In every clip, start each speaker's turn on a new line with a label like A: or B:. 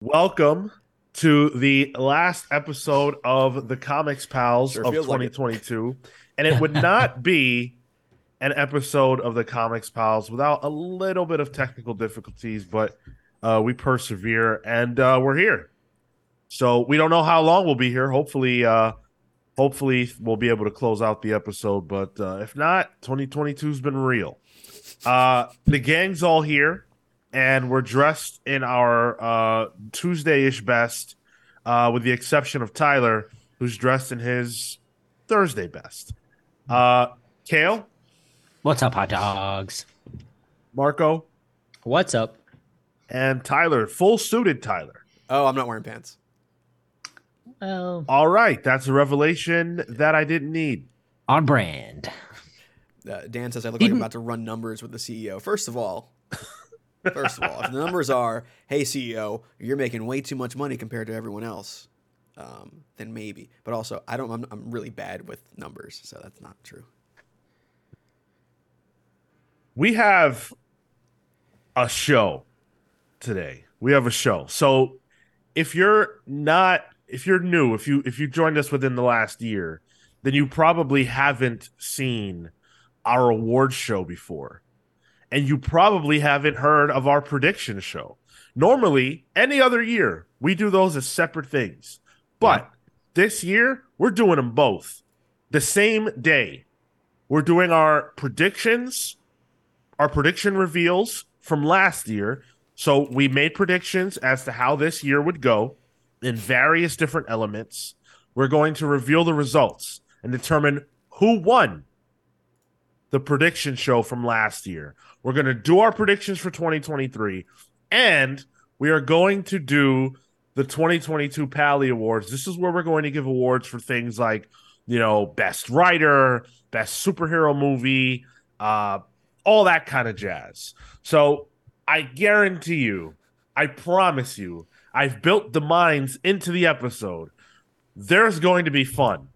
A: Welcome to the last episode of the Comics Pals
B: Sure
A: of
B: feels like it.
A: 2022. And it would not be an episode of the Comics Pals without a little bit of technical difficulties, but uh, we persevere and uh, we're here. So we don't know how long we'll be here. Hopefully, uh, hopefully we'll be able to close out the episode. But uh, if not, 2022's been real. Uh, the gang's all here, and we're dressed in our uh, Tuesday-ish best, uh, with the exception of Tyler, who's dressed in his Thursday best. Uh, Kale,
C: What's up, hot dogs?
A: Marco,
D: What's up?
A: and Tyler, full suited Tyler.
B: Oh, I'm not wearing pants.
D: Well,
A: All right, that's a revelation that I didn't need.
C: On brand.
B: Uh, Dan says I look like
C: Didn't-
B: I'm about to run numbers with the CEO. First of all, first of all, if the numbers are, hey CEO, you're making way too much money compared to everyone else, um, then maybe. But also, I don't. I'm, I'm really bad with numbers, so that's not true.
A: we have a show today we have a show so if you're not if you're new if you if you joined us within the last year then you probably haven't seen our award show before and you probably haven't heard of our prediction show normally any other year we do those as separate things but this year we're doing them both the same day we're doing our predictions our prediction reveals from last year. So we made predictions as to how this year would go in various different elements. We're going to reveal the results and determine who won the prediction show from last year. We're going to do our predictions for 2023 and we are going to do the 2022 Pally Awards. This is where we're going to give awards for things like, you know, best writer, best superhero movie, uh, all that kind of jazz. So I guarantee you, I promise you, I've built the minds into the episode. There's going to be fun.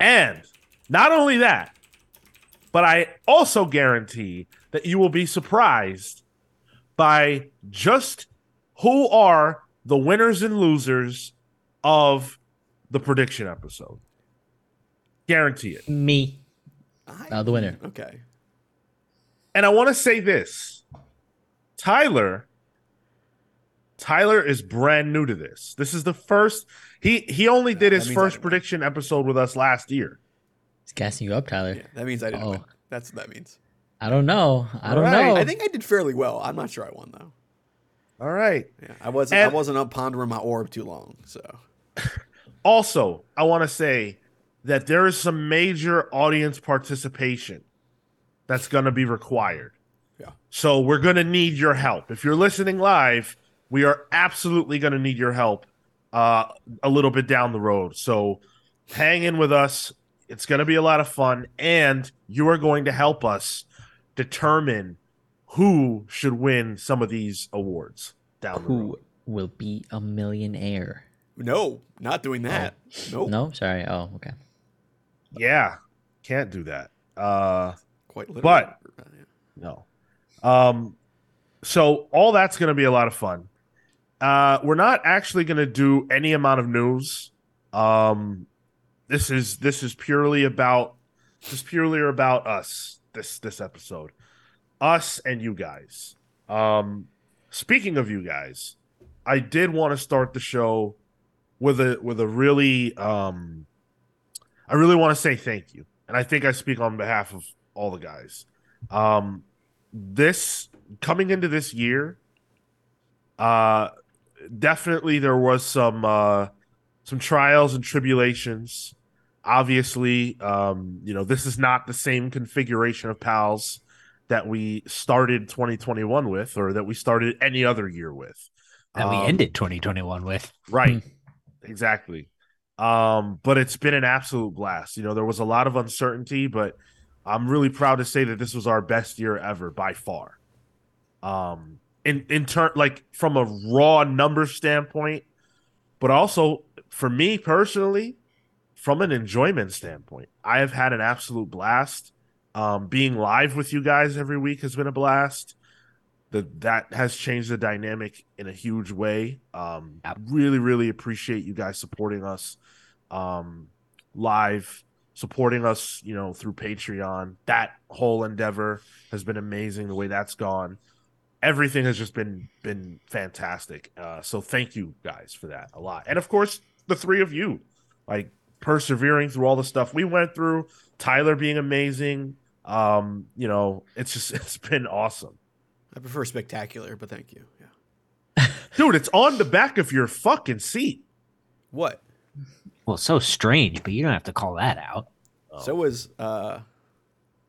A: And not only that, but I also guarantee that you will be surprised by just who are the winners and losers of the prediction episode. Guarantee it.
D: me.
B: I,
D: Uh, the winner.
B: Okay.
A: And I want to say this. Tyler Tyler is brand new to this. This is the first he he only did
B: that
A: his
B: means I
A: first
B: didn't win.
A: prediction episode with us last year.
D: He's gassing you up, Tyler.
B: Yeah, that means I didn't
D: Oh.
B: win. That's what that means.
D: I don't know. I don't
A: Alright,
D: know.
B: I think I did fairly well. I'm not sure I won though.
A: All right.
B: Yeah, I wasn't.
A: And-
B: I wasn't up pondering my orb too long. So
A: Also, I want to say that there is some major audience participation that's going to be required.
B: Yeah.
A: So we're going to need your help. If you're listening live, we are absolutely going to need your help uh, a little bit down the road. So hang in with us. It's going to be a lot of fun, and you are going to help us determine who should win some of these awards down the road.
D: Who will be a millionaire?
B: no, not doing that. Nope.
D: No, sorry. Oh, okay.
A: Yeah, can't do that. Uh,
B: Quite literally.
A: But-
B: Uh, yeah.
A: No. Um, so all that's going to be a lot of fun. Uh, we're not actually going to do any amount of news. Um, this is this is purely about just purely about us. This this episode, us and you guys. Um, speaking of you guys, I did want to start the show with a with a really um, I really want to say thank you, and I think I speak on behalf of all the guys um this coming into this year uh definitely there was some uh some trials and tribulations obviously um you know this is not the same configuration of pals that we started 2021 with or that we started any other year with
C: That we
A: Um,
C: ended 2021 with.
A: Right. Exactly. Um, but it's been an absolute blast. You know, there was a lot of uncertainty, but I'm really proud to say that this was our best year ever by far. Um, in in turn, like from a raw number standpoint, but also for me personally, from an enjoyment standpoint, I have had an absolute blast. Um, being live with you guys every week has been a blast. that that has changed the dynamic in a huge way. Um,
C: Yep.
A: really, really appreciate you guys supporting us um, live, supporting us, you know, through Patreon. That whole endeavor has been amazing. The way that's gone, everything has just been been fantastic. Uh, so thank you guys for that a lot, and of course the three of you, like persevering through all the stuff we went through. Tyler being amazing. Um, you know, it's just it's been awesome.
B: I prefer spectacular, but thank you. Yeah.
A: Dude, it's on the back of your fucking seat.
B: What?
C: Well, so strange, but you don't have to call that out.
A: Oh.
B: So was uh,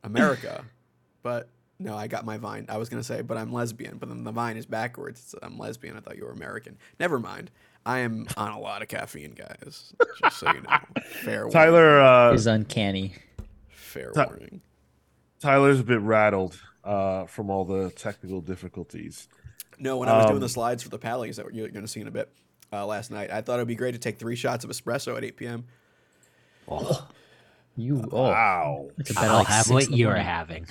B: America, but no, I got my Vine. I was gonna say, but I'm lesbian, but then the Vine is backwards. It's, I'm lesbian. I thought you were American. Never mind. I am on a lot of caffeine, guys. Just so you know. Fair warning.
A: Tyler uh
D: It's uncanny.
B: Fair
A: Ty-
B: warning.
A: Tyler's a bit rattled uh from all the technical difficulties.
B: No, when I was
A: Um,
B: doing the slides for the pallies that you're going to see in a bit uh, last night, I thought it would be great to take three shots of espresso at 8 p.m.
C: Oh,
D: You oh,
A: Ah. Wow.
D: it's about
C: I'll
D: like
C: have
D: six
C: what
D: in the
C: you're
D: morning.
C: having.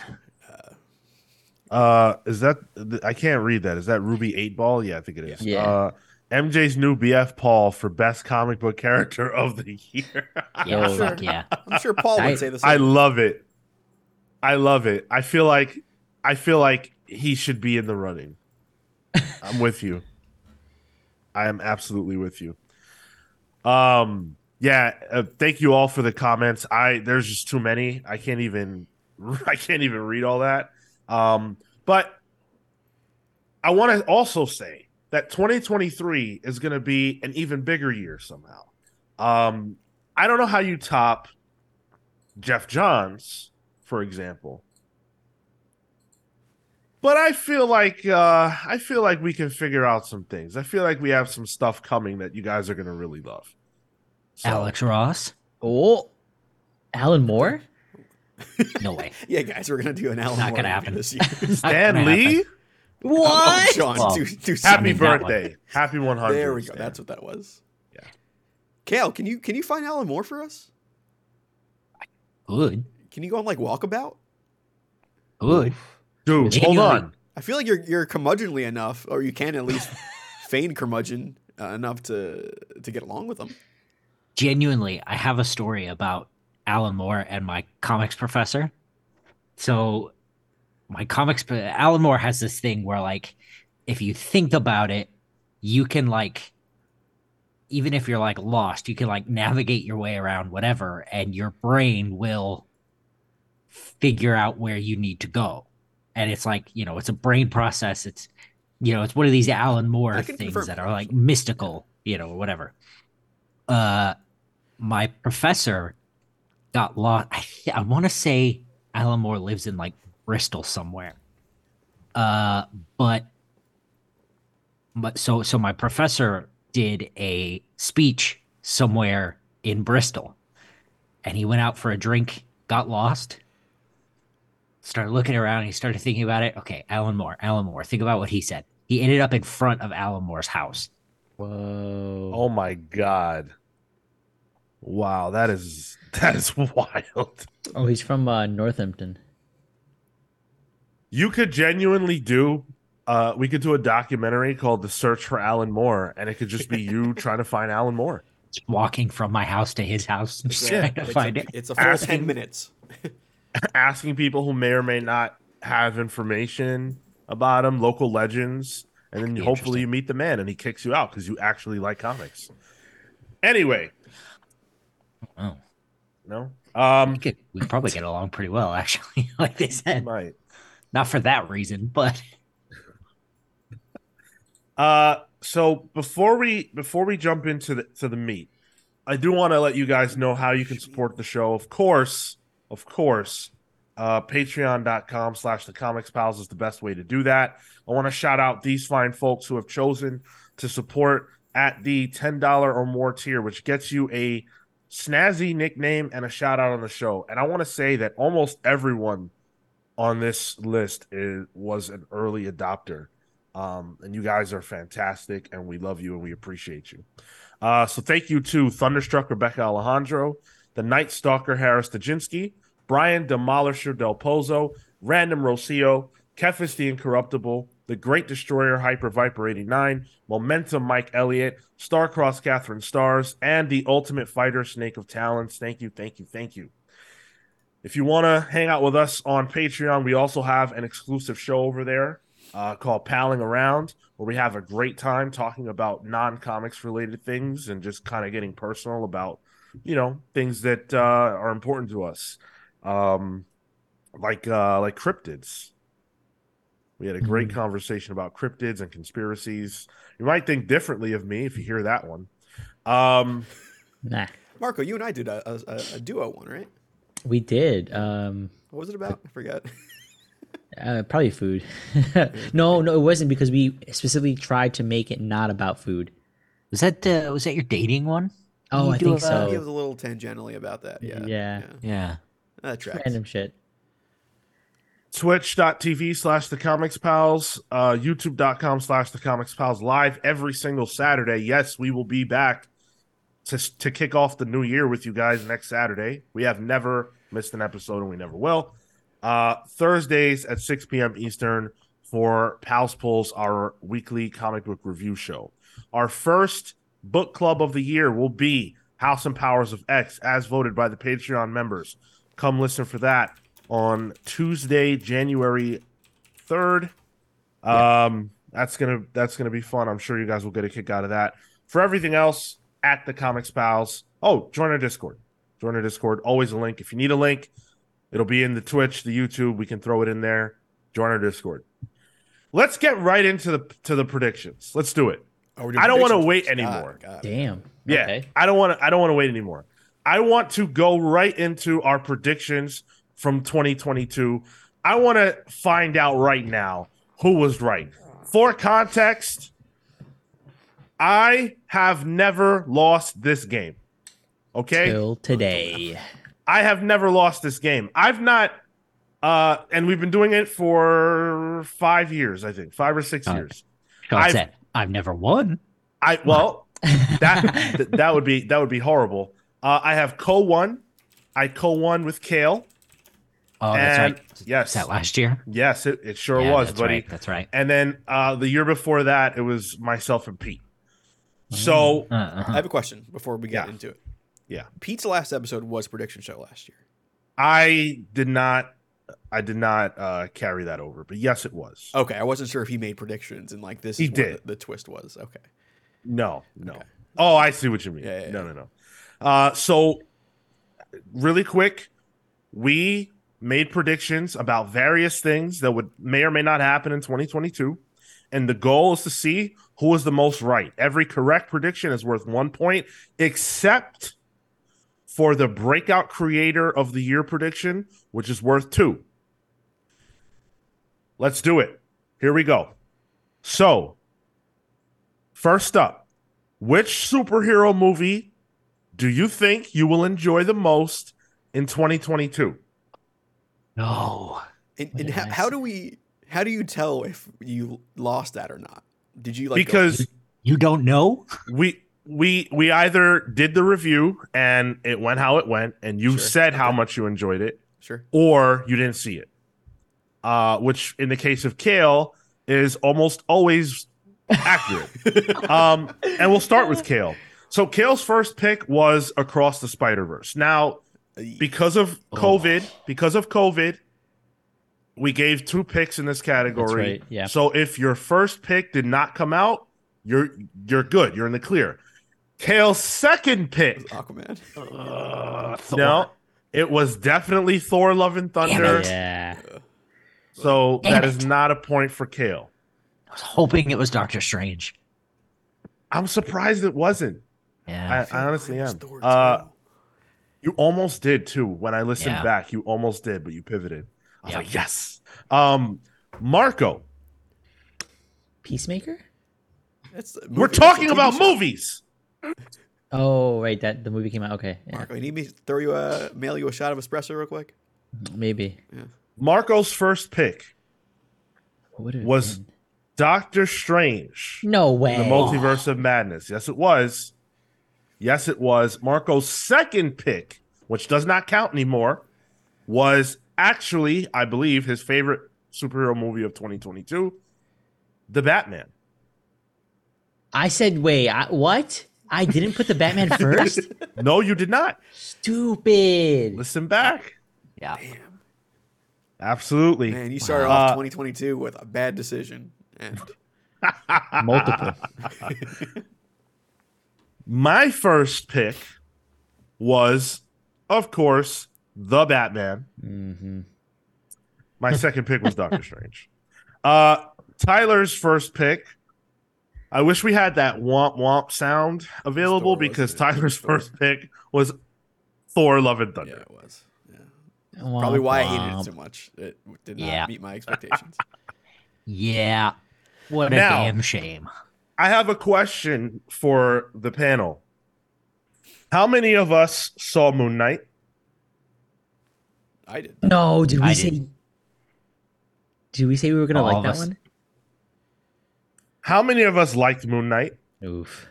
A: Uh is that I can't read that. Is that Ruby 8 ball? Yeah, I think it is.
D: Yeah.
A: Uh MJ's new BF Paul for best comic book character of the year.
C: Yeah,
D: Yo,
C: fuck yeah.
B: I'm sure Paul
D: I-
B: would say the same.
A: I love it. I love it. I feel like I feel like he should be in the running. I'm with you. I am absolutely with you. Um yeah, uh, thank you all for the comments. I there's just too many. I can't even I can't even read all that. Um but I want to also say that 2023 is going to be an even bigger year somehow. Um I don't know how you top Jeff Johns, for example. But I feel like uh, I feel like we can figure out some things. I feel like we have some stuff coming that you guys are gonna really love. So,
C: Alex Ross?
D: Oh, Alan Moore.
C: No way.
B: yeah, guys, we're going to do an Alan
C: Not
B: Moore
C: gonna happen.
B: movie this year.
C: Not
A: Stan
C: gonna
A: Lee,
B: Oh, Sean,
C: Well,
B: do, do
A: happy
B: something.
C: mean, that one.
A: birthday, happy one hundred.
B: There we go. That's what that was.
A: Yeah.
B: Kale, can you can you find Alan Moore for us?
C: Good.
B: Can you go on like walkabout?
C: Good.
A: dude. Hold
C: Genuinely.
A: on,
B: I feel like you're you're curmudgeonly enough, or you can at least feign curmudgeon uh, enough to to get along with them.
C: genuinely, I have a story about Alan Moore and my comics professor. So, my comics, pro- Alan Moore has this thing where, like, if you think about it, you can, like, even if you're, like, lost, you can, like, navigate your way around whatever, and your brain will figure out where you need to go. And it's like, you know, it's a brain process. It's, you know, it's one of these Alan Moore
B: I can confirm
C: things that
B: that,
C: are, like,
B: actually.
C: mystical, you know, whatever uh my professor got lost i th- i want to say alan moore lives in like bristol somewhere uh but but so so my professor did a speech somewhere in bristol and he went out for a drink got lost started looking around he started thinking about it okay alan moore alan moore think about what he said he ended up in front of alan moore's house
D: Whoa.
A: oh my god, wow, that is that is wild.
D: Oh, he's from uh, Northampton.
A: You could genuinely do. Uh, we could do a documentary called "The Search for Alan Moore," and it could just be you trying to find Alan Moore.
C: walking from my house to his house just
B: Yeah,
C: trying to
B: it's,
C: find
B: a,
C: it.
B: it's a full ten
A: Asking-
B: minutes.
A: asking people who may or may not have information about him, local legends, and then
C: be
A: hopefully
C: interesting.
A: you meet the man and he kicks you out because you actually like comics. Anyway,
C: Oh,
A: no,
C: we
A: um,
C: could we probably get along pretty well actually, like they said.
A: right.
C: Not for that reason, but
A: Uh, so before we before we jump into the to the meat, I do want to let you guys know how you can support the show. Of course, of course, uh, patreon.com slash the comics pals is the best way to do that. I want to shout out these fine folks who have chosen to support at the $10 or more tier, which gets you a snazzy nickname and a shout out on the show. And I want to say that almost everyone on this list is, was an early adopter. Um, and you guys are fantastic, and we love you and we appreciate you. Uh, so thank you to Thunderstruck Rebecca Alejandro, the Night Stalker Harris Dajinsky, Brian Demolisher Del Pozo, Random Rocio, Kefis the Incorruptible, The Great Destroyer, Hyper Viper 89, Momentum, Mike Elliott, Starcross, Catherine Stars, and the Ultimate Fighter, Snake of Talents. Thank you, thank you, thank you. If you want to hang out with us on Patreon, we also have an exclusive show over there uh, called Palling Around, where we have a great time talking about non comics related things and just kind of getting personal about, you know, things that uh, are important to us, um, like uh, like cryptids. We had a great
D: Mhm.
A: conversation about cryptids and conspiracies. You might think differently of me if you hear that one. Um,
D: Nah,
B: Marco, you and I did a, a, a duo one, right?
D: we did. Um,
B: What was it about? I forgot.
D: uh, probably food. no, no, it wasn't because we specifically tried to make it not about food.
C: Was that uh, was that your dating one?
D: Oh,
C: You
D: I
C: do
D: think
C: a-
B: He was a
D: so.
B: little tangentially about that. Yeah.
D: Yeah.
C: Yeah.
B: That tracks.
D: Random shit.
A: twitch.tv slash the comics pals uh youtube.com slash the comics pals live every single saturday yes we will be back to, to kick off the new year with you guys next saturday we have never missed an episode and we never will uh thursdays at 6 p.m eastern for pals pulls our weekly comic book review show our first book club of the year will be house and powers of x as voted by the patreon members come listen for that on Tuesday, January third. Um, that's gonna that's gonna be fun. I'm sure you guys will get a kick out of that. For everything else, at the Comics Pals. Oh, join our Discord. Join our Discord. Always a link. If you need a link, it'll be in the Twitch, the YouTube. We can throw it in there. Join our Discord. Let's get right into the to the predictions. Let's do it.
B: Oh, we're
A: I don't wanna
B: predictions.
A: wait
B: God,
A: anymore.
B: God.
D: Damn.
A: Yeah,
D: Okay.
A: I don't want to. I don't want to wait anymore. I want to go right into our predictions from 2022. I want to find out right now who was right. For context, I have never lost this game. Okay,
D: Till today.
A: I have never lost this game. I've not. Uh, and we've been doing it for five years, I think, five or six
C: Uh,
A: years.
C: Sean
A: I've-
C: said, I've never won.
A: I well, that th- that would be that would be horrible. Uh, I have co one. I co one with Kale.
C: Oh, that's
A: and-
C: right.
A: yes.
C: Was that last year?
A: Yes, it, it sure
C: Yeah,
A: was,
C: that's
A: buddy.
C: right, That's right.
A: And then uh, the year before that, it was myself and Pete. So
C: Uh, uh-huh.
B: I have a question before we get
A: Yeah.
B: into it.
A: Yeah.
B: Pete's last episode was prediction show last year.
A: I did not, I did not uh, carry that over. But yes, it was.
B: Okay, I wasn't sure if he made predictions and like this
A: He
B: is where
A: did.
B: The, the twist was. Okay.
A: No, no.
B: Okay.
A: Oh, I see what you mean.
B: Yeah, yeah,
A: no, no, no. Uh, so, really quick, we made predictions about various things that would may or may not happen in 2022, and the goal is to see who is the most right. Every correct prediction is worth one point, except for the breakout creator of the year prediction, which is worth two. Let's do it. Here we go. So, first up, which superhero movie do you think you will enjoy the most in 2022?
C: no.
B: And,
D: What
B: and
D: did
B: how,
D: I
B: how
D: say?
B: do we how do you tell if you lost that or not? Did you like go-
A: Because
C: You don't know?
A: we we we either did the review and it went how it went and you
B: Sure.
A: said how
B: Okay.
A: much you enjoyed it
B: sure.
A: or you didn't see it. Uh which in the case of Kale is almost always accurate. um and we'll start with Kale. So Kale's first pick was Across the Spider-Verse. Now
B: uh,
A: because of
C: Oh.
A: COVID, because of COVID, we gave two picks in this
D: That's
A: category.
D: right. Yeah.
A: So if your first pick did not come out, you're you're good. You're in the clear. Kale's second pick.
B: Aquaman.
C: Uh,
A: No, it was definitely Thor: Love and Thunder.
D: Yeah.
A: So
C: Damn
A: that
C: it.
A: is not a point for Kale.
C: I was hoping it was Doctor Strange.
A: I'm surprised it wasn't.
C: Yeah.
A: I, I honestly
B: Mine's
A: am.
B: Thor
A: Uh,
B: too.
A: You almost did too. When I listened
C: Yeah.
A: back, you almost did, but you pivoted. I was
C: Yeah.
A: like, yes. Um, Marco,
D: Peacemaker?
B: That's a
A: we're
B: movie, that's a
A: talking
B: TV
A: about
B: show.
A: movies.
D: Oh, right. That the movie came out. Okay. Yeah.
B: Marco, you need me to throw you a mail you a shot of espresso real quick?
D: Maybe.
A: Marco's first pick,
D: What would it have
A: Was-
D: been?
A: Doctor Strange,
D: No way.
A: the
B: Oh.
A: Multiverse of Madness. Yes, it was. Yes, it was. Marco's second pick, which does not count anymore, was actually, I believe, his favorite superhero movie of 2022, the Batman.
D: I said, wait, I, what? I didn't put the Batman first?
A: No, you did not.
D: Stupid.
A: Listen back.
C: Yeah.
B: Damn.
A: Absolutely.
B: Man, you started
A: Wow.
B: off
A: Uh,
B: 2022 with a bad decision. And
D: Multiple.
A: My first pick was, of course, the Batman.
D: hmm
A: My second pick was Doctor Strange. Uh, Tyler's first pick. I wish we had that womp womp sound available
B: Thor, wasn't
A: because
B: it?
A: Tyler's
B: It was
A: first pick was Thor: Love and
B: yeah,
A: Thunder.
B: it was. Yeah. Probably why I hated it so much. It did not
C: Yeah.
B: meet my expectations.
C: Yeah. What
A: Now-
C: a damn shame.
A: I have a question for the panel. How many of us saw Moon Knight?
B: I did.
D: No, did we
C: I
D: say?
C: didn't.
D: Did we say we were gonna
C: All
D: like
C: of
D: that
C: us.
D: one?
A: How many of us liked Moon Knight?
D: Oof.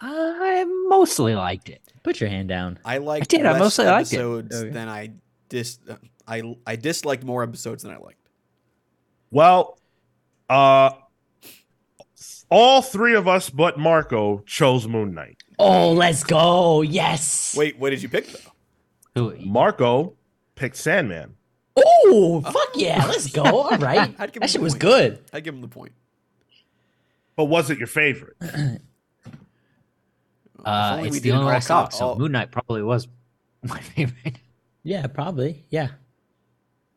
C: I mostly liked it.
D: Put your hand down.
B: I liked
C: did, I
B: less
C: mostly liked it. Oh,
B: episodes
D: Okay.
B: than I dis. I I disliked more episodes than I liked.
A: Well, uh all three of us but Marco chose Moon Knight.
D: Oh, let's go. Yes.
B: Wait, what did you pick though?
C: Who-
A: Marco picked Sandman.
D: Oh, fuck yeah. Let's go. All right.
B: I'd give him
D: that shit
B: the
D: was
B: point.
D: good.
B: I give him the point.
A: But was it your favorite?
B: If
C: Uh,
B: only we
C: it's
B: did
C: the only
B: all
C: one I saw,
B: con-
C: so
B: all-
C: Moon Knight probably was my favorite.
D: Yeah, probably. Yeah.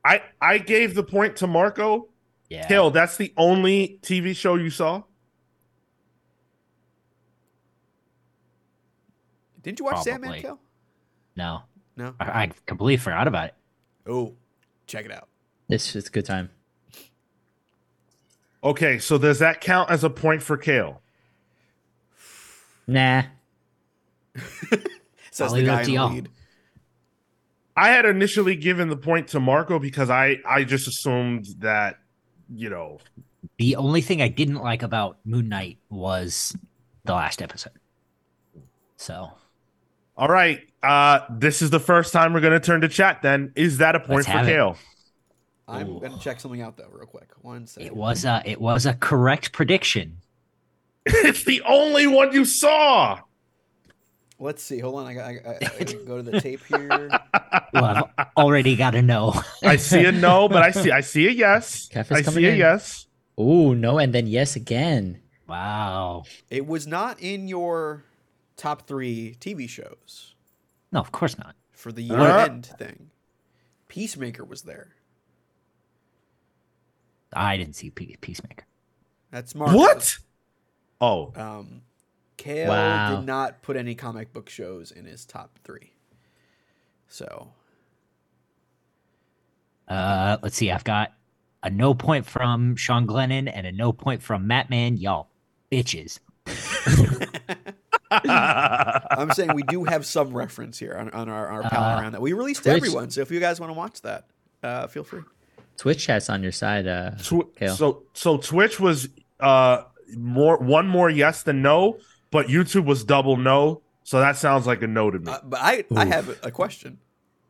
A: I I gave the point to Marco.
C: Yeah.
A: Hill, that's the only TV show you saw?
B: Didn't you watch Sandman
C: Probably.
B: Cal?
C: No,
B: No.
C: I, I completely forgot about it.
B: Oh, check it out.
D: This is a good time.
A: Okay, so does that count as a point for Kale?
D: Nah.
B: Says
C: I'll
B: the
C: leave it
B: guy
C: up
B: in
C: to
B: the
C: y'all.
B: lead.
A: I had initially given the point to Marco because I I just assumed that you know
C: The only thing I didn't like about Moon Knight was the last episode. So
A: all right uh this is the first time we're gonna turn to chat then is that a point
C: Let's
A: for
C: have it.
A: Kale
B: I'm
C: Ooh.
B: gonna check something out though, real quick. One second.
C: it was a it was a correct prediction.
A: it's the only one you saw
B: Let's see. Hold on. I got. I, I, I gotta go to the tape here.
C: Well, I've already got to know.
A: I see a no but I see I see a yes
D: Kef is
A: I
D: coming
A: see a
D: in.
A: yes
D: Oh, no. And then yes again.
C: Wow.
B: It was not in your top three TV shows
C: No, of course not.
B: for the
A: Uh.
B: year end thing. Peacemaker was there.
C: I didn't see Pe- Peacemaker.
B: That's Mark.
A: what oh
B: Um, Kale
D: Wow.
B: did not put any comic book shows in his top three. So
C: Uh, let's see. I've got a no point from Sean Glennon and a no point from Matt Man. Y'all bitches.
B: I'm saying we do have some reference here on, on our, our pal
C: Uh,
B: around that we released to
D: Twitch.
B: everyone. So if you guys want to watch that, uh, feel free.
D: Twitch chat's on your side. Uh,
A: Tw-
D: Kale.
A: so so Twitch was uh more one more yes than no but YouTube was double no so that sounds like a no to me
B: Uh, but I, I have a question.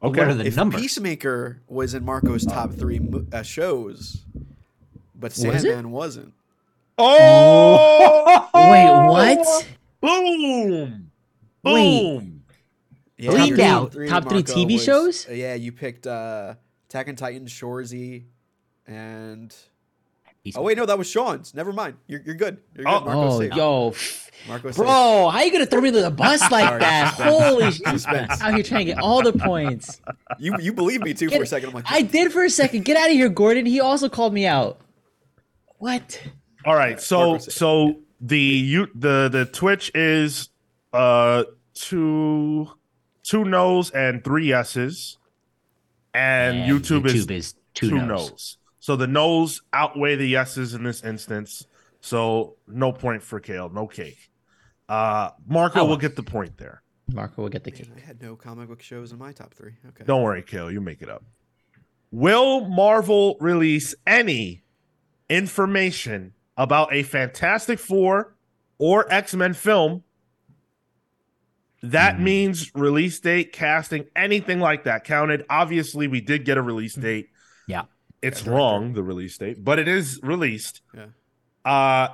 A: okay
C: What are the
B: if
C: numbers?
B: Peacemaker was in Marco's top three mo- uh, shows, but
D: it?
B: Sandman wasn't.
A: Oh!
D: Wait, what?
A: Boom!
D: Wait.
A: Boom!
B: Yeah,
C: Top Leaned three- out.
D: top three
B: Marco
D: TV shows?
B: uh, yeah, you picked uh, Attack on Titan, Shorzy, and oh wait, no, that was Sean's. Never mind. You're, you're good. You're good.
A: Oh.
B: Marco's
D: oh,
B: safe.
D: yo. f-
B: Marco's safe.
D: Bro, how you going to throw me under the bus like
B: Sorry,
D: that?
B: suspense.
D: Holy shit.
B: Suspense.
D: Out here trying to get all the points.
B: You you believe me too for a
D: Get-
B: second. I'm like,
D: I did for a second. Get out of here, Gordon. He also called me out. What?
A: All right, so
B: Marco said-
A: so the you the the Twitch is uh two two no's and three yeses, and, YouTube, is,
C: two,
A: two
C: no's.
A: no's. So the no's outweigh the yeses in this instance. So no point for Kale, no cake. Uh, Marco
C: Oh.
A: will get the point there.
D: Marco will get the cake.
B: Man, I had no comic book shows in my top three. Okay.
A: Don't worry, Kale. You make it up. Will Marvel release any information about a Fantastic Four or X Men film? That
C: Hmm.
A: means release date, casting, anything like that counted. Obviously, we did get a release date.
C: Yeah.
A: It's
B: Yeah, director.
A: wrong, the release date, but it is released.
B: Yeah.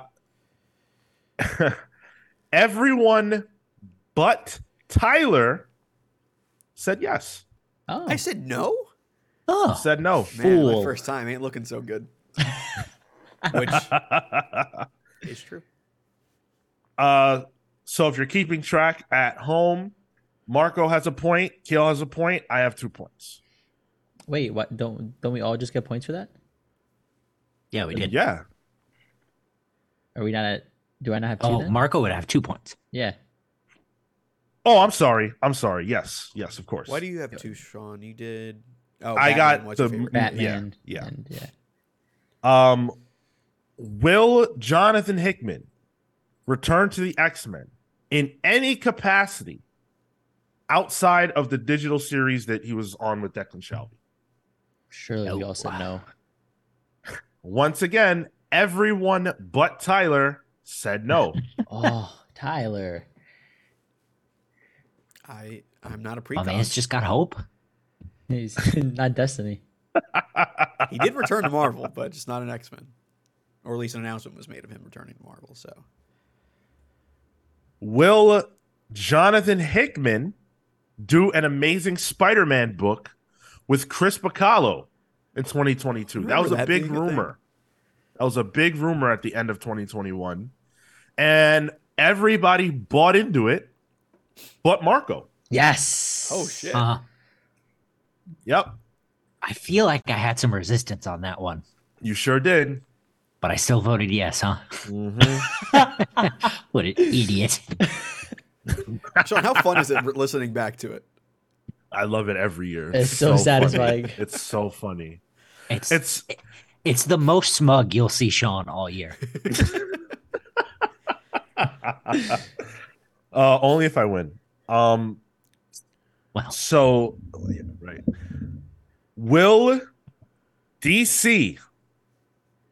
A: Uh, everyone but Tyler said yes.
D: Oh,
B: I said no.
D: oh.
A: Said no.
B: Man, my
D: Fool.
B: first time ain't looking so good. Which is true.
A: Uh, so if you're keeping track at home, Marco has a point, Kale has a point, I have two points.
D: wait. What? Don't don't we all just get points for that?
C: Yeah, we Oh, did.
A: Yeah.
D: Are we not at? Do I not have two?
C: Oh,
D: then?
C: Marco would have two points.
D: yeah.
A: Oh, I'm sorry. I'm sorry. Yes. Yes, of course.
B: Why do you have two, Sean? You did. Oh,
A: I got
B: Batman was
A: the-
B: your favorite.
D: Batman.
A: yeah.
D: and- yeah.
A: um will Jonathan Hickman return to the X-Men in any capacity outside of the digital series that he was on with Declan Shelby?
D: Surely we
C: No.
D: all said no.
A: Once again, everyone but Tyler said no.
D: Oh, Tyler.
B: I I'm not a
C: My
B: precog.
C: man's Oh, just got hope.
D: He's not Destiny.
B: he did return to Marvel, but just not an X Men, or at least an announcement was made of him returning to Marvel. So
A: Will Jonathan Hickman do an amazing Spider-Man book with Chris Bacalo in 2022? That
B: Remember
A: was a
B: that
A: big
B: being a
A: rumor. That was a big rumor at the end of 2021. And everybody bought into it but Marco.
D: Yes.
B: oh shit,
C: Uh,
A: Yep,
C: I feel like I had some resistance on that one,
A: you sure did.
C: but I still voted yes, huh?
B: Mm-hmm.
A: Mhm.
C: What an idiot.
B: Sean, how fun is it re- listening back to it?
A: I love it every year.
D: It's so
A: funny.
D: satisfying.
A: It's so funny.
C: It's, it's
A: It's
C: the most smug you'll see Sean all year.
A: uh, only if I win. Um,
C: Well,
A: So, oh, yeah, right. Will DC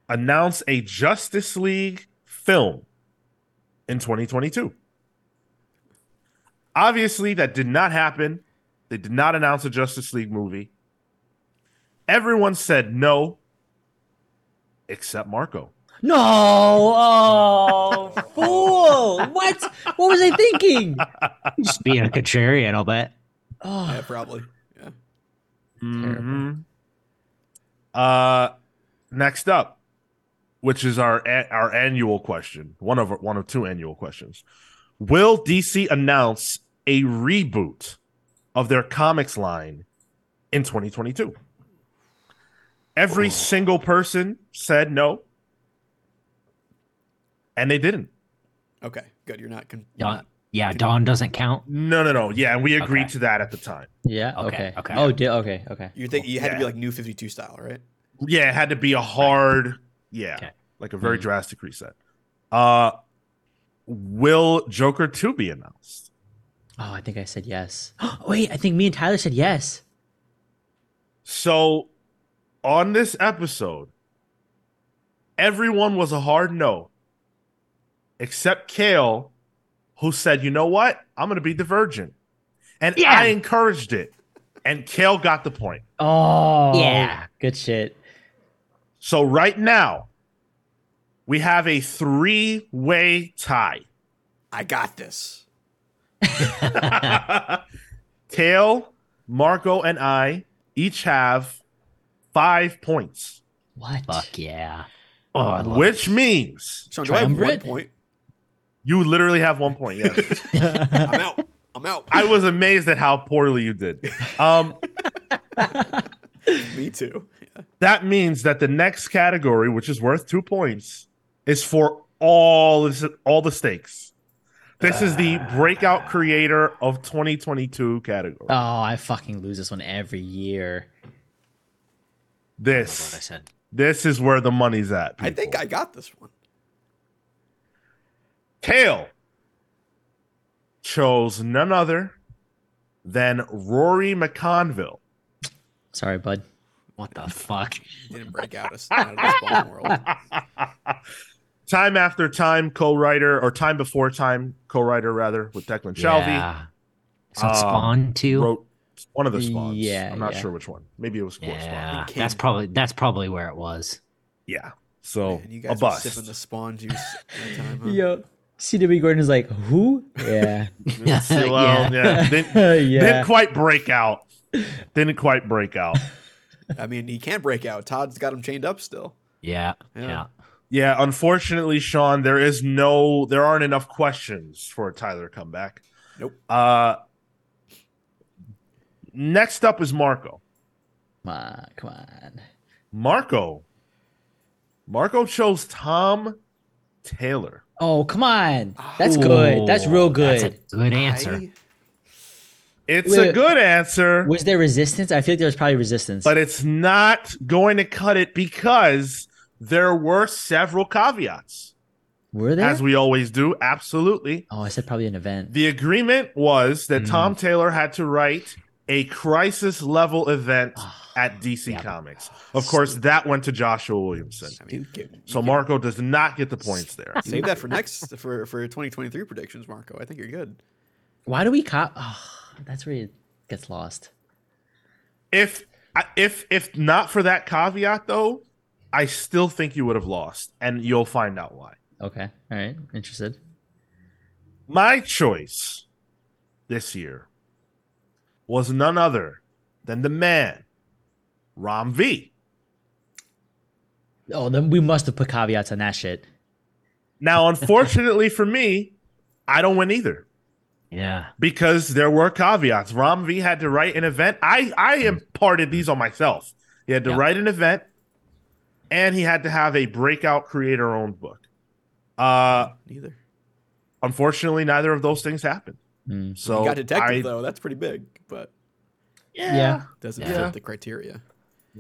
A: announce a Justice League film in 2022? Obviously, that did not happen. They did not announce a Justice League movie. Everyone said no, except Marco.
D: No. Oh, fool. What? What was I thinking?
C: just being a contrarian, I'll bet.
B: Yeah,
D: Oh,
B: probably. Yeah.
A: Mhm. Uh, next up, which is our a- our annual question, one of one of two annual questions. Will DC announce a reboot of their comics line in 2022? Every single person said no, and they didn't.
B: Okay, good. You're not. Con- you're
C: Don,
B: not-
C: yeah, Dawn doesn't count.
A: No, no, no. Yeah, and we agreed
C: Okay.
A: to that at the time.
D: yeah.
C: Okay,
D: Okay.
C: okay.
D: Oh, did okay. Okay.
B: you think you had to be
A: Yeah.
B: like New Fifty Two style, right?
A: Yeah, it had to be a hard, yeah,
C: Okay. Mm-hmm.
A: like a very
D: Mhm.
A: drastic reset. Uh, will Joker two be announced?
D: Oh, I think I said yes. Wait, I think me and Tyler said yes.
A: So, on this episode, everyone was a hard no, except Kale, who said, "You know what? I'm going to be the virgin," and
C: Yeah.
A: I encouraged it, and Kale got the point.
D: Oh.
C: Yeah.
D: Good shit.
A: So right now, we have a three-way tie.
B: I got this.
A: Tail, Marco, and I each have five points,
D: What?
C: Fuck yeah. Oh, I love
A: which means
B: Sean, do I have one
D: Triumvirate?
B: point?
A: you literally have one point. Yes.
B: I'm out. I'm out.
A: I was amazed at how poorly you did. Um,
B: Me too.
A: that means that the next category, which is worth two points, is for all this, all the stakes. This is the breakout creator of 2022 category.
D: Oh, I fucking lose this one every year.
C: what I
A: this
C: said.
A: this is where the money's at.
B: I think
A: people.
B: I got this one.
A: Kale chose none other than Rory McConville.
D: Sorry, bud.
C: What the fuck?
B: Didn't break out of, out of this bomb world.
A: Time after time co-writer, or time before time co-writer rather, with Declan Shelby.
C: Yeah. So
A: Um,
C: Spawn too.
A: Wrote one of the spawns.
D: Yeah,
A: I'm not
D: yeah.
A: sure which one. Maybe it was Core Spawn.
C: yeah,
B: King.
C: that's probably that's probably where it was.
A: Yeah. So
B: And
A: Oh, a
B: you guys were
A: bust.
B: sipping the spawn juice that
A: Uh-huh.
B: time, huh?
D: Yo, CW Gordon's like, who? Yeah.
A: Seal out, yeah. Didn't,
D: yeah.
A: didn't quite break out. Didn't quite break out.
B: I mean, he can't break out. Todd's got him chained up still.
C: Yeah.
B: Yeah.
C: Yeah.
A: Yeah, unfortunately, Sean, there is no, there aren't enough questions for a Tyler comeback.
B: Nope.
A: Uh, next up is Marco.
D: Come on, come on.
A: Marco. Marco chose Tom Taylor.
D: Oh, come on. That's
C: Ooh,
D: good. Oh. That's real good.
C: That's a good answer.
B: I-
A: It's a
D: Wait.
A: good answer,
D: Was there resistance? I feel like there was probably resistance.
A: but it's not going to cut it because there were several caveats,
D: Were there?
A: as we always do. Absolutely.
D: oh, I said probably an event.
A: The agreement was that
C: Mm.
A: Tom Taylor had to write a crisis level event at DC
C: Yeah.
A: Comics. Of course, that went to Joshua Williamson.
B: I mean, you can-
A: So Marco does not get the points there.
B: save that for next for for 2023 predictions, Marco. I think you're good.
D: Why do we cop? Oh, that's where it gets lost.
A: If if if not for that caveat though, I still think you would have lost and you'll find out why.
D: Okay. All right. Interested.
A: My choice this year was none other than the man Rom V.
D: Oh, then we must have put caveats on that shit.
A: Now unfortunately for me, I don't win either.
C: yeah.
A: because there were caveats. Rom V had to write an event. I I imparted these on myself. He had to
C: Yeah.
A: write an event, and he had to have a breakout creator-owned book. Uh,
B: Neither.
A: unfortunately, neither of those things happened.
D: Mm.
A: So
B: you got detective
A: I-
B: though. That's pretty big, but
D: Yeah.
B: doesn't
A: Yeah.
B: fit the criteria.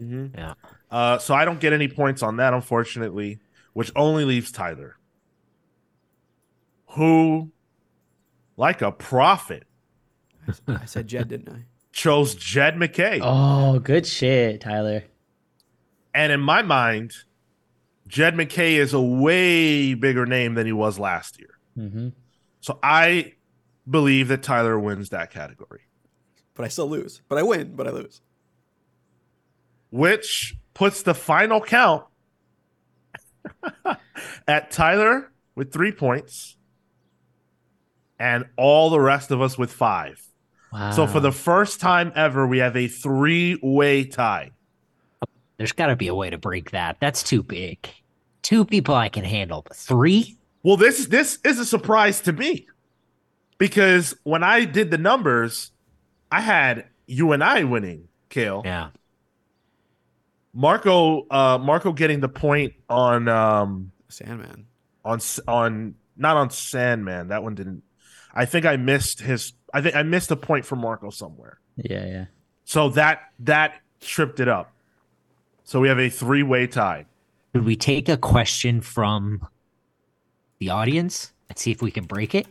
A: Mhm.
C: Yeah.
A: Uh, so I don't get any points on that, unfortunately, which only leaves Tyler, who, like a prophet,
B: I s- I said Jed, didn't I?
A: chose Jed McKay.
D: Oh, good shit, Tyler.
A: And in my mind, Jed McKay is a way bigger name than he was last year.
D: Mm-hmm.
A: So I believe that Tyler wins that category,
B: But I still lose. But I win. But I lose.
A: which puts the final count at Tyler with three points and all the rest of us with five.
D: Wow.
A: So for the first time ever, we have a three way tie.
C: There's got to be a way to break that. That's too big. Two people I can handle, but three?
A: Well, this this is a surprise to me because when I did the numbers, I had you and I winning, Kale.
C: Yeah.
A: Marco, uh, Marco getting the point on um,
B: Sandman.
A: on S- on not on Sandman. That one didn't. I think I missed his. I think I missed a point for Marco somewhere.
D: yeah, yeah.
A: So that that tripped it up. So we have a three way tie.
C: Should we take a question from the audience and see if we can break it?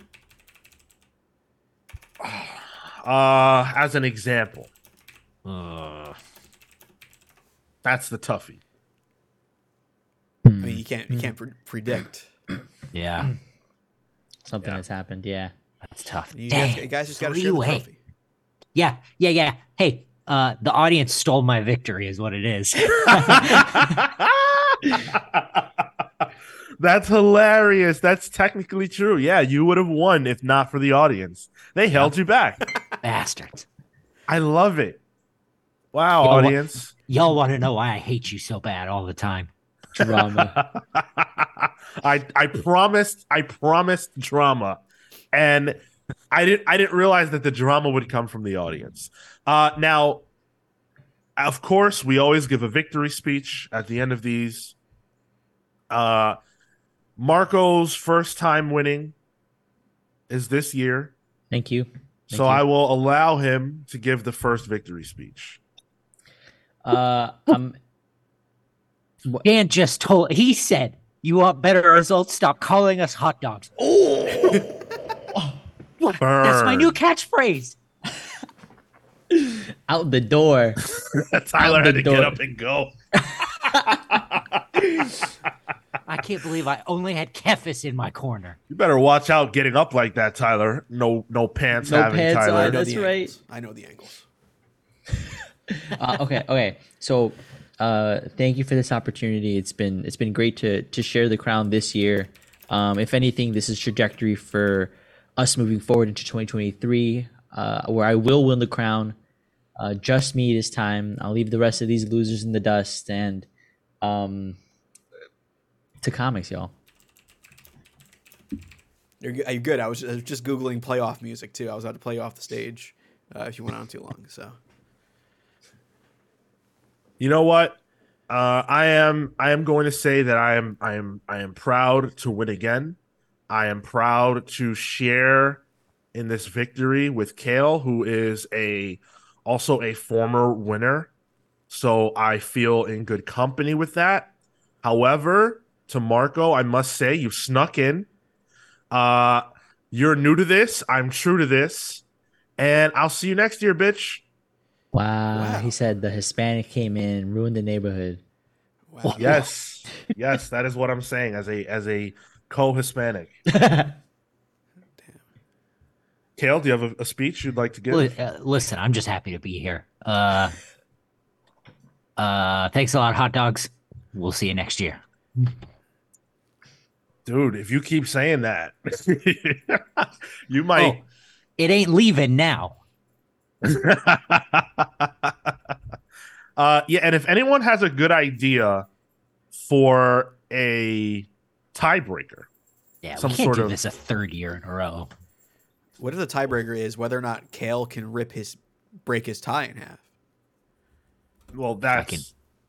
A: Uh, as an example,
C: Uh,
A: that's the toughie.
B: I mean, you can't you can't pre- predict.
C: yeah.
D: Something has happened. Yeah.
C: That's tough.
B: You guys,
C: Dang,
B: you guys just got to share the
C: three-way.
B: trophy.
C: Yeah. Yeah. Yeah. Hey, uh, the audience stole my victory, is what it is.
A: That's hilarious. That's technically true. Yeah, you would have won if not for the audience. They held you back.
C: Bastards.
A: I love it. Wow,
C: You know what?
A: audience.
C: Y'all want to know why I hate you so bad all the time?
D: Drama.
A: I I promised I promised drama and I didn't I didn't realize that the drama would come from the audience. Uh now of course we always give a victory speech at the end of these. Uh Marco's first time winning is this year.
D: Thank you.
A: so
D: you.
A: I will allow him to give the first victory speech.
D: Uh, um,
C: Dan just told, he said, you want better results? Stop calling us hot dogs. That's my
A: Burn.
C: new catchphrase.
D: out the door.
A: Tyler
D: out
A: had
D: the
A: to get
D: door.
A: up and go.
C: I can't believe I only had Kefis in my corner.
A: You better watch out getting up like that, Tyler. No, no pants
D: No
A: having
D: pants
A: Tyler.
B: I know
D: That's
B: the
D: right.
B: angles. I know the angles.
D: Uh, okay, okay. So uh, thank you for this opportunity. It's been it's been great to to share the crown this year. Um, if anything, this is trajectory for us moving forward into 2023, uh, where I will win the crown. Uh, just me this time. I'll leave the rest of these losers in the dust and um, to comics, y'all.
B: You're, g- you're good. I was, I was just googling playoff music too. I was about to play you off the stage uh, if you went on too long. So
A: You know what? Uh, I am. I am going to say that I am. I am. I am proud to win again. I am proud to share in this victory with Kale, who is a also a former winner. So I feel in good company with that. However, to Marco, I must say you snuck in. Uh, you're new to this. I'm true to this, and I'll see you next year, bitch.
D: Wow.
B: Wow.
D: He said the Hispanic came in, ruined the neighborhood.
B: wow.
A: Yes. yes, that is what I'm saying as a as a co-Hispanic. Kale, do you have a, a speech you'd like to give?
C: Li- uh, listen, I'm just happy to be here. Uh, uh, thanks a lot, hot dogs. We'll see you next year.
A: Dude, if you keep saying that, you might
C: It ain't leaving now. Oh.
A: uh yeah, and if anyone has a good idea for a tiebreaker,
C: Yeah,
A: Some
C: we can't
A: sort
C: do
A: of-
C: this a third year in a row.
B: What if the tiebreaker is whether or not Kale can rip his break his tie in half,
A: well that's
C: can-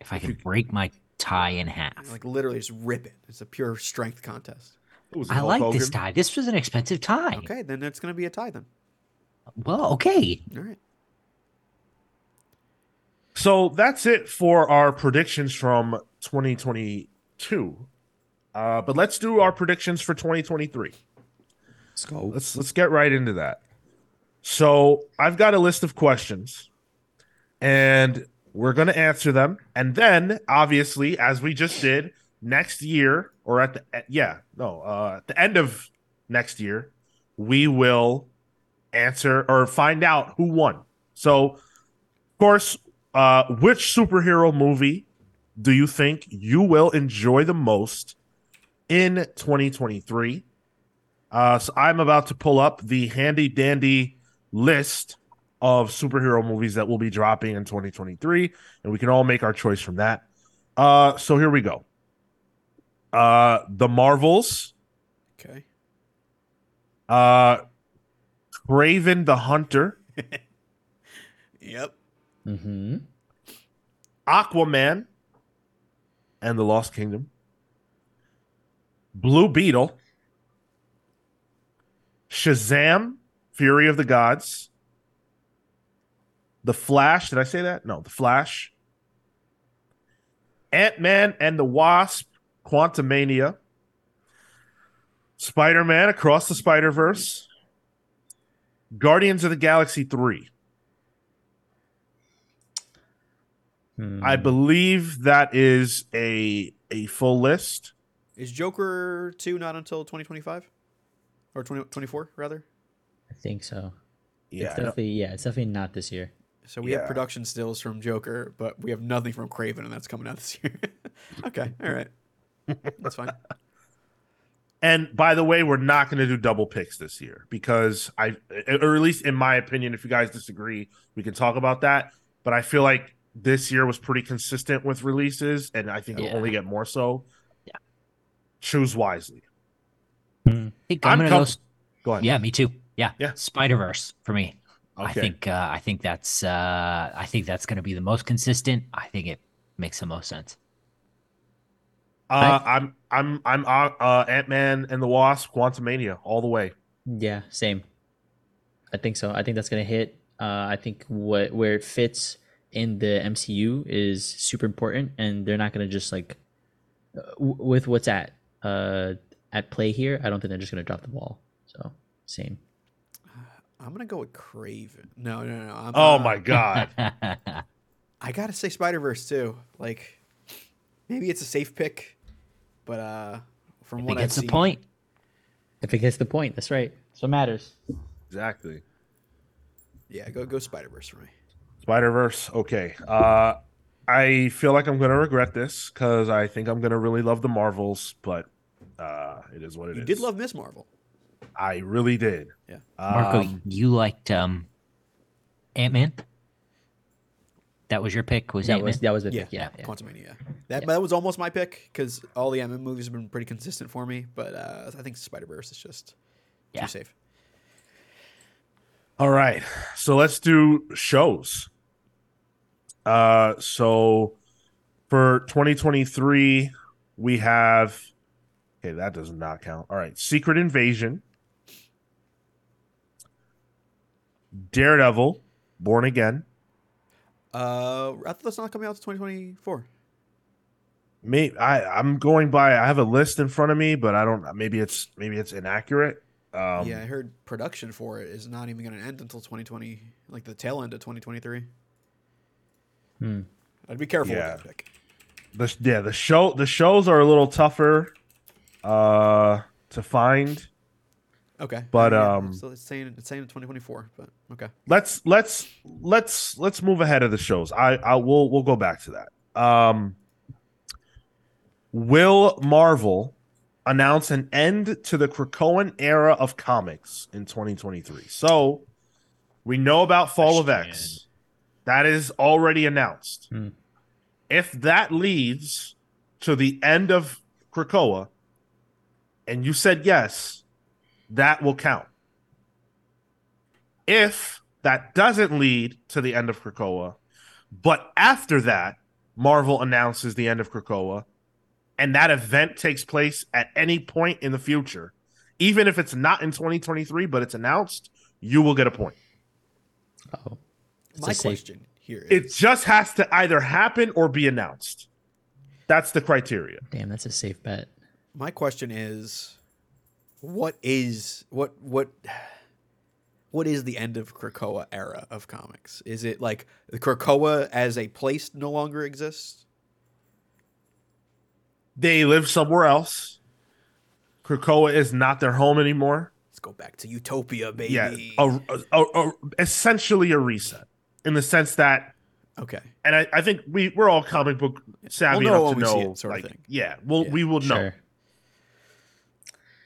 C: If I can break my tie in half,
B: like literally just rip it? It's a pure strength contest.
A: it was
C: I
A: Hulk
C: like this
A: Hogan.
C: tie. This was an expensive tie.
B: Okay, then it's gonna be a tie then.
C: Well, okay.
B: All right.
A: So that's it for our predictions from 2022. Uh, but let's do our predictions for 2023.
B: Let's go.
A: Let's let's get right into that. So I've got a list of questions, and we're gonna answer them. And then, obviously, as we just did next year, or at the e- yeah no uh, at the end of next year, we will answer or find out who won. So, of course, uh, which superhero movie do you think you will enjoy the most in 2023? Uh, so I'm about to pull up the handy dandy list of superhero movies that will be dropping in 2023, and we can all make our choice from that. Uh, so here we go. Uh, the Marvels,
B: Okay.
A: uh, Craven the Hunter,
B: Yep.
D: Mm-hmm.
A: Aquaman, and the Lost Kingdom, Blue Beetle, Shazam, Fury of the Gods, The Flash. Did I say that? No, The Flash, Ant Man and the Wasp, Quantumania, Spider Man Across the Spider Verse, Guardians of the Galaxy 3.
D: Mm-hmm.
A: I
C: Mm-hmm.
A: believe that is a a full list.
B: Is Joker two not until 2025 or 2024 rather?
D: I think so.
A: Yeah,
D: it's
A: I know.
D: definitely yeah, it's definitely not this year.
B: So we
A: Yeah.
B: have production stills from Joker, but we have nothing from Craven, and that's coming out this year. okay, all right, that's fine.
A: And by the way, we're not going to do double picks this year because I, or at least in my opinion, if you guys disagree, we can talk about that. But I feel like this year was pretty consistent with releases, and I think it'll
C: Yeah.
A: only get more so.
C: Yeah.
A: Choose wisely.
C: I think
A: I'm
C: I'm, gonna
A: com-
C: go. s-
A: Go ahead.
C: Yeah, me too. Yeah,
A: Yeah.
C: Spider Verse for me. I
A: Okay.
C: think uh, I think that's uh, I think that's going to be the most consistent. I think it makes the most sense.
A: Uh, I'm I'm I'm uh, uh, Ant Man and the Wasp, Quantumania, all the way.
D: Yeah, same. I think so. I think that's gonna hit. Uh, I think what where it fits in the MCU is super important, and they're not gonna just like uh, w- with what's at uh at play here. I don't think they're just gonna drop the ball. So same.
B: I'm gonna go with Craven. No, no, no. I'm,
C: Ah.
A: Oh
B: uh,
A: my god.
B: I gotta say Spider Verse too. Like, maybe it's a safe pick, but uh, from
C: I
B: what
C: think
B: I've
C: it's the
B: seen-
C: point.
D: If it gets the point, that's right. So it matters.
A: exactly.
B: Yeah, go go Spider Verse for me.
A: Spider Verse. Okay. Uh, I feel like I'm going to regret this because I think I'm going to really love the Marvels, but uh, it is what it is.
B: You did love Miss Marvel.
A: I really did.
B: Yeah.
C: Marco,
A: Um,
C: you liked um, Ant Man. That was your pick. Was
D: That
C: Ant Man?
D: was that was the
B: Yeah,
D: pick. Yeah, yeah.
B: Quantumania. That that was almost my pick because all the Ant-Man movies have been pretty consistent for me, but uh, I think Spider Verse is just
C: Yeah.
B: too safe.
A: All right. So let's do shows. Uh so for 2023 we have Okay, that does not count. All right. Secret Invasion. Daredevil, Born Again.
B: Uh, I thought that's not coming out to 2024.
A: Me I I'm going by I have a list in front of me, but I don't maybe it's maybe it's inaccurate. Um
B: yeah, I heard production for it is not even going to end until 2020, like the tail end of 2023.
D: Hmm.
B: I'd be careful
A: Yeah.
B: with that pick.
A: the yeah the show the shows are a little tougher uh to find
B: Okay,
A: But,
B: Yeah,
A: um,
B: so it's saying it's saying 2024, but okay.
A: let's let's let's let's move ahead of the shows i i will we'll go back to that um will marvel announce an end to the krakoan era of comics in 2023 so we know about fall of x that is already announced
D: Hmm.
A: if that leads to the end of krakoa and you said yes that will count if that doesn't lead to the end of Krakoa, but after that, Marvel announces the end of Krakoa, and that event takes place at any point in the future, even if it's not in 2023, but it's announced, you will get a point.
D: Oh, It's
B: My
D: a safe-
B: question here is
A: It just has to either happen or be announced. That's the criteria.
D: damn, that's a safe bet.
B: my question is what is what what what is the end of Krakoa era of comics? Is it like the Krakoa as a place no longer exists?
A: They live somewhere else. Krakoa is not their home anymore.
B: Let's go back to Utopia, baby.
A: Yeah, a, a, a, essentially a reset in the sense that
B: okay.
A: and I, I think we we're all comic book savvy
B: We'll know
A: enough to
B: when we see
A: know.
B: it, sort of
A: like,
B: thing.
A: yeah, we'll
B: Yeah,
A: we will know.
D: Sure.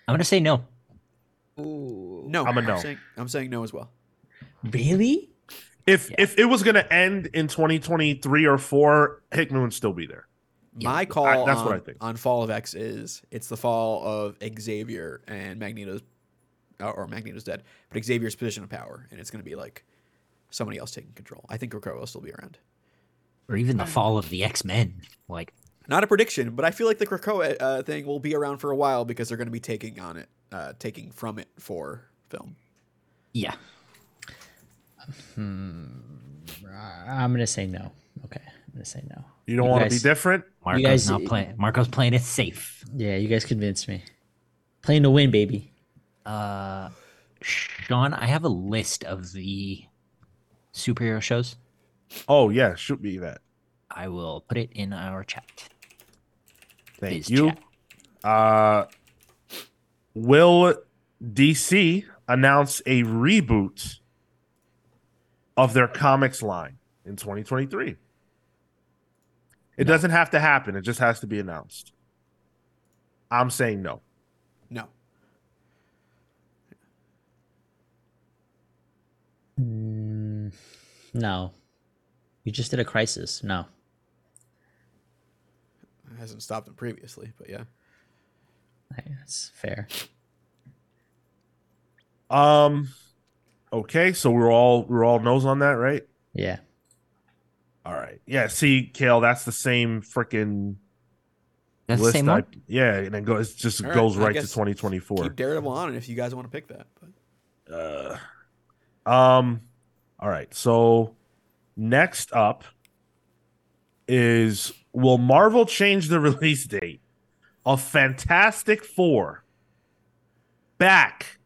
C: I'm gonna say no.
B: No,
A: I'm a no.
B: saying, I'm saying no as well.
D: Really?
A: If if it was gonna end in 2023 or four, Hickman would still be there.
B: My call
A: I- that's
B: on,
A: what I think.
B: on Fall of X is it's the fall of Xavier and Magneto's, or- or Magneto's dead, but Xavier's position of power, and it's going to be like somebody else taking control. I think Krakoa will still be around.
C: Or even the fall of the X Men. Like
B: Not a prediction, but I feel like the Krakoa uh, thing will be around for a while because they're going to be taking on it, uh, taking from it for film.
C: yeah.
D: I'm gonna say no. Okay, I'm gonna say no.
A: You don't want to be
D: guys-
A: different.
C: Marco's
D: guys-
C: not playing. Marco's playing it safe.
D: Yeah, you guys convinced me. Playing to win, baby.
C: Uh, Sean, I have a list of the superhero shows.
A: Oh yeah, should be that.
C: I will put it in our chat.
A: Thank
C: Please
A: you. Uh, will DC announce a reboot of their comics line in 2023? It doesn't have to happen. It just has to be announced. I'm saying no.
B: No.
D: Mm, no, you just did a crisis. No,
B: It hasn't stopped them previously, but yeah.
D: I- that's fair.
A: Um. Okay, so we're all we're all nose on that, right?
D: Yeah,
A: All right. Yeah. See, Kale, that's the same freaking
C: That's the
A: list.
C: same
A: I-
C: one.
A: yeah, and it goes it just
B: All right,
A: goes
B: I
A: right to
B: guess
A: 2024.
B: Keep Daredevil on it if you guys want to pick that. But
A: Uh, um. All right. So next up is will Marvel change the release date of Fantastic Four back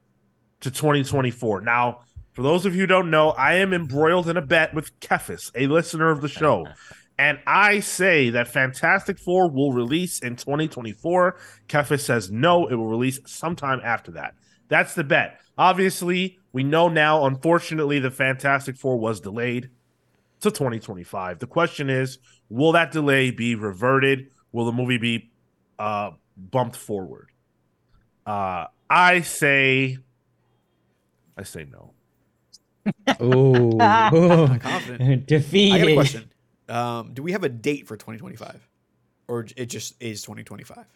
A: to 2024? Now, for those of you who don't know, I am embroiled in a bet with Kefis, a listener of the show. And I say that Fantastic Four will release in 2024. Kefis says no, it will release sometime after that. That's the bet. Obviously, we know now, unfortunately, the Fantastic Four was delayed. to 2025. The question is, will that delay be reverted? Will the movie be uh, bumped forward? Uh, I say, I say no.
D: Oh,
B: I'm confident.
D: defeated.
B: I got a question. Um, do we have a date for 2025, or j- it just is 2025?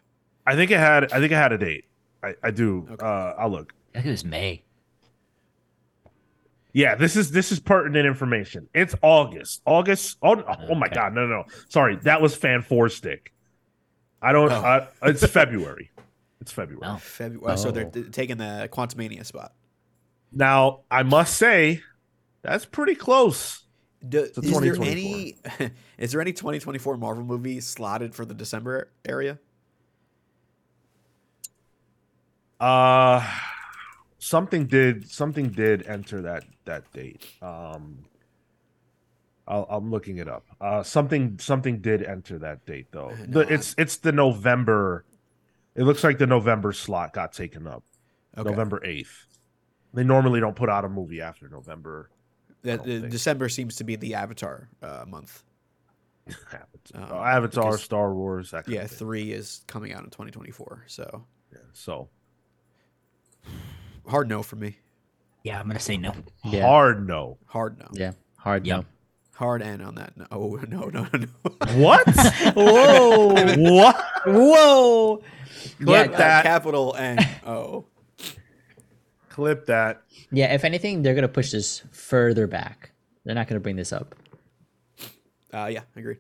A: I think it had. I think it had a date. I, I do.
B: Okay.
A: Uh, I'll look.
C: I think it was May.
A: Yeah, this is this is pertinent information. It's August. August. Oh, oh my
C: Okay.
A: God! No, no, no. Sorry, that was fan four stick. I don't.
B: Oh.
A: I, it's February. It's February.
C: No.
B: February. uh, So they're
D: Oh.
B: t- taking the Quantumania spot.
A: Now I must say, that's pretty close.
B: Do,
A: So
B: is there
A: 2024.
B: any? is there any 2024 Marvel movie slotted for the December area?
A: Uh something did something did enter that that date. Um, I'll, I'm looking it up. Uh, something something did enter that date though.
B: Uh,
A: The,
B: no, I-
A: it's it's the November. It looks like the November slot got taken up.
B: Okay.
A: November eighth. They normally don't put out a movie after November.
B: That-
A: don't
B: the-
A: think.
B: December seems to be the Avatar uh, month.
A: Avatar,
B: Um,
A: Avatar,
B: because-
A: Star Wars. That kind
B: Yeah,
A: of thing.
B: three is coming out in 2024. So
A: Yeah, so
B: hard no for me.
C: Yeah, I'm gonna say no.
D: Yeah.
A: hard no.
B: Hard no.
D: Yeah, hard.
C: Yeah.
D: Yeah.
B: Hard and on that. No, oh, no, no, no, no.
A: What?
D: Whoa,
A: what?
D: whoa.
A: Clip
B: uh,
D: Yeah,
A: that.
B: capital N Oh, O.
A: Clip that.
D: yeah. If anything, they're gonna push this further back. They're not gonna bring this up.
B: Uh, yeah, agreed.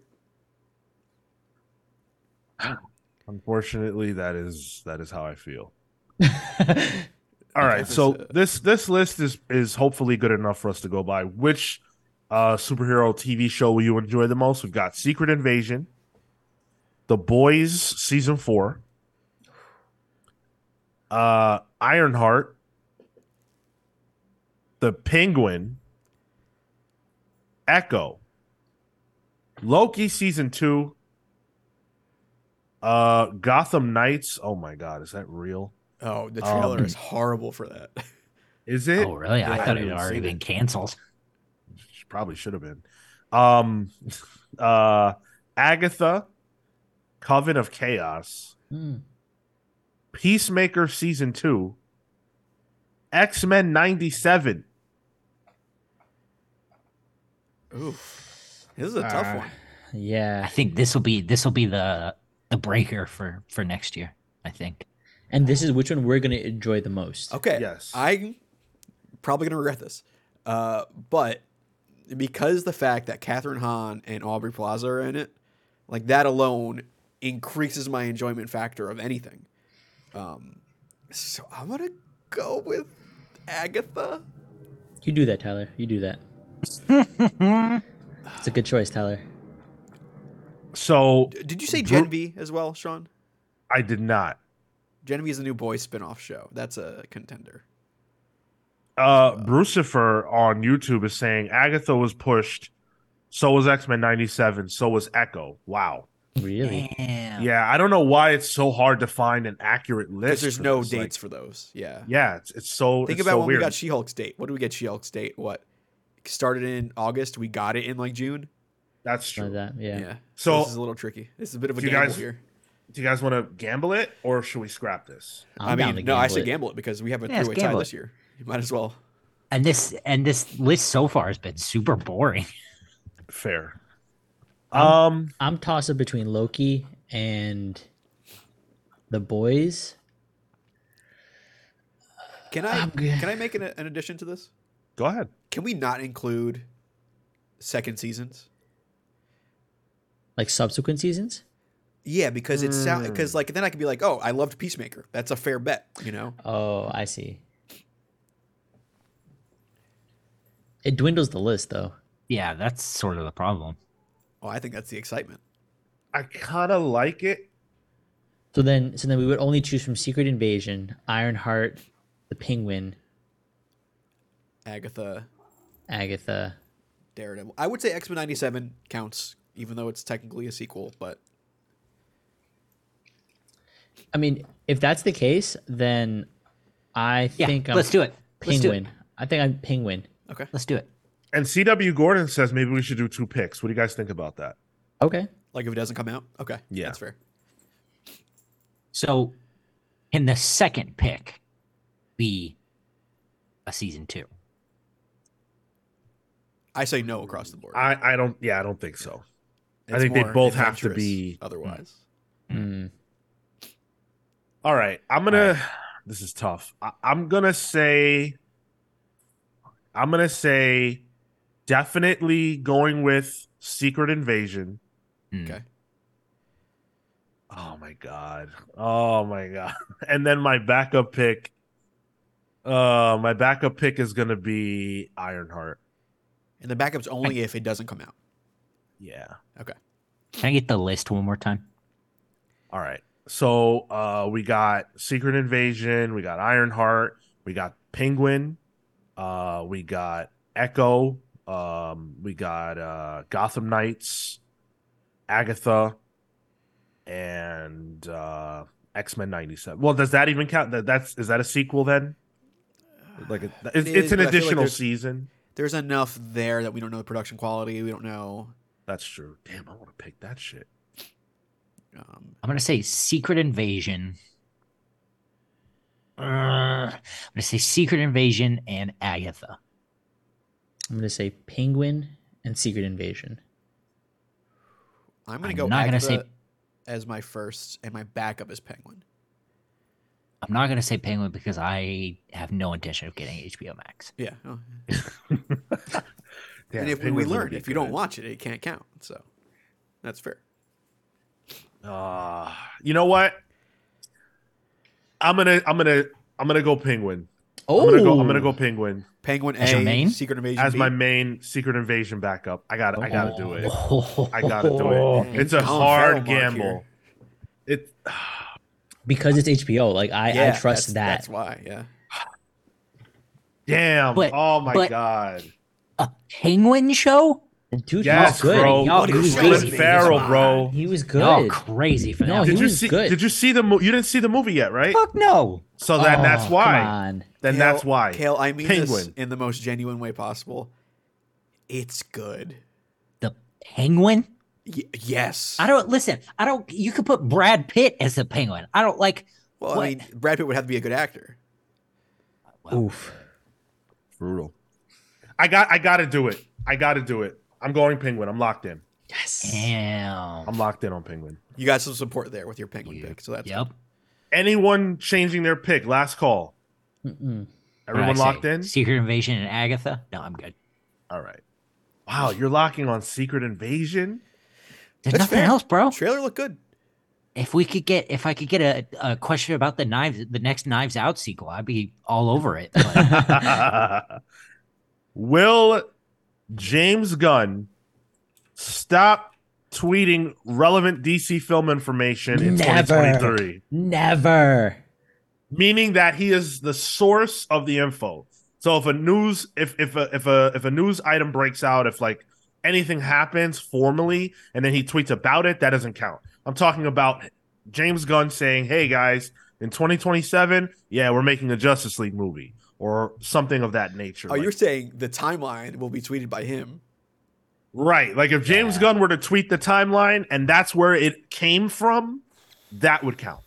A: Unfortunately, that is that is how I feel. All right, so this this list is is hopefully good enough for us to go by. Which uh superhero TV show will you enjoy the most? We've got Secret Invasion, The Boys season 4, uh Ironheart, The Penguin, Echo, Loki season 2, uh Gotham Knights. Oh my god, is that real?
B: Oh, the
A: Um,
B: trailer is horrible for that.
A: Is it?
C: Oh, really?
A: Yeah,
C: I
A: I
C: thought it
A: haven't
C: had already
A: seen
C: been
A: it.
C: canceled.
A: Probably should have been. Um uh Agatha Coven of Chaos,
D: Hmm.
A: Peacemaker season 2, X-Men 97.
B: Oof. This is a tough
D: Uh,
B: one.
C: I
D: Yeah,
C: think this will be this will be the the breaker for for next year. I think.
D: and this is which one we're gonna enjoy the most.
B: Okay.
A: Yes.
B: I'm probably going to regret this. Uh, but because the fact that Catherine Hahn and Aubrey Plaza are in it, like that alone increases my enjoyment factor of anything. Um, so I'm going to go with Agatha.
D: You do that, Tyler. You do that. it's a good choice, Tyler.
A: So
B: D- Did you say
A: Bru-
B: Gen V as well, Sean?
A: I did not.
B: Gen V is the new boy spin-off show. That's a contender.
A: Uh Brucifer on YouTube is saying Agatha was pushed. So was X-Men 97. So was Echo. Wow.
D: Really?
C: Damn.
A: Yeah, I don't know why it's so hard to find an accurate
B: Because
A: list.
B: there's
A: for
B: no
A: this, like-
B: dates for those. Yeah.
A: Yeah, it's, it's so.
B: Think
A: it's
B: about
A: so
B: when
A: weird.
B: we got She Hulk's date. What did we get She Hulk's date? What? Started in August. We got it in like June.
A: That's
D: Like
A: true.
D: that. Yeah.
A: So-
B: this is a little tricky. This is a bit of a
A: Do you
B: gamble
A: guys-
B: here.
A: Do you guys want to gamble it, or should we scrap this?
D: I'm
B: I
D: down
B: mean,
D: to
B: no, I say
D: it.
B: gamble it because we have a
C: Yeah, let's
B: three-way tie
C: gamble it.
B: this year. You might as well.
C: And this and this list so far has been super boring.
A: Fair. Um,
D: I'm toss up between Loki and the boys.
B: Can I?
D: I'm good.
B: Can I make an, an addition to this?
A: go ahead.
B: Can we not include second seasons?
D: Like subsequent seasons.
B: Yeah, because it's sound
D: Hmm.
B: because like then I could be like, oh, I loved Peacemaker. That's a fair bet, you know.
D: Oh, I see. It dwindles the list, though.
C: Yeah, that's sort of the problem.
B: Oh, I think that's the excitement.
A: I kind of like it.
D: So then, so then we would only choose from Secret Invasion, Ironheart, the Penguin,
B: Agatha,
D: Agatha.
B: Daredevil. I would say X Men '97 counts, even though it's technically a sequel. But
D: I mean, if that's the case, then I
C: Yeah,
D: think I'm
C: let's do it. Let's do it.
D: Penguin. I think I'm Penguin.
B: okay,
C: Let's do it.
A: And CW Gordon says maybe we should do two picks. What do you guys think about that?
D: Okay.
B: Like if it doesn't come out, okay,
A: Yeah.
B: that's fair.
C: So, can the second pick be a season two?
B: I say no across the board.
A: I, I don't. Yeah, I don't think so. I
B: It's
A: think they
B: more
A: both have to
B: adventurous
A: be-
B: otherwise.
D: Mm.
A: All right, I'm gonna. This is tough. I, I'm gonna say. I'm gonna say, definitely going with Secret Invasion.
C: Hmm.
B: Okay.
A: Oh my god. Oh my god. And then my backup pick. Uh, my backup pick is gonna be Ironheart.
B: And the backup's only if it doesn't come out.
A: Yeah.
C: Can I get the list one more time?
A: All right. So uh, we got Secret Invasion, we got Ironheart, we got Penguin, uh, we got Echo, um, we got uh, Gotham Knights, Agatha, and uh, X Men '97. Well, does that even count? That that's is that a sequel then? Like a, it's,
B: It
A: it's
B: is,
A: an
B: but I feel like
A: additional
B: there's-
A: season.
B: There's enough there that we don't know the production quality. We don't know.
A: That's true. Damn, I want to pick that shit.
B: Um,
C: I'm gonna say Secret Invasion. Uh, I'm gonna say Secret Invasion and Agatha.
D: I'm gonna say Penguin and Secret Invasion.
B: I'm
C: I'm,
B: gonna go.
C: not gonna say
B: Agatha as my first, and my backup is Penguin.
C: I'm not gonna say Penguin because I have no intention of getting HBO Max.
B: Yeah. oh, yeah.
A: Damn,
B: and if we
A: Penguin's gonna
B: learn,
A: be
B: if you don't
A: good.
B: watch it, it can't count. So that's fair.
A: Uh, you know what? I'm gonna I'm gonna I'm gonna go penguin. I'm gonna go I'm gonna go penguin
B: Penguin
C: As your
B: A,
C: main?
B: Secret Invasion
A: as
B: B.
A: my main secret invasion backup. I got to I gotta do it.
C: Oh.
A: I gotta do it. It's a
B: Colin
A: hard
B: Farrell
A: gamble.
B: mark
A: It
D: because it's HBO. Like I,
B: Yeah,
D: I trust
B: that's- That's
D: that.
B: why. Yeah.
A: damn.
C: But-
A: oh my
C: but-
A: god.
C: A Penguin show?
D: Dude,
A: Yes,
D: he was good.
A: bro.
D: Y'all,
B: What
D: he was
B: a show
A: Colin
B: it
D: good.
B: is.
A: Farrell, bro.
D: He was
C: Y'all
D: good.
C: crazy for that.
D: No,
C: one.
D: he
A: Did you
D: was
A: see?
D: good.
A: Did you see the? Mo- you didn't see the movie yet, right?
C: Fuck no.
A: So then
D: Oh,
A: that's
D: come
A: why.
D: on.
A: Then
B: Kale-
A: that's why.
B: Kale, I mean this
A: penguin.
B: in the most genuine way possible. It's good.
C: The Penguin?
B: Y- yes.
C: I don't listen. I don't. You could put Brad Pitt as the Penguin. I don't like.
B: well,
C: what?
B: I mean, Brad Pitt would have to be a good actor.
D: Oof.
A: Brutal. I got. I got to do it. I got to do it. I'm going penguin. I'm locked in.
D: Yes.
C: Damn.
A: I'm locked in on penguin.
B: You got some support there with your penguin
C: You-
B: pick, so that's
C: yep.
A: anyone changing their pick last call
D: Mm-mm.
C: What'd I
A: everyone
C: say?
A: locked in
C: Secret Invasion and Agatha? No, I'm good.
A: all right wow you're locking on secret invasion
C: There's
B: That's
C: nothing
B: fair.
C: else, bro.
B: trailer looked good.
C: If we could get, if I could get a, a question about the knives, the next Knives Out sequel, I'd be all over it. But
A: will james gunn stop tweeting relevant dc film information in
D: Never.
A: 2023
D: Never.
A: meaning that he is the source of the info. So if a news if if a if a if a news item breaks out, if like anything happens formally and then he tweets about it, that doesn't count. I'm talking about James Gunn saying, "Hey guys, in 2027, yeah, we're making a Justice League movie or something of that nature."
B: Oh,
A: Like-
B: you're saying the timeline will be tweeted by him?
A: right. Like if James
C: Yeah.
A: Gunn were to tweet the timeline and that's where it came from, that would count.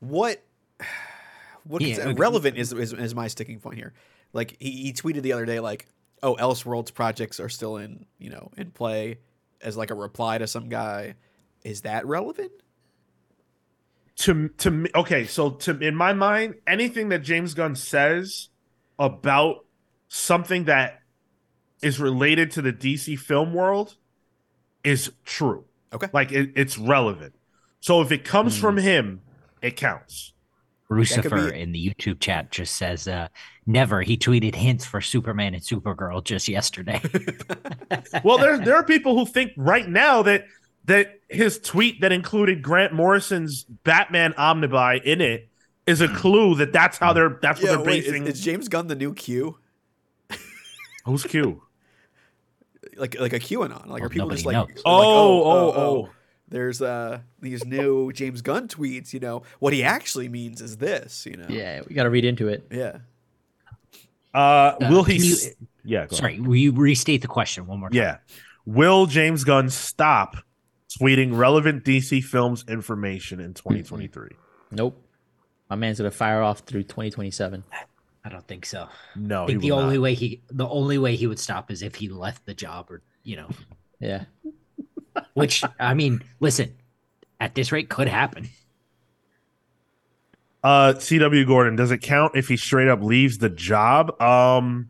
B: What? What
C: Yeah,
B: is
C: okay.
B: relevant is, is is my sticking point here. Like he, he tweeted the other day, like, "Oh, Elseworlds projects are still in you know in play," as like a reply to some guy. Is that relevant?
A: to to me okay so to in my mind anything that james gunn says about something that is related to the dc film world is true
B: Okay. Hmm.
A: like it, it's relevant so if it comes
D: Mm.
A: from him it counts
C: Lucifer
B: be-
C: in the YouTube chat just says, uh, "Never." He tweeted hints for Superman and Supergirl just yesterday.
A: well there, there are people who think right now that that his tweet that included grant morrison's batman omnibuy in it is a clue that that's how they're that's what
B: Yeah,
A: they're
B: wait, is,
A: basing
B: is James Gunn the new Q?
A: who's q
B: Like like a QAnon? Like
C: Oh,
B: are people
C: nobody
B: just like,
C: knows.
B: like, uh,
A: Oh, oh, oh.
B: There's uh these new James Gunn tweets. You know what he actually means is this. You know.
D: Yeah, we got to read into it.
B: Yeah.
A: uh
C: Uh,
A: will he
C: can you-
A: s- Yeah. go
C: Sorry, will you restate the question one more time?
A: Yeah. Will James Gunn stop tweeting relevant DC films information in
C: Mm-hmm.
A: 2023?
D: Nope. My man's gonna fire off through 2027.
C: I don't think so.
A: No,
C: I
A: he
C: think the
A: will
C: only
A: not.
C: way he the only way he would stop is if he left the job or you know,
D: Yeah.
C: which I mean, listen, at this rate could happen.
A: Uh, CW Gordon, does it count if he straight up leaves the job? Um,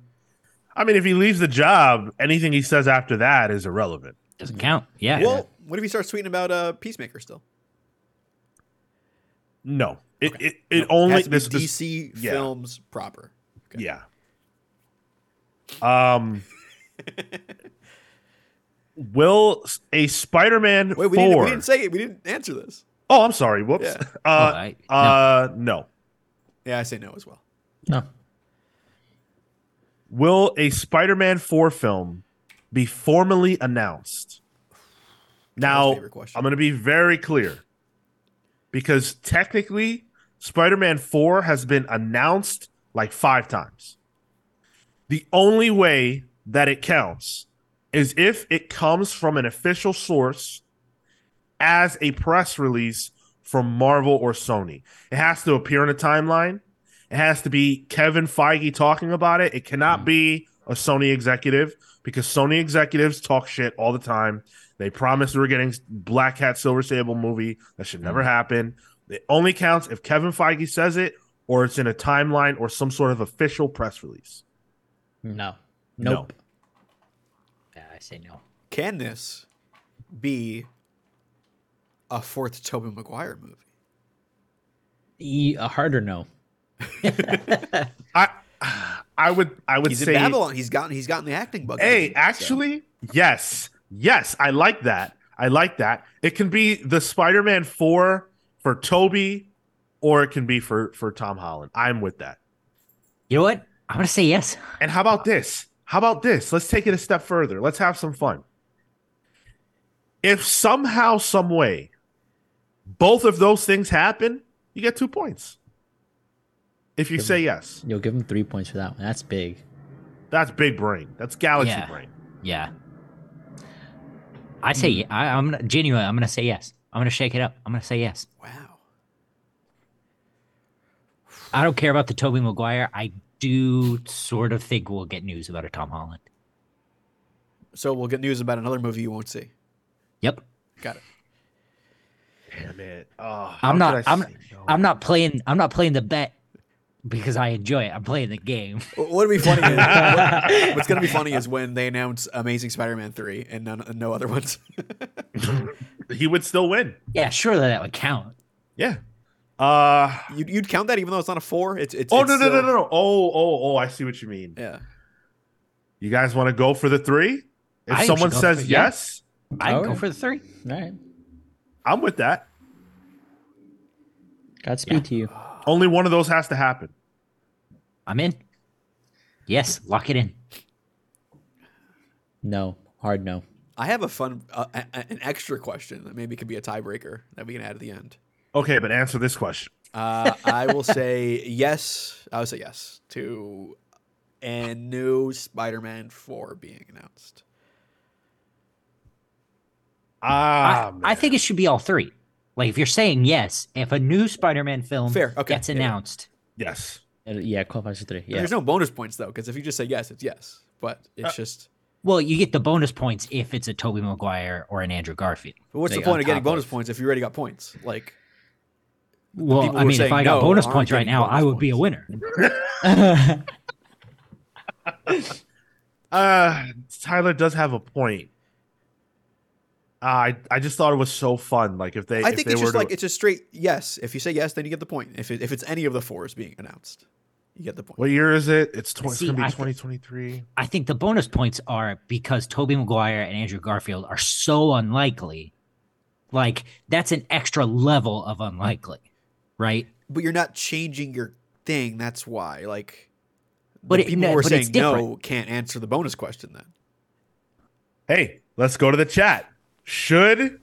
A: I mean, if he leaves the job, anything he says after that is irrelevant.
C: Doesn't count. Yeah.
B: Well, what if he starts tweeting about uh, Peacemaker still?
A: No, it it, it only
B: Has to be
A: this, this
B: DC
A: yeah.
B: films proper. Okay.
A: yeah. Um, will s- a Spider-Man
B: Wait, we didn't,
A: four?
B: we didn't say it. We didn't answer this.
A: oh, I'm sorry. Whoops.
B: Yeah.
A: Uh,
C: Oh, I- no.
A: uh, no.
B: Yeah, I say no as well.
D: No.
A: Will a Spider-Man 4 film be formally announced? Now,
B: favorite question.
A: I'm going to be very clear because technically Spider-Man 4 has been announced like 5 times. The only way that it counts is if it comes from an official source as a press release from Marvel or Sony. It has to appear in a timeline. It has to be Kevin Feige talking about it. It
B: Mm.
A: cannot be a Sony executive because Sony executives talk shit all the time. They promised we were getting Black Hat Silver Sable movie. That should
B: Mm.
A: never happen. It only counts if Kevin Feige says it or it's in a timeline or some sort of official press release.
D: No.
A: No.
D: Nope.
C: Yeah, I say no.
B: Can this be a fourth Tobey Maguire movie?
D: E, a harder no.
A: I I would I would
B: He's
A: say
B: in Babylon. He's gotten he's gotten the acting bug.
A: Hey,
B: So-
A: actually, yes. Yes, I like that. I like that. It can be the Spider-Man 4 for Toby or it can be for for Tom Holland. I'm with that.
C: You know what? I'm gonna say yes.
A: And how about this? How about this? Let's take it a step further. Let's have some fun. If somehow some way both of those things happen, you get 2 points. If you say yes.
D: You'll give him three points for that one. That's big.
A: That's big brain. That's galaxy
C: Yeah.
A: brain.
C: Yeah. I say
A: Hmm.
C: ye- I, I'm gonna, genuinely. I'm gonna say yes. I'm gonna shake it up. I'm gonna say yes.
B: wow.
C: I don't care about the Toby Maguire. I do sort of think we'll get news about a Tom Holland.
B: So we'll get news about another movie you won't see.
C: Yep.
B: Got it.
A: Damn it. Oh,
C: I'm not. I'm. I'm not playing. I'm not playing the bet because I enjoy it. I'm playing the game.
B: What would be funny? Is, what- what's gonna be funny is when they announce Amazing Spider-Man three and none, no other ones.
A: He would still win.
C: yeah, surely that would count.
A: Yeah. Uh
B: you'd, you'd count that even though it's not a four. It's it's
A: oh
B: it's
A: no no no
B: still-
A: no no. Oh oh oh I see what you mean.
B: Yeah.
A: You guys want to go for the three? If
C: I should
A: someone
C: go
A: says
C: for- yeah.
A: yes,
C: I
D: All
C: go
D: right.
C: for the three.
D: All right.
A: I'm with that.
D: Godspeed to you.
A: Only one of those has to happen.
C: I'm in. Yes, lock it in.
D: No. Hard no.
B: I have a fun, uh, a- a- an extra question that maybe could be a tiebreaker that we can add at the end.
A: Okay, but answer this question.
B: Uh, I will say yes. I will say yes to a new Spider-Man four being announced.
A: Ah,
C: I, I think it should be all three. Like if you're saying yes, if a new Spider-Man film
B: Fair, okay,
C: gets
B: yeah.
C: announced,
A: yes.
D: Uh, Yeah. Qualifies for three. Yeah.
B: There's no bonus points though, because if you just say yes, it's yes. But
A: Uh,
B: it's just.
C: well, you get the bonus points if it's a Tobey Maguire or an Andrew Garfield.
B: But what's
C: Like,
B: the point
C: on
B: of getting
C: top
B: bonus points if you already got points? Like, people
C: Well, I
B: who are
C: mean, if
B: saying
C: I got
B: no
C: bonus
B: aren't
C: points right
B: getting
C: now, I
B: bonus
C: would be a
B: points.
C: winner.
A: Uh Tyler does have a point. I I just thought it was so fun. Like if they,
B: I
A: if
B: think
A: they
B: it's
A: were
B: just
A: to-
B: like it's just straight yes. If you say yes, then you get the point. If it, if it's any of the fours being announced, you get the point.
A: what year is it? It's, tw- it's
C: See,
A: gonna be
C: I thi-
A: 2023.
C: I think the bonus points are because Toby Maguire and Andrew Garfield are so unlikely. Like that's an extra level of unlikely, right?
B: But you're not changing your thing. That's why. Like,
C: But
B: the
C: it-
B: people
C: no,
B: who are
C: but it's
B: saying no can't answer the bonus question. Then
A: Hey, let's go to the chat. Should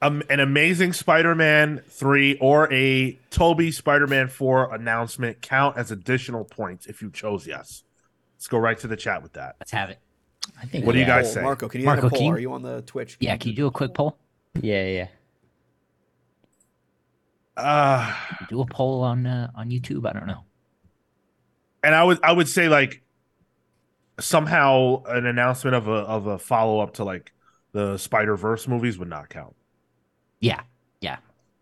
A: um, an amazing Spider-Man 3 or a Toby Spider-Man 4 announcement count as additional points if you chose yes? Let's go right to the chat with that.
C: Let's have it.
D: I think.
A: What do you
D: yeah.
A: guys
B: Poll.
A: say?
B: Marco? Can you
C: Marco,
B: have a poll?
C: can you-
B: Are you on the Twitch?
C: Yeah, can you do a quick poll?
D: Yeah, yeah.
A: Uh,
C: Do a poll on uh, on YouTube. I don't know.
A: and I would I would say like somehow an announcement of a of a follow up to like the Spider Verse movies would not count.
C: Yeah,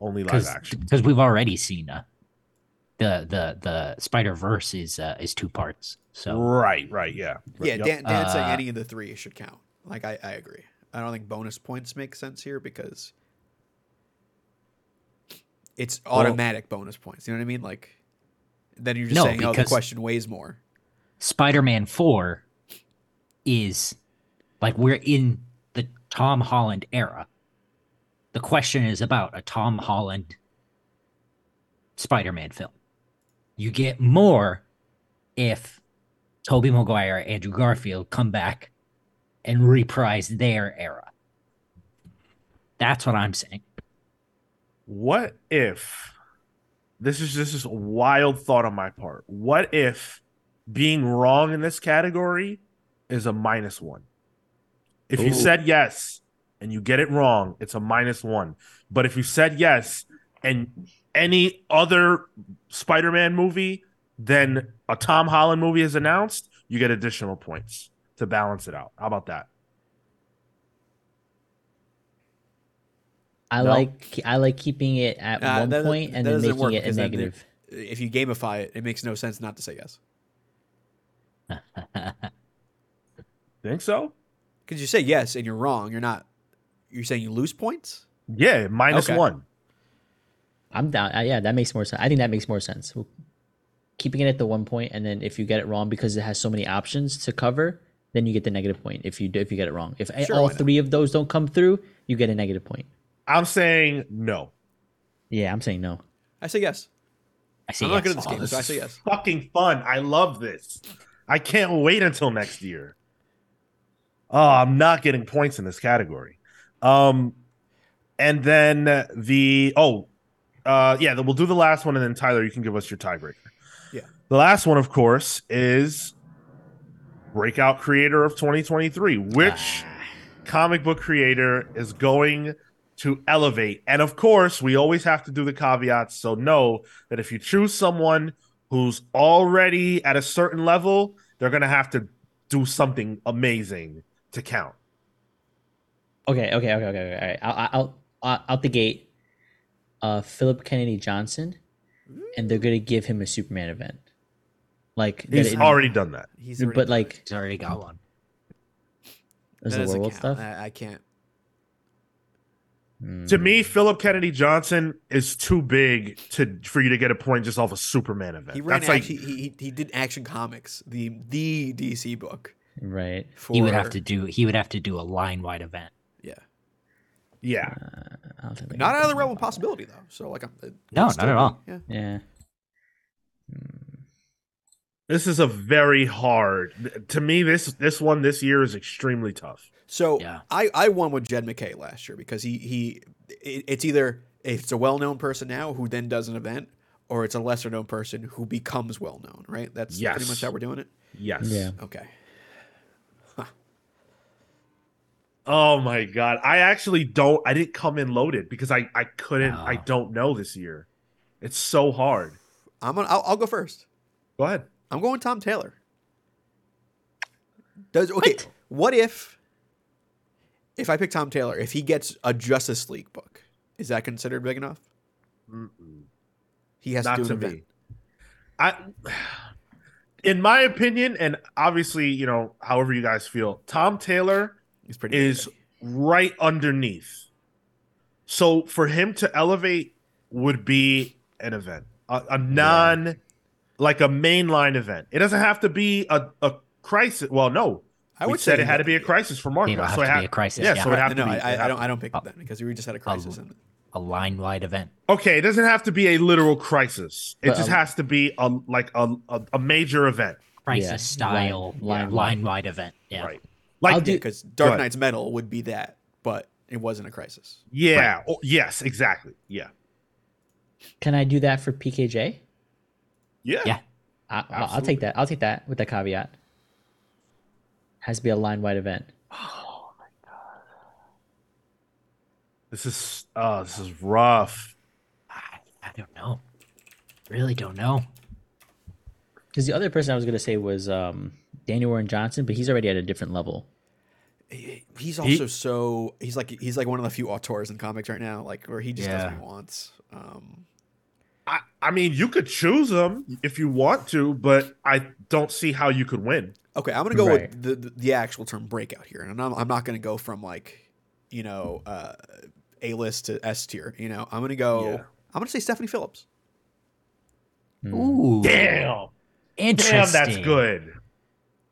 A: Only live action.
C: because we've already seen uh, the the the Spider Verse is uh, is two parts. So
A: Right, right, yeah. Right,
B: Yeah,
A: yep.
B: Dan, Dan saying
C: Uh,
B: any of the three should count. Like I, I agree. I don't think bonus points make sense here because it's automatic bonus points. You know what I mean? Like then you're just
C: No,
B: saying, oh, the
C: because-
B: question weighs more.
C: Spider Man Four is like we're in the Tom Holland era. The question is about a Tom Holland Spider Man film. You get more if Tobey Maguire, Andrew Garfield come back and reprise their era. That's what I'm saying.
A: What if this is this is a wild thought on my part? What if being wrong in this category is a minus one? If you
D: Ooh.
A: said yes and you get it wrong, it's a minus one. But if you said yes and any other Spider-Man movie, then a Tom Holland movie is announced, you get additional points to balance it out. How about that?
D: I
A: No?
D: like I like keeping it at
B: Uh,
D: one
B: that-
D: point and
B: that
D: then
B: doesn't
D: making
B: work
D: it a
B: because then the-
D: negative.
B: If you gamify it, it makes no sense not to say yes.
A: Think so?
B: Because you say yes and you're wrong. You're not. You're saying you lose points.
A: Yeah, minus
B: Okay.
A: one.
D: I'm down. Uh, yeah, that makes more sense. I think that makes more sense. Keeping it at the one point, and then if you get it wrong because it has so many options to cover, then you get the negative point. If you do, if you get it wrong, if a-
B: Sure,
D: all
B: why not?
D: three of those don't come through, you get a negative point.
A: I'm saying no.
D: Yeah, I'm saying no.
B: I say yes.
C: I say
B: I'm not
C: yes
B: good at this
C: all
B: game,
C: the
B: so I
A: is
B: say yes.
A: Fucking fun. I love this. I can't wait until next year. Oh, I'm not getting points in this category. Um, and then the oh, uh, yeah, then we'll do the last one, and then Tyler, you can give us your tiebreaker.
B: Yeah.
A: The last one, of course, is breakout creator of 2023. Which comic book creator is going to elevate. And of course, we always have to do the caveats. So know that if you choose someone who's already at a certain level, they're going to have to do something amazing to count.
D: Okay, okay, okay, okay. okay. All right, I'll, I'll, I'll out the gate. Uh, Philip Kennedy Johnson, and they're gonna give him a Superman event. Like that
A: He's
D: it-
A: already done that.
B: He's already-
D: but like
C: He's already got one.
B: that
D: is the
B: doesn't
D: werewolf
B: count.
D: stuff.
B: I, I can't.
A: To
D: Mm.
A: me, Philip Kennedy Johnson is too big to for you to get a point just off a Superman event.
B: He ran.
A: That's like
B: act- he, he he did Action Comics, the the DC book.
D: right.
B: For
C: He would have to do. He would have to do a line wide event.
B: Yeah.
A: yeah.
D: Uh, I don't think they're
B: Not
D: gonna
B: out of the
D: do
B: realm of
D: that.
B: possibility, though. So, like, I'm, it
C: No,
B: could
C: not at all.
B: still be- Yeah.
D: Yeah.
A: This is a very hard to me this this one this year is extremely tough.
B: So
C: Yeah.
B: I I won with Jed McKay last year because he he it, it's either it's a well known person now who then does an event, or it's a lesser known person who becomes well known. Right. That's pretty
A: Yes.
B: much how we're doing it.
A: Yes.
D: Yeah.
B: Okay.
A: Oh my god. I actually don't I didn't come in loaded because I I couldn't I
C: Wow.
A: don't know this year. It's so hard.
B: I'm gonna I'll, I'll go first.
A: Go ahead.
B: I'm going Tom Taylor. Does okay? What, if if I pick Tom Taylor, if he gets a Justice League book, is that considered big enough?
A: Mm-mm.
B: He has
A: Not
B: to do
A: to
B: an event.
A: me. I in my opinion and obviously, you know, however you guys feel, Tom Taylor
B: He's pretty
A: is
B: big.
A: right underneath. So for him to elevate would be an event, a, a non, like a mainline event. It doesn't have to be a, a crisis. Well, no,
B: I
A: we
B: would
A: said
B: say
A: it had to be a crisis for Marco.
C: It'll have
A: so it
C: to be
A: ha-
C: a crisis,
A: Yeah,
C: yeah.
A: so it would
B: No,
A: have
B: no,
A: to be.
B: I, I don't. I don't pick
C: Oh.
B: that because we just had a crisis.
C: Oh.
B: in it.
C: A line wide event.
A: okay, it doesn't have to be a literal crisis. It
D: But,
A: just
D: um,
A: has to be a like a a, a major event,
C: crisis
D: Yeah,
C: style
D: line- line
C: line, line wide event. Yeah.
A: right?
D: I'll
A: Like
D: do-
B: because Dark
A: ahead.
B: Knight's Metal would be that, but it wasn't a crisis.
A: yeah, oh, yes, exactly. Yeah,
D: Can I do that for PKJ?
A: yeah,
C: Yeah.
D: I, I'll- I'll take that. I'll take that with the caveat. Has to be a line wide event.
A: This is uh this is rough.
C: I, I don't know. Really don't know.
D: Because the other person I was gonna say was um, Daniel Warren Johnson, but he's already at a different level.
B: He- He's also so he's like he's like one of the few auteurs in comics right now, like where he just does what
C: Yeah.
B: he wants. Um,
A: I, I mean, you could choose them if you want to, but I don't see how you could win.
B: okay, I'm gonna go
D: Right.
B: with the, the the actual term breakout here, and I'm I'm not gonna go from like you know uh, A list to S tier. You know, I'm gonna go.
A: Yeah.
B: I'm gonna say Stephanie Phillips.
D: Hmm.
C: Ooh.
A: Damn.
C: Interesting.
A: Damn, that's good.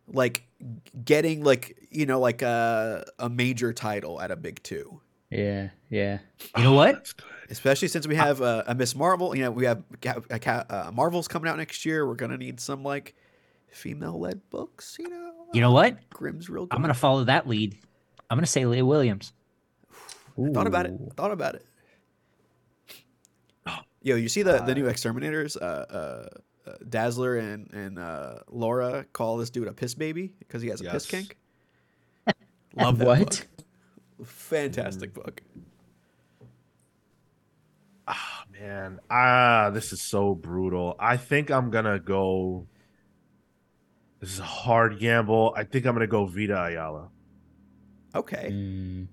B: like g- getting like you know like a a major title at a big two
D: Yeah, yeah.
C: You know what?
A: That's good.
B: especially since we have uh, a miss marvel you know we have ca- a ca- uh, marvel's coming out next year we're gonna need some like female led books you know
C: You know what?
B: grimm's real good
C: I'm gonna follow that lead. I'm gonna say Leah Williams.
B: I thought about it I thought about it yo you see the the new exterminators uh uh uh, Dazzler and and uh, Laura call this dude a piss baby because he has a
A: Yes.
B: piss kink. Love that
D: what?
B: book. Fantastic book.
A: Man, ah, this is so brutal. I think I'm gonna go. This is a hard gamble. I think I'm gonna go Vita Ayala.
B: Okay,
D: Hmm.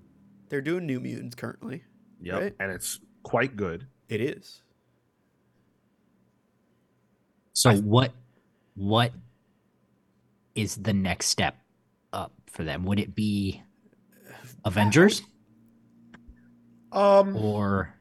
B: they're doing New Mutants currently.
A: Yep,
B: Right.
A: and it's quite good.
B: It is.
C: So what what is the next step up for them? Would it be Avengers Oh,
A: Um,
C: or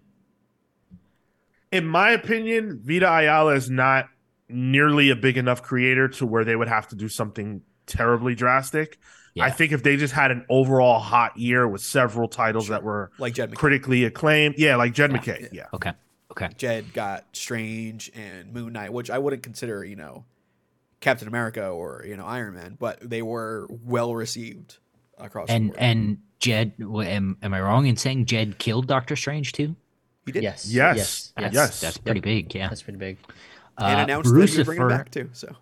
A: in my opinion, Vita Ayala is not nearly a big enough creator to where they would have to do something terribly drastic. I
C: Yeah.
A: think if they just had an overall hot year with several titles that were
B: Like Jed McKay.
A: critically acclaimed, yeah, like Jed
C: Yeah.
A: McKay, yeah,
C: okay. Okay.
B: Jed got Strange and Moon Knight, which I wouldn't consider, you know, Captain America or, you know, Iron Man, but they were well received across
C: And
B: the board.
C: and Jed w- am, am I wrong in saying Jed killed Doctor Strange too?
B: he did.
D: Yes.
A: yes,
C: That's,
A: yes,
C: that's pretty big, yeah.
D: That's pretty big.
B: And
C: Uh,
B: announced that he would bring him
C: Brucifer-
B: back too. So
C: Uh,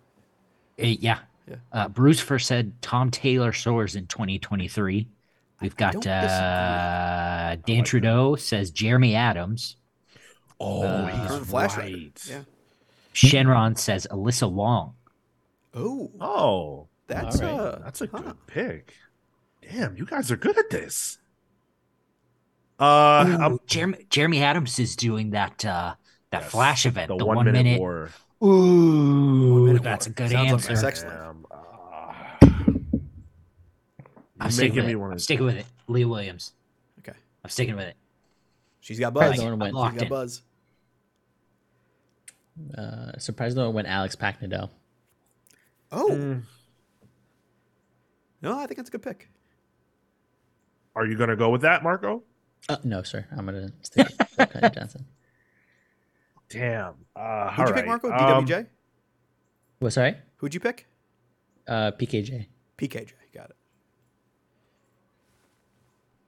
C: yeah.
B: Yeah.
C: Uh, Brucifer said Tom Taylor soars in 2023. We've
B: don't
C: got
B: disagree.
C: uh, Dan Trudeau says Jeremy Adams.
A: Oh,
B: Uh, he's on Flash Rider. Yeah.
C: Shenron says Alyssa Wong.
B: Oh,
A: Oh,
B: that's
D: All right.
B: uh
A: that's a
B: huh.
A: good pick. Damn, you guys are good at this. Uh, I'm-
C: Ooh, Jeremy, Jeremy Adams is doing that uh, that
A: yes,
C: Flash event, the,
A: one, minute, war.
C: Ooh,
B: minute
C: that's
B: war.
C: a good
B: Sounds like my
C: answer.
B: That's
A: Damn,
B: excellent.
A: ah.
C: I'm
A: You're
C: sticking
A: making
C: with
A: me
C: it.
A: want
C: I'm
A: to-
C: sticking with it. Leah Williams.
B: Okay.
C: I'm sticking with it.
B: She's got
D: Surprised
B: buzz.
D: no one
C: I'm
D: went.
B: She's
C: locked
B: got
C: in.
B: buzz.
D: Uh, surprised no one went. Alex Pacnadel.
B: Oh,
A: Mm.
B: no, I think that's a good pick.
A: Are you gonna go with that, Marco?
D: Uh, no, sir. I'm gonna stick with Bill Clinton Johnson.
A: Damn. Uh,
B: Who'd you pick, Marco? DWJ?
D: What's sorry?
B: Who'd you pick?
D: Uh, PKJ.
B: PKJ. Got it.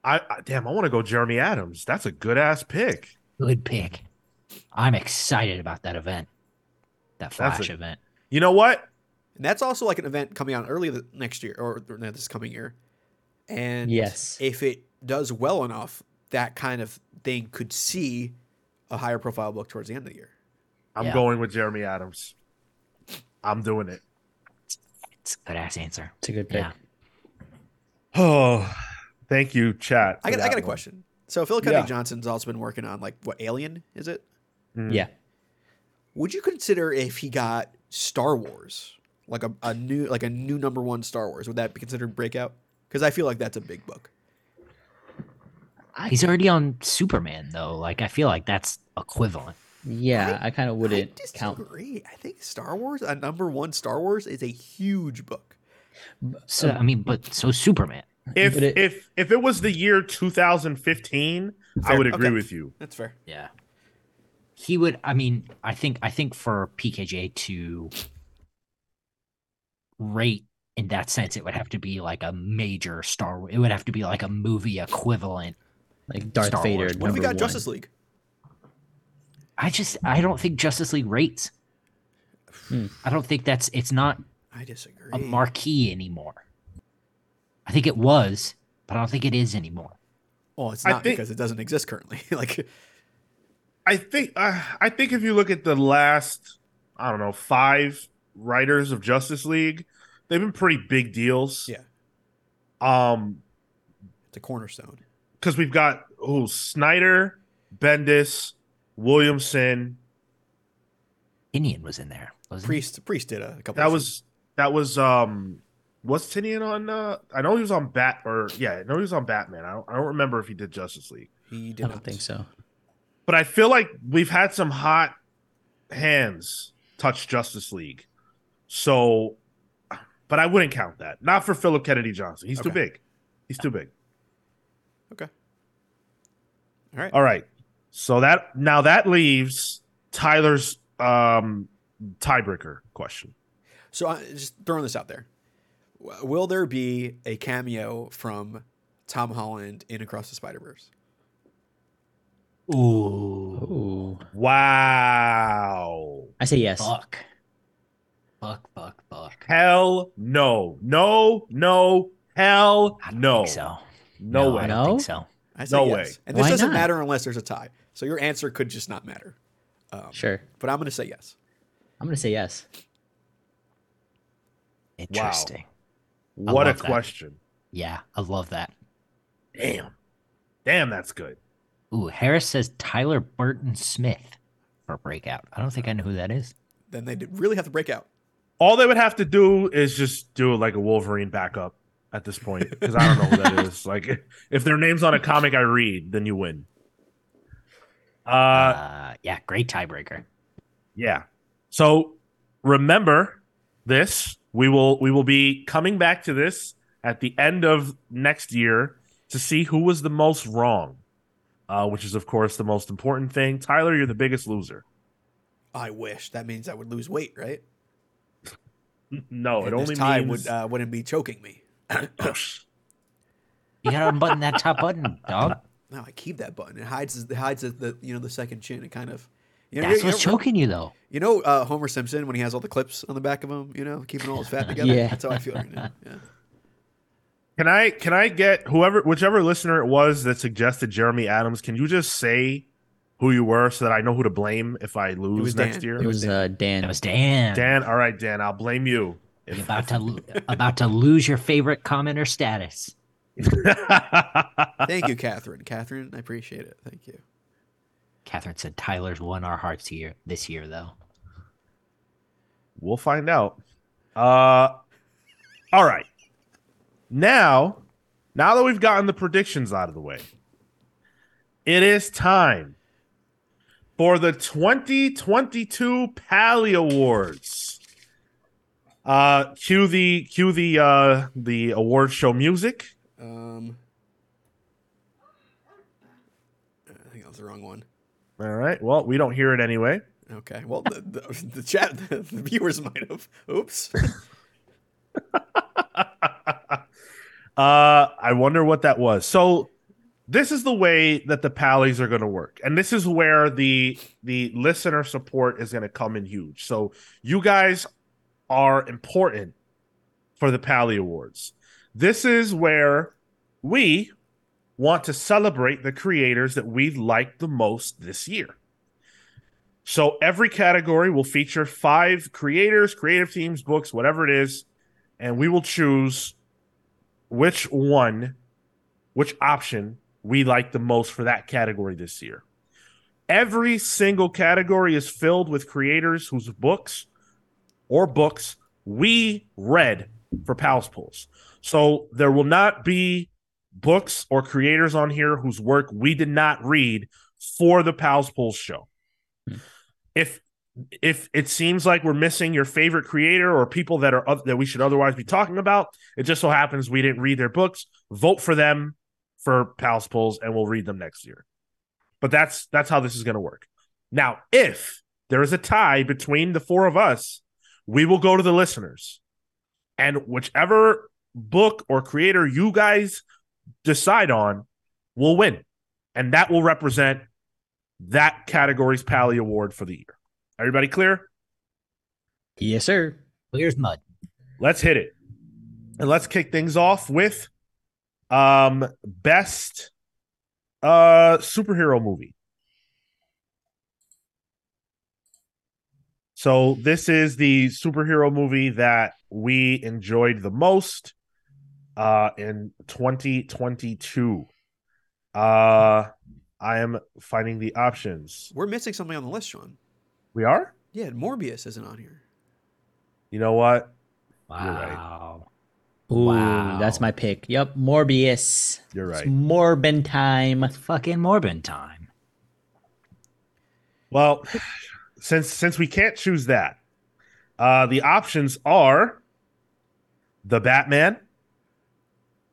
A: I, I damn. I want to go Jeremy Adams. That's a good ass pick.
C: Good pick. I'm excited about that event. That
A: That's
C: Flash
A: a-
C: event.
A: You know what?
B: And that's also like an event coming out early the next year or or no, this coming year. And
D: Yes.
B: if it does well enough, that kind of thing could see a higher profile book towards the end of the year.
A: I'm
C: Yeah.
A: going with Jeremy Adams. I'm doing it.
C: It's a good ass answer.
D: It's a good pick.
C: Yeah.
A: Oh, thank you, chat. for
B: I got, I
A: that
B: got a
A: one.
B: question. So Phil Cunning
A: Yeah.
B: Johnson's also been working on like what Alien is it?
A: Mm.
D: Yeah.
B: Would you consider if he got Star Wars, like a, a new like a new number one Star Wars? Would that be considered breakout? Because I feel like that's a big book.
C: He's already on Superman though. Like I feel like that's equivalent.
D: Yeah, I, kind of
B: I
D: wouldn't count.
B: disagree. I think Star Wars, a number one Star Wars, is a huge book.
C: So I mean, but so Superman.
A: If
D: But it-
A: if if it was the year 2015, I would agree
B: Okay.
A: with you.
B: That's fair.
C: Yeah. He would I mean, I think I think for PKJ to rate in that sense, it would have to be like a major Star it would have to be like a movie equivalent.
D: Like Darth
C: Star
D: Vader.
C: Wars.
B: What if we
D: number
B: got
D: one.
B: Justice League?
C: I just I don't think Justice League rates.
D: Hmm.
C: I don't think that's it's not
B: I disagree.
C: a marquee anymore. I think it was, but I don't think it is anymore.
B: Well, it's
A: I
B: not
A: think-
B: because it doesn't exist currently. like
A: I think uh, I think if you look at the last, I don't know, five writers of Justice League, they've been pretty big deals.
B: Yeah.
A: Um,
B: it's a cornerstone.
A: because we've got who Snyder, Bendis, Williamson.
C: Tinian was in there. Wasn't he?
B: Priest Priest did a, couple.
A: That
B: of-
A: was that was um was Tinian on uh I know he was on Bat or yeah, I know he was on Batman. I don't I don't remember if he did Justice League.
B: he did
D: I don't
B: not.
D: think so.
A: But I feel like we've had some hot hands touch Justice League. So but I wouldn't count that. Not for Philip Kennedy Johnson. He's too
B: Okay.
A: big. He's too big.
B: All right.
A: All right. So that now that leaves Tyler's um tiebreaker question.
B: So I just throwing this out there. W- Will there be a cameo from Tom Holland in Across the Spider Verse?
C: Ooh,
D: Oh,
A: Wow.
D: I say yes.
C: fuck, fuck, fuck, fuck.
A: Hell no. No, no, hell
C: I don't
A: no.
C: think so.
A: Oh, No,
C: I
A: way.
C: don't think
D: No?
C: so.
B: I
A: No way.
B: And this
D: Why
B: doesn't
D: not?
B: matter unless there's a tie. So your answer could just not matter. Um,
D: Sure.
B: But I'm going to say yes.
D: I'm gonna say yes.
C: Interesting. I
A: What a
C: love that.
A: question.
C: Yeah, I love that.
A: Damn. Damn, that's good.
C: Ooh, Harris says Tyler Burton Smith for breakout. I don't think I know who that is.
B: Then they did really have to break out.
A: All they would have to do is just do like a Wolverine backup at this point because I don't know who that is. Like, if their name's on a comic I read, then you win.
C: Uh,
A: Uh,
C: yeah, great tiebreaker.
A: Yeah. So remember this. We will we will be coming back to this at the end of next year to see who was the most wrong. Uh, which is of course the most important thing. Tyler, you're the biggest loser.
B: I wish. That means I would lose weight, right?
A: No, Oh, it
B: And
A: only
B: this tie
A: means
B: would, uh, wouldn't be choking me.
C: You gotta unbutton that top button, dog.
B: No, I keep that button. It hides it hides the, the you know the second chin. It kind of you know
C: That's
B: you
C: what's
B: know,
C: choking you though.
B: you know uh, Homer Simpson when he has all the clips on the back of him. You know, keeping all his fat together.
D: Yeah.
B: That's how I feel right now. Yeah.
A: Can I can I get whoever whichever listener it was that suggested Jeremy Adams, can you just say who you were so that I know who to blame if I lose
B: was
A: next
B: Dan.
A: year?
D: It was uh,
C: That
D: Dan.
C: was Dan.
A: Dan, all right, Dan, I'll blame you.
C: You're about to lo- about to lose your favorite commenter status.
B: Thank you, Catherine. Catherine, I appreciate it. Thank you.
C: Catherine said Tyler's won our hearts here this year though.
A: We'll find out. Uh all right. Now, now that we've gotten the predictions out of the way, it is time for the 2022 Pally Awards. Uh cue the cue the uh the award show music.
B: Um, uh, I think that was the wrong one.
A: All right. Well, we don't hear it anyway.
B: Okay. Well, the, the, the chat, the, viewers might have. Oops.
A: Uh, I wonder what that was. So this is the way that the pallies are going to work, and this is where the the listener support is going to come in huge. So you guys are important for the Pally Awards. This is where we want to celebrate the creators that we liked the most this year. So every category will feature five creators, creative teams, books, whatever it is, and we will choose which one, which option we like the most for that category this year. Every single category is filled with creators whose books or books we read for Pals Polls. So there will not be books or creators on here whose work we did not read for the Pals Polls show. If if it seems like we're missing your favorite creator or people that are oth- that we should otherwise be talking about, it just so happens we didn't read their books. Vote for them for Pals polls, and we'll read them next year. But that's that's how this is going to work. Now, if there is a tie between the four of us, we will go to the listeners, and whichever book or creator you guys decide on will win, and that will represent that category's Pally Award for the year. Everybody clear?
D: Yes, sir.
C: Clear as mud.
A: Let's hit it. And let's kick things off with Um, best uh superhero movie. So this is the superhero movie that we enjoyed the most uh in 2022. Uh I am finding the options.
B: We're missing something on the list, Sean.
A: We are?
B: Yeah, Morbius isn't on here.
A: You know what?
C: Wow.
D: Ooh,
C: Wow.
D: that's my pick. Yep, Morbius.
A: You're right.
D: It's Morbin time.
C: It's fucking Morbin time.
A: Well, since since we can't choose that, uh, the options are the Batman,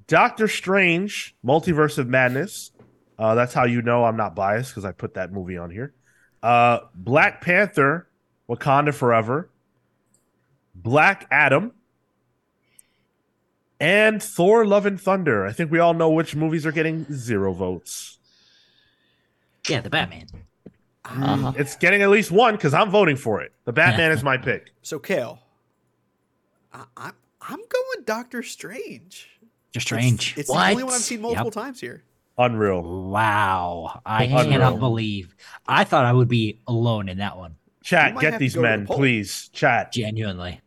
A: Doctor Strange, Multiverse of Madness. Uh, that's how you know I'm not biased because I put that movie on here. Uh, Black Panther, Wakanda Forever, Black Adam, and Thor: Love and Thunder. I think we all know which movies are getting zero votes.
C: Yeah, the Batman.
D: Uh-huh.
A: It's getting at least one because I'm voting for it. The Batman is my pick.
B: So Kale, I, I, I'm going Doctor Strange. It's-
C: Just strange.
B: It's, the only
D: What?
B: one I've seen multiple times here.
A: Unreal.
C: Wow. I
D: Unreal.
C: cannot believe. I thought I would be alone in that one.
B: You
A: Chat,
B: might
A: get
B: have to
A: these
B: go to
A: men,
B: the poll.
A: please. Chat.
C: Genuinely.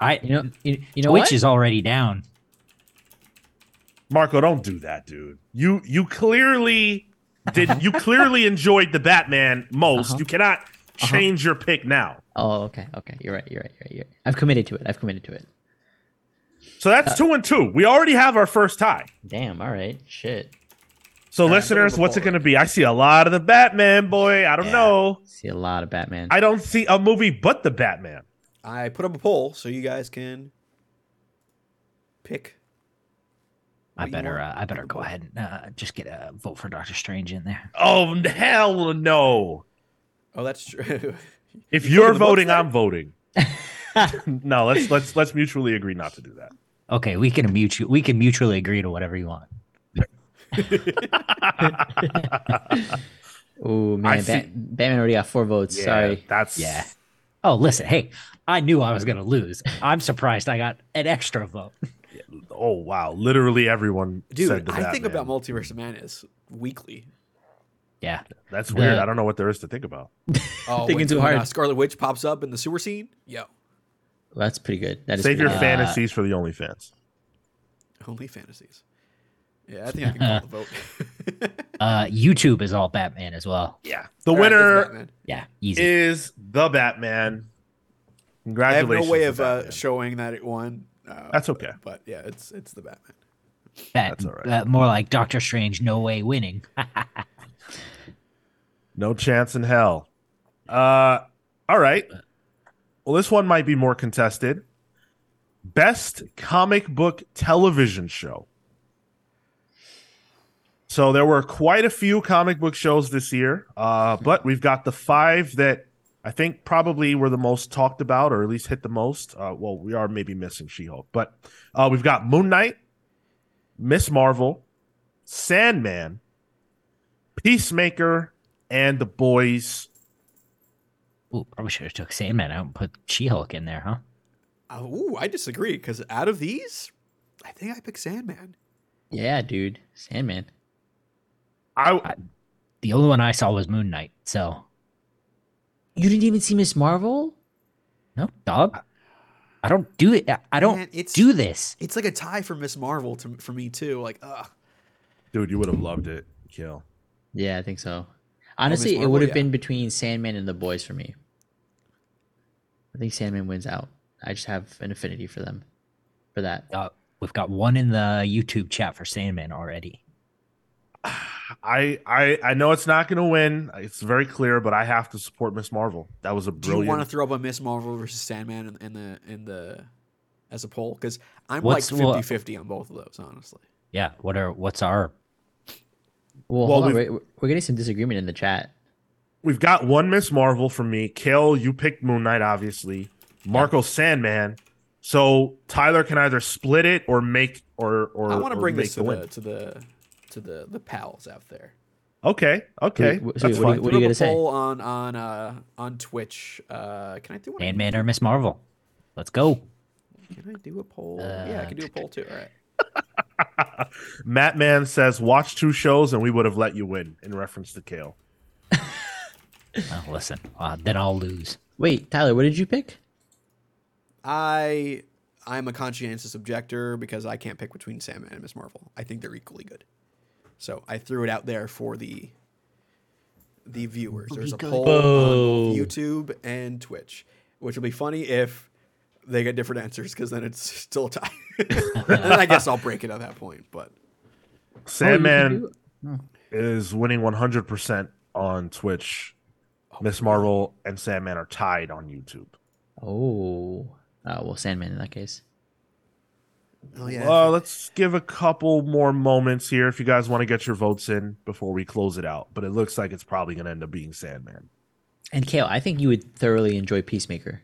C: I
D: You know, you, you know
C: Twitch
D: what?
C: is already down.
A: Marco, don't do that, dude. You you clearly did you clearly enjoyed the Batman most.
D: Uh-huh.
A: You cannot change your pick now.
D: oh, okay, okay. You're right. You're right. You're right. You're right. I've committed to it. I've committed to it.
A: So that's two and two. We already have our first tie.
D: Damn. All right. Shit.
A: So
B: right,
A: listeners,
B: put it
A: what's it
B: before.
A: gonna be? I see a lot of the Batman boy. I don't
B: Yeah.
A: know.
D: See a lot of Batman.
A: I don't see a movie but the Batman.
B: I put up a poll so you guys can pick.
C: I
B: What you
C: better. Uh,
B: want?
C: I better go ahead and uh, just get a vote for Doctor Strange in there.
A: Oh hell no.
B: Oh, that's true.
A: If
B: You put
A: you're
B: the votes
A: voting,
B: there?
A: I'm voting. no, let's let's let's mutually agree not to do that.
C: Okay, we can mutual. We can mutually agree to whatever you want.
D: oh man, Bat-
A: see-
D: Batman already got four votes. Sorry.
A: That's
C: Yeah. Oh, listen. Hey, I knew I was gonna lose. I'm surprised I got an extra vote.
A: Oh wow! Literally everyone said
B: Dude,
A: the
B: I think
A: Batman.
B: about Multiverse of Madness weekly.
C: Yeah.
A: That's weird.
D: the-
A: I don't know what there is to think about.
B: Oh,
D: Thinking
B: when-
D: too
B: when,
D: hard.
B: uh, Scarlet Witch pops up in the sewer scene. Yo,
D: Well, that's pretty good. That is
A: Save your
D: pretty good. Uh,
A: fantasies for the OnlyFans.
B: only fantasies. Yeah, I think I can call the vote.
C: Uh, YouTube is all Batman as well.
A: Yeah. The
B: All right, it's
A: winner
B: Batman.
C: Yeah. Easy.
A: is the Batman.
B: I have
A: Congratulations.
B: no way
A: the
B: of uh,
A: Batman.
B: showing that it won. Uh,
A: That's okay.
B: But yeah, it's it's the Batman.
C: Bat-
A: that's all right.
C: uh, more like Doctor Strange. No way winning.
A: No chance in hell. Uh, all right. Well, this one might be more contested. Best comic book television show. So there were quite a few comic book shows this year, uh, but we've got the five that I think probably were the most talked about, or at least hit the most. Uh, well, we are maybe missing She-Hulk, but uh, we've got Moon Knight, Miss Marvel, Sandman, Peacemaker, and the boys.
C: Ooh, probably should have took Sandman out and put She-Hulk in there, huh?
B: Uh, ooh, I disagree because out of these, I think I picked Sandman.
D: Yeah, dude. Sandman.
A: I
C: The only one I saw was Moon Knight. So
D: You didn't even see Miss Marvel?
C: no, dog. I don't do it. I- I don't
B: Man, it's-
C: do this.
B: It's like a tie for Miss Marvel to, for me too. Like, ugh.
A: dude, you would have loved it. Kill.
D: Yeah, I think
A: Oh,
D: so. Honestly, it
B: Marvel,
D: would have
B: yeah.
D: been between Sandman and the boys for me. I think Sandman wins out. I just have an affinity for them. For that.
C: Uh, we've got one in the YouTube chat for Sandman already.
A: I I I know it's not going to win. It's very clear, but I have to support Miss Marvel. That was a
B: Do you want to
A: brilliant.
B: throw up a Miss Marvel versus Sandman in, in the in the as a poll? Because I'm
C: What's-
B: like
C: well-
B: 50 50 on both of those, honestly.
C: Yeah. What are what's our
D: Well,
A: Well,
D: hold on,
A: we've-
D: we're, we're getting some disagreement in the chat.
A: We've got one Miss Marvel from me. Kale, you picked Moon Knight, obviously. Marco Sandman. So Tyler can either split it or make or or
B: I want
A: or
B: to bring
A: make
B: this to
A: the win.
B: the, to the to the the pals out there.
A: Okay, okay,
D: Wait, wait,
A: that's
D: wait, what do
A: fine.
D: you-
B: Put
D: are
B: up
D: gonna
B: a
D: say?
B: poll on on uh, on Twitch. Uh, can I do one?
C: Sandman or Miss Marvel? Let's go.
B: Can I do a poll? yeah, I can do a poll too. All right.
A: Matt Man says, "Watch two shows and we would have let you win." In reference to Kale,
C: Oh, listen, uh, then I'll lose.
D: Wait, Tyler, what did you pick?
B: I I'm a conscientious objector because I can't pick between Sandman and Miss Marvel. I think they're equally good. So I threw it out there for the the viewers. There's a poll on both
D: Boo.
B: YouTube and Twitch, which will be funny if they get different answers because then it's still a tie. and I guess I'll break it at that point. But Oh,
A: Sandman is winning 100 percent on Twitch.
B: Oh,
A: Miss Marvel and Sandman are tied on YouTube.
D: Oh, uh, well, Sandman in that case.
B: oh yeah,
A: Uh, let's give a couple more moments here if you guys want to get your votes in before we close it out. But it looks like it's probably going to end up being Sandman.
D: And Kale, I think you would thoroughly enjoy Peacemaker.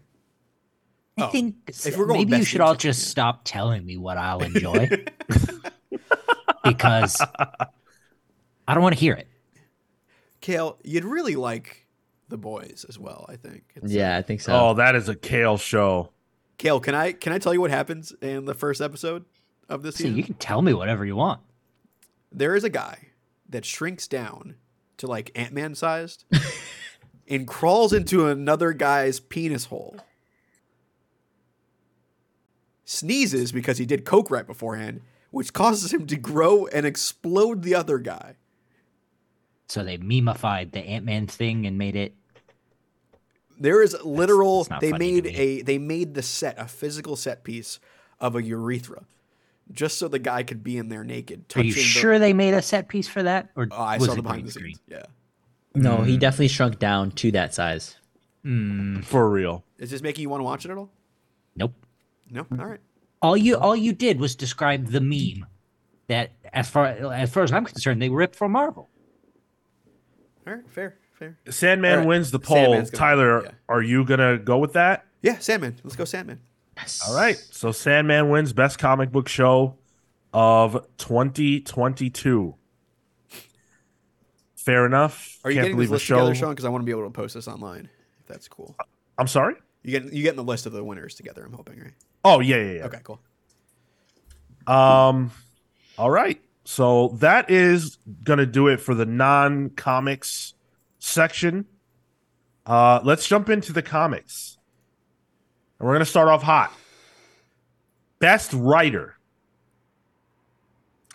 C: I
B: Oh,
C: think
B: if we're going
C: maybe you
B: best
C: should all
B: interest,
C: just stop telling me what I'll enjoy because I don't want to hear it.
B: Kale, you'd really like the boys as well. I think. It's, uh,
D: Yeah, I think so.
A: Oh, that is a Kale show.
B: Kale, can I can I tell you what happens in the first episode of this
C: So
B: season?
C: you can tell me whatever you want.
B: there is a guy that shrinks down to like Ant Man sized and crawls into another guy's penis hole. Sneezes because he did coke right beforehand, which causes him to grow and explode the other guy.
C: So they memeified the Ant Man thing and made it.
B: There is literal.
C: that's not
B: they
C: funny to
B: made
C: me.
B: a they made the set a physical set piece of a urethra, just so the guy could be in there naked.
C: Are
B: Touching
C: you
B: the-
C: sure they made a set piece for that? Or
B: Oh, I
C: was
B: saw
C: it
B: the behind
C: green
B: the
C: screen?
B: scenes. Yeah,
D: no,
B: mm.
D: he definitely shrunk down to that size.
A: For real.
B: is this making you want to watch it at all?
C: Nope.
B: No. All right.
C: All you all you did was describe the meme that, as far as far as I'm concerned, they ripped from Marvel.
B: All right. Fair. Fair.
A: Sandman
B: All right.
A: wins the poll.
B: Sandman's gonna-
A: Tyler,
B: yeah.
A: are you going to go with that?
B: Yeah, Sandman. Let's go, Sandman.
A: All right. So Sandman wins best comic book show of 2022. Fair enough.
B: Are you
A: Can't
B: getting
A: believe
B: this
A: the
B: list
A: show.
B: together, Sean? Because I want to be able to post this online. If that's cool.
A: I'm sorry.
B: You get you getting the list of the winners together. I'm hoping, right?
A: Oh yeah, yeah, yeah.
B: Okay, cool.
A: Um, all right. So that is gonna do it for the non-comics section. Uh, let's jump into the comics, and we're gonna start off hot. Best writer.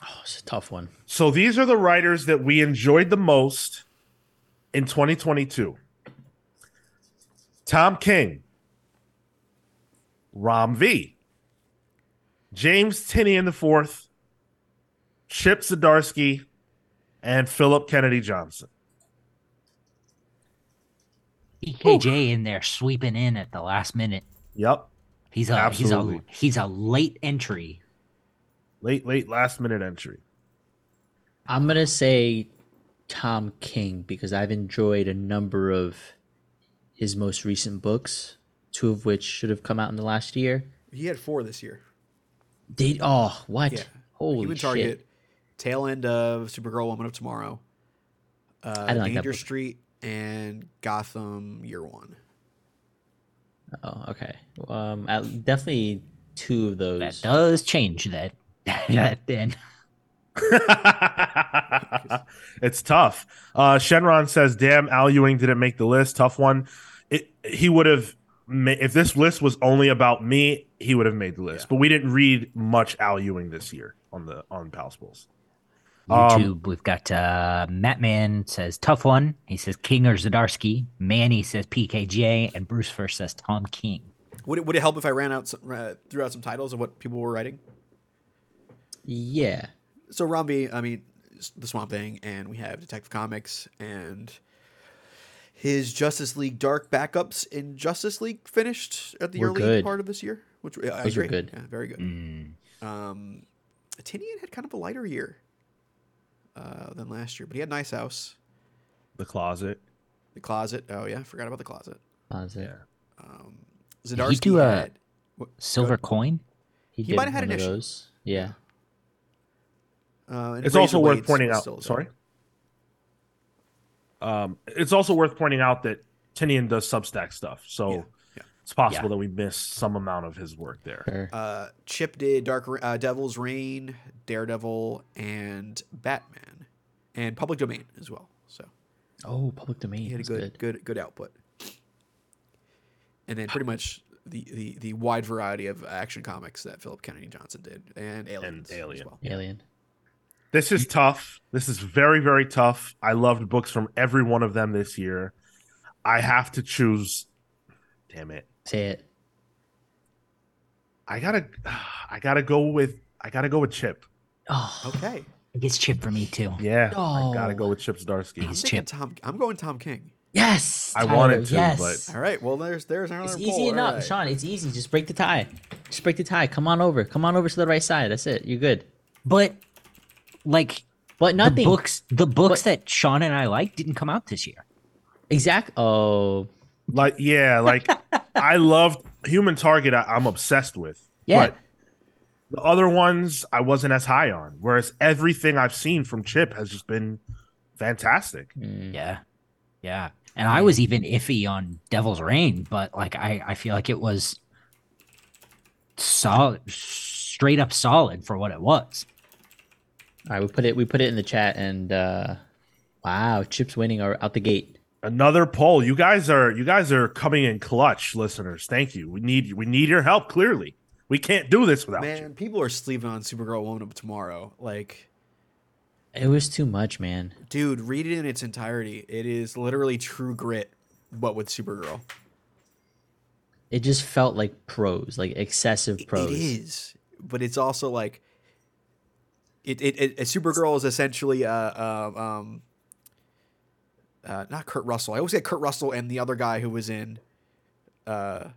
D: Oh, it's a tough one.
A: So these are the writers that we enjoyed the most in 2022. Tom King, Rom V, James Tinney in the fourth, Chip Zdarsky, and Philip Kennedy Johnson.
C: EKJ E in there sweeping in at the last minute.
A: Yep.
C: He's a
A: Absolutely.
C: he's a he's a late entry.
A: Late, late last minute entry.
D: I'm gonna say Tom King because I've enjoyed a number of his most recent books, two of which should have come out in the last year.
B: He had four this year.
D: Did oh what?
B: Yeah.
D: Holy
B: Human
D: shit!
B: Target, tail end of Supergirl, Woman of Tomorrow, uh,
D: didn't like that
B: Danger
D: book.
B: Street, and Gotham Year One.
D: Oh okay. Um, at, definitely two of those.
C: That does change that. that then
A: it's tough. Uh, Shenron says, "Damn, Al Ewing didn't make the list. Tough one. It, he would have ma- if this list was only about me. He would have made the list. But we didn't read much Al Ewing this year on the on Pals Bulls.
C: YouTube, we've got uh, Mattman says tough one. He says King or Zadarsky. Manny says PKJ, and Bruce first says Tom King.
B: Would it would it help if I ran out some, uh, threw out some titles of what people were writing?
D: Yeah.
B: so Rombi, I mean, s- the Swamp Thing, and we have Detective Comics and his Justice League Dark backups in Justice League finished at the
D: Were
B: early
D: good.
B: part of this year, which yeah, I
D: Those were
B: agree.
D: good. Mm.
B: Yeah, very good.
C: Hmm.
B: Um, Tinian had kind of a lighter year uh, than last year, but he had Nice House,
A: The closet.
B: The Closet. Oh yeah, forgot about the Closet. Um,
D: Closet.
B: Zdarsky
C: do a-
B: had.
C: Silver coin.
D: He,
B: might have had
D: one
B: an
D: of
B: issue.
D: those. Yeah.
B: Uh, and
A: It's
B: Razor
A: also worth
B: Blades
A: pointing
B: was
A: out.
B: still-
A: Sorry. Um, it's also worth pointing out that Tinian does Substack stuff. So
B: Yeah, yeah.
A: It's possible that we missed some amount of his work there.
D: Fair.
B: Uh, Chip did Dark Re- uh, Devil's Reign, Daredevil, and Batman, and Public Domain as well. So
D: Oh, public domain.
B: he had a
D: that's
B: good, good, good, output. And then pretty much the, the the wide variety of action comics that Philip Kennedy Johnson did, and aliens
A: Alien.
B: as well.
D: Alien.
A: This is tough. This is very, very tough. I loved books from every one of them this year. I have to choose. Damn it.
D: Say it.
A: I gotta I gotta go with I gotta go with Chip.
C: Oh,
B: Okay,
C: it gets chip for me too.
A: Yeah. I
D: No.
A: gotta go with Chip Zdarsky.
B: I'm
C: Oh. He's
B: thinking
C: Chip.
B: Tom. I'm going Tom King.
D: Yes.
A: I
D: Tyler,
A: wanted to,
D: yes.
A: but-
B: All right. Well, there's there's our
D: It's
B: other
D: easy
B: poll. All
D: enough,
B: right.
D: Sean. It's easy. Just break the tie. Just break the tie. Come on over. Come on over to the right side. That's it. You're good.
C: But like
D: But
C: the
D: nothing.
C: books, the books that Sean and I like didn't come out this year.
D: Exact. Oh,
A: Like yeah, like I loved Human Target I, I'm obsessed with.
C: Yeah.
A: But the other ones I wasn't as high on. Whereas everything I've seen from Chip has just been fantastic.
D: mm.
C: Yeah. Yeah. And I was even iffy on Devil's Reign, but like I, I feel like it was solid straight up solid for what it was.
D: all right. We put it. We put it in the chat, and uh wow, Chip's winning our, out the gate.
A: Another poll. You guys are you guys are coming in clutch, listeners. Thank you. We need we need your help clearly. We can't do this without you.
B: Man, people are sleeping on Supergirl Woman of Tomorrow. Like,
D: It was too much, man.
B: dude, read it in its entirety. It is literally true grit, but with Supergirl.
D: It just felt like prose, like excessive
B: It-
D: prose.
B: It is, but it's also like it. It, it, it Supergirl is essentially uh, uh um uh not Kurt Russell. I always get Kurt Russell and the other guy who was in uh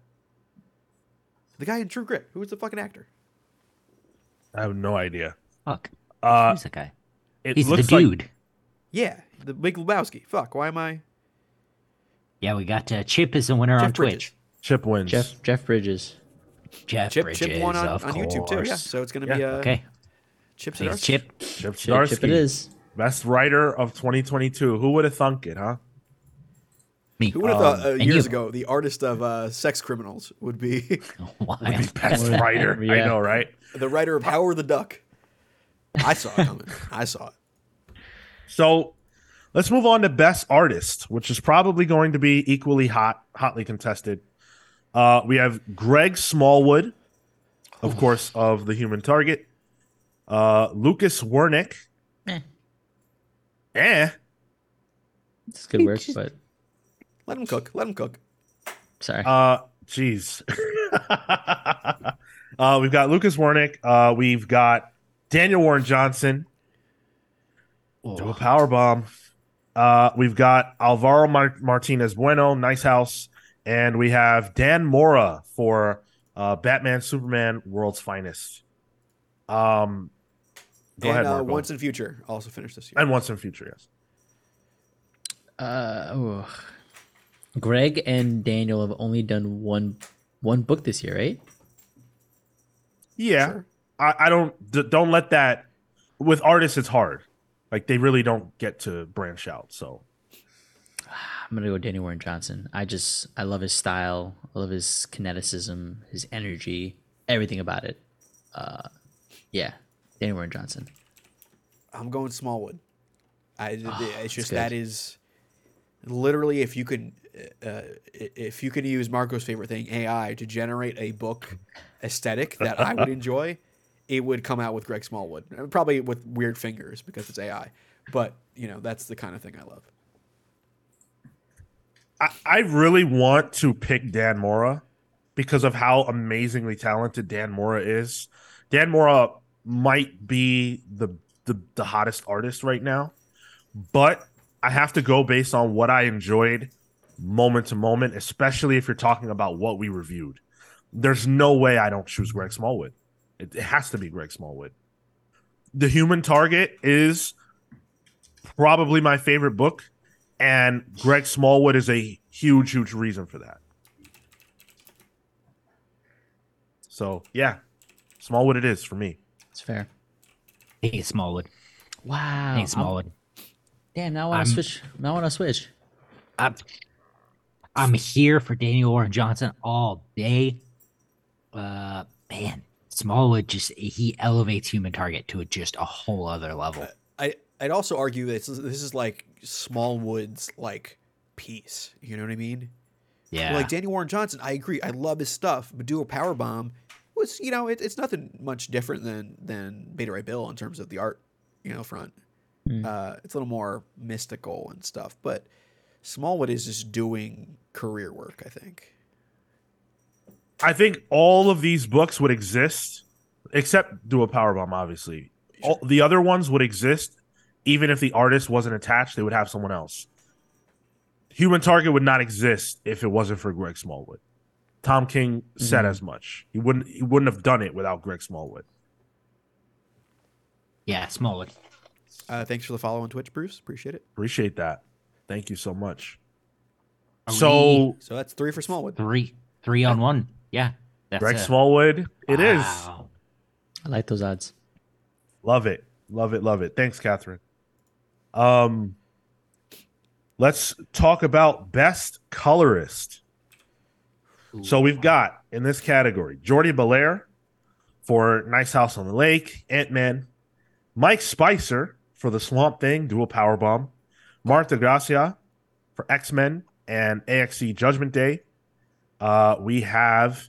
B: the guy in True Grit. Who was the fucking actor?
A: I have no idea.
C: Fuck.
A: Uh
C: Who's that guy?
A: it
C: He's the
A: looks like-
C: dude.
B: Yeah, the Big Lebowski. Fuck. Why am I
C: yeah, we got uh, Chip is the winner on
B: Jeff Bridges?
C: Twitch.
A: Chip wins.
D: Jeff Jeff Bridges.
C: Jeff
B: Chip
C: Bridges,
B: Chip one on,
C: of
B: on YouTube too. Yeah,
C: course.
B: so it's gonna
A: Yeah,
B: be uh,
C: Okay.
B: Chip
C: Thanks,
B: Zdarsky.
C: Chip.
A: Chip
D: Chip, Chip
A: Zdarsky.
D: it is.
A: Best writer of 2022. Who would have thunk it, huh?
C: Me.
B: Who would have thought uh,
C: um, and
B: years
C: you.
B: ago the artist of uh, Sex Criminals would be
C: Why?
A: Best writer. I
D: Yeah.
A: know, right?
B: the writer of Howard the Duck? I saw it coming. I saw it.
A: So let's move on to best artist, which is probably going to be equally hot, hotly contested. Uh, we have Greg Smallwood, of course, of The Human Target. Uh, Lucas Wernick.
D: Meh.
A: Eh.
D: It's good work, but
B: Let him cook. Let him cook.
D: sorry.
A: Uh, jeez. uh, we've got Lucas Wernick. Uh, we've got Daniel Warren Johnson. Do
B: Oh.
A: a power bomb. Uh, we've got Alvaro Mar- Martinez Bueno, Nice House, and we have Dan Mora for uh, Batman Superman World's Finest. Um, go
B: and
A: ahead,
B: uh,
A: Marco.
B: Once in Future also finished this year.
A: and once in future, yes.
D: Uh, oh. Greg and Daniel have only done one one book this year, right?
A: Yeah,
B: Sure.
A: I, I don't d- don't let that. With artists, it's hard. Like they really don't get to branch out. So
D: I'm gonna go Danny Warren Johnson. I just I love his style, I love his kineticism, his energy, everything about it. Uh, yeah, Danny Warren Johnson.
B: I'm going Smallwood. I,
A: Ah,
B: th- th- it's just
D: good.
B: that is literally if you could uh, uh, i- if you could use Marco's favorite thing AI to generate a book aesthetic that I would enjoy, it would come out with Greg Smallwood. And Probably with weird fingers because it's AI. But you know that's the kind of thing I love.
A: I, I really want to pick Dan Mora because of how amazingly talented Dan Mora is. Dan Mora might be the the, the hottest artist right now, but I have to go based on what I enjoyed moment to moment, especially if you're talking about what we reviewed. There's no way I don't choose Greg Smallwood. It, it has to be Greg Smallwood. The Human Target is probably my favorite book, and Greg Smallwood is a huge, huge reason for that. So yeah, Smallwood it is for me.
D: It's fair.
C: Hey, Smallwood.
D: Wow.
C: Hey,
D: Oh, I'm-
C: Smallwood.
D: Damn, now I want
C: I'm-
D: to switch. Now I want to switch.
C: I'm, I'm here for Daniel Warren Johnson all day. Uh, man, Smallwood just he elevates human target to a, just a whole other level.
B: I I'd also argue that this is, this is like Smallwood's like piece. You know what I mean?
C: Yeah,
B: Like Danny Warren Johnson, I agree. I love his stuff. But Dual Power Bomb was you know it, it's nothing much different than than Beta Ray Bill in terms of the art you know front.
D: Mm.
B: Uh, it's a little more mystical and stuff. But Smallwood is just doing career work. I think.
A: I think all of these books would exist, except do a power bomb. Obviously, all, the other ones would exist, even if the artist wasn't attached. They would have someone else. Human Target would not exist if it wasn't for Greg Smallwood. Tom King said as much. He wouldn't. He wouldn't have done it without Greg Smallwood.
C: yeah, Smallwood.
B: Uh, thanks for the follow on Twitch, Bruce. Appreciate it.
A: Appreciate that. Thank you so much.
C: Are
A: so
B: So that's three for Smallwood.
C: Three, three on one. Yeah, that's
A: Greg
C: a-
A: Smallwood, it is.
C: Wow.
D: I like those odds.
A: Love it. Love it. Love it. Thanks, Catherine. Um, let's talk about best colorist. So we've got in this category Jordy Belair for Nice House on the Lake, Ant Man, Mike Spicer for The Swamp Thing, Dual Power Bomb, Martha Gracia for X Men and AXC Judgment Day. Uh, we have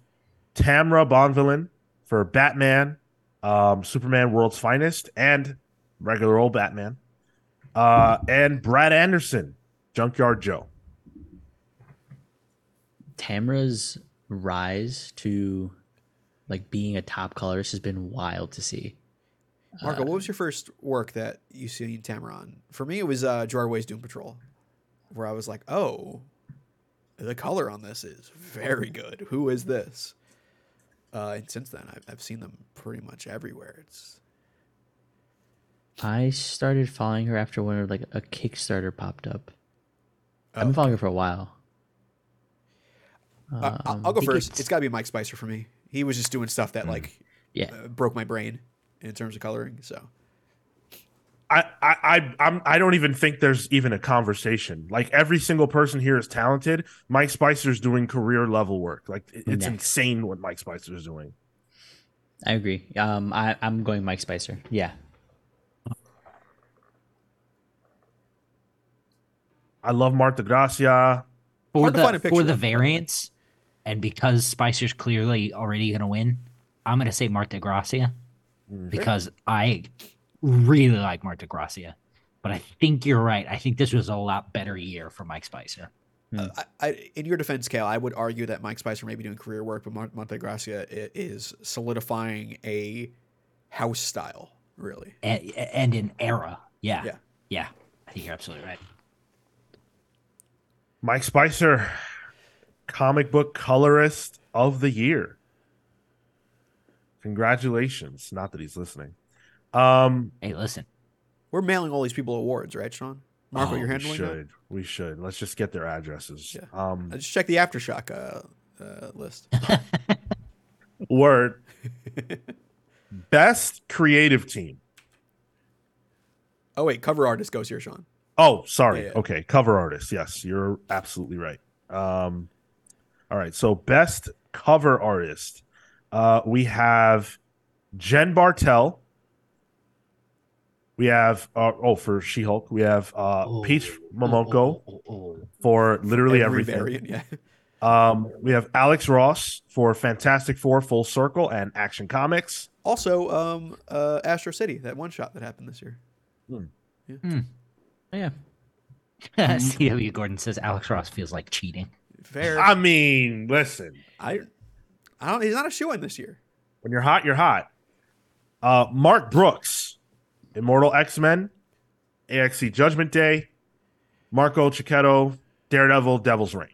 A: Tamra Bonvillain for Batman, um, Superman World's Finest, and regular old Batman, uh, and Brad Anderson, Junkyard Joe.
D: Tamra's rise to like being a top colorist has been wild to see.
B: Marco,
D: Uh,
B: what was your first work that you seen Tamron? For me, it was uh, Jarway's Doom Patrol, where I was like, oh, the color on this is very good. Who is this? Uh, and since then, I've, I've seen them pretty much everywhere. It's
D: I started following her after one of like a Kickstarter popped up. I've been following her for a while.
B: I- I'll,
D: Um,
B: I'll
D: I
B: go
D: think
B: first.
D: it's-
B: it's got to be Mike Spicer for me. He was just doing stuff that like
D: Yeah.
B: uh, broke my brain in terms of coloring. So
A: I, I, I, I'm, I don't even think there's even a conversation. Like every single person here is talented. Mike Spicer's doing career level work. Like it- it's
D: Next.
A: insane what Mike Spicer's doing.
D: I agree. Um, I, I'm going Mike Spicer. Yeah.
A: I love Martha Gracia.
C: for
B: Hard to find
C: the
B: a picture
C: for
B: of, by
C: the
B: the way.
C: variants, and because Spicer's clearly already going to win, I'm going to say Marta Gracia
B: Mm,
C: because I really like Marta Gracia. But I think you're right. I think this was a lot better year for Mike Spicer.
B: Uh,
A: Hmm.
B: I, I, in your defense, Kale, I would argue that Mike Spicer may be doing career work, but Mon- Montegracia i- is solidifying a house style, really.
C: and, and an era. Yeah.
B: Yeah.
C: yeah. I think you're absolutely right.
A: Mike Spicer, comic book colorist of the year. Congratulations. Not that he's listening. Um,
C: Hey, listen.
B: We're mailing all these people awards, right, Sean? Marco,
C: Oh,
B: you're
A: we
B: handling that?
A: should. We should. Let's just get their addresses.
B: Yeah.
A: Um,
B: Uh, just check the aftershock uh, uh, list.
A: Word. Best creative team.
B: oh wait, cover artist goes here, Sean.
A: Oh, sorry.
B: Yeah, yeah.
A: Okay, cover artist. Yes, you're absolutely right. Um, all right. So best cover artist, uh, we have Jen Bartel. We have uh, oh for She Hulk. We have uh,
C: Oh.
A: Peach Momoko
C: Oh, oh, oh, oh.
A: for literally
B: Every
A: everything.
B: variant, yeah.
A: Um, we have Alex Ross for Fantastic Four, Full Circle, and Action Comics.
B: Also, um, uh, Astro City, that one shot that happened this year.
D: Oh, Yeah.
B: oh.
C: CW Gordon says Alex Ross feels like cheating.
B: Fair.
A: I mean, listen.
B: I, I don't. He's not a shoe in this year.
A: When you're hot, you're hot. Uh, Mark Brooks, Immortal X Men, AXC Judgment Day, Marco Cicchetto, Daredevil, Devil's Reign.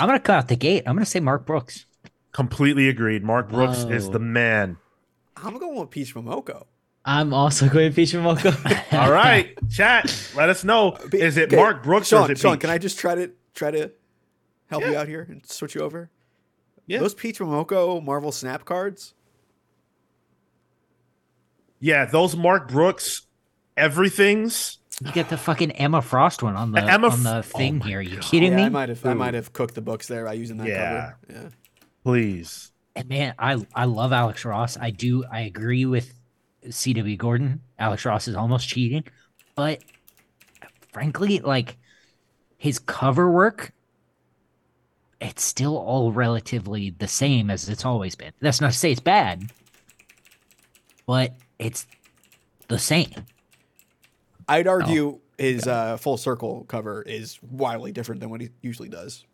C: I'm going to cut out the gate. I'm going to say Mark Brooks.
A: Completely agreed. Mark Brooks is
D: Whoa.
A: the man.
B: I'm going with Peach Momoko.
D: I'm also going Peach Momoko.
A: All right, chat. Let us know.
B: Be-
A: Is it
B: okay,
A: Mark Brooks
B: Sean,
A: or is it
B: Sean,
A: Peach?
B: can I just try to try to help you out here and switch you over?
A: Yeah.
B: Those Peach Momoko Marvel Snap cards.
A: Yeah, those Mark Brooks everythings
C: You get the fucking Emma Frost one on the
A: Emma
C: on the
A: F- oh
C: thing
A: my
C: here. you
A: God.
C: kidding
B: yeah, I
C: me?
B: might have I
A: Dude.
B: might have cooked the books there by using that cover. Yeah.
A: Please.
C: And man, I I love Alex Ross. I do. I agree with C.W. Gordon. Alex Ross is almost cheating, but frankly, like his cover work, it's still all relatively the same as it's always been. That's not to say it's bad, but it's the same.
B: I'd argue his uh, full circle cover is wildly different than what he usually does.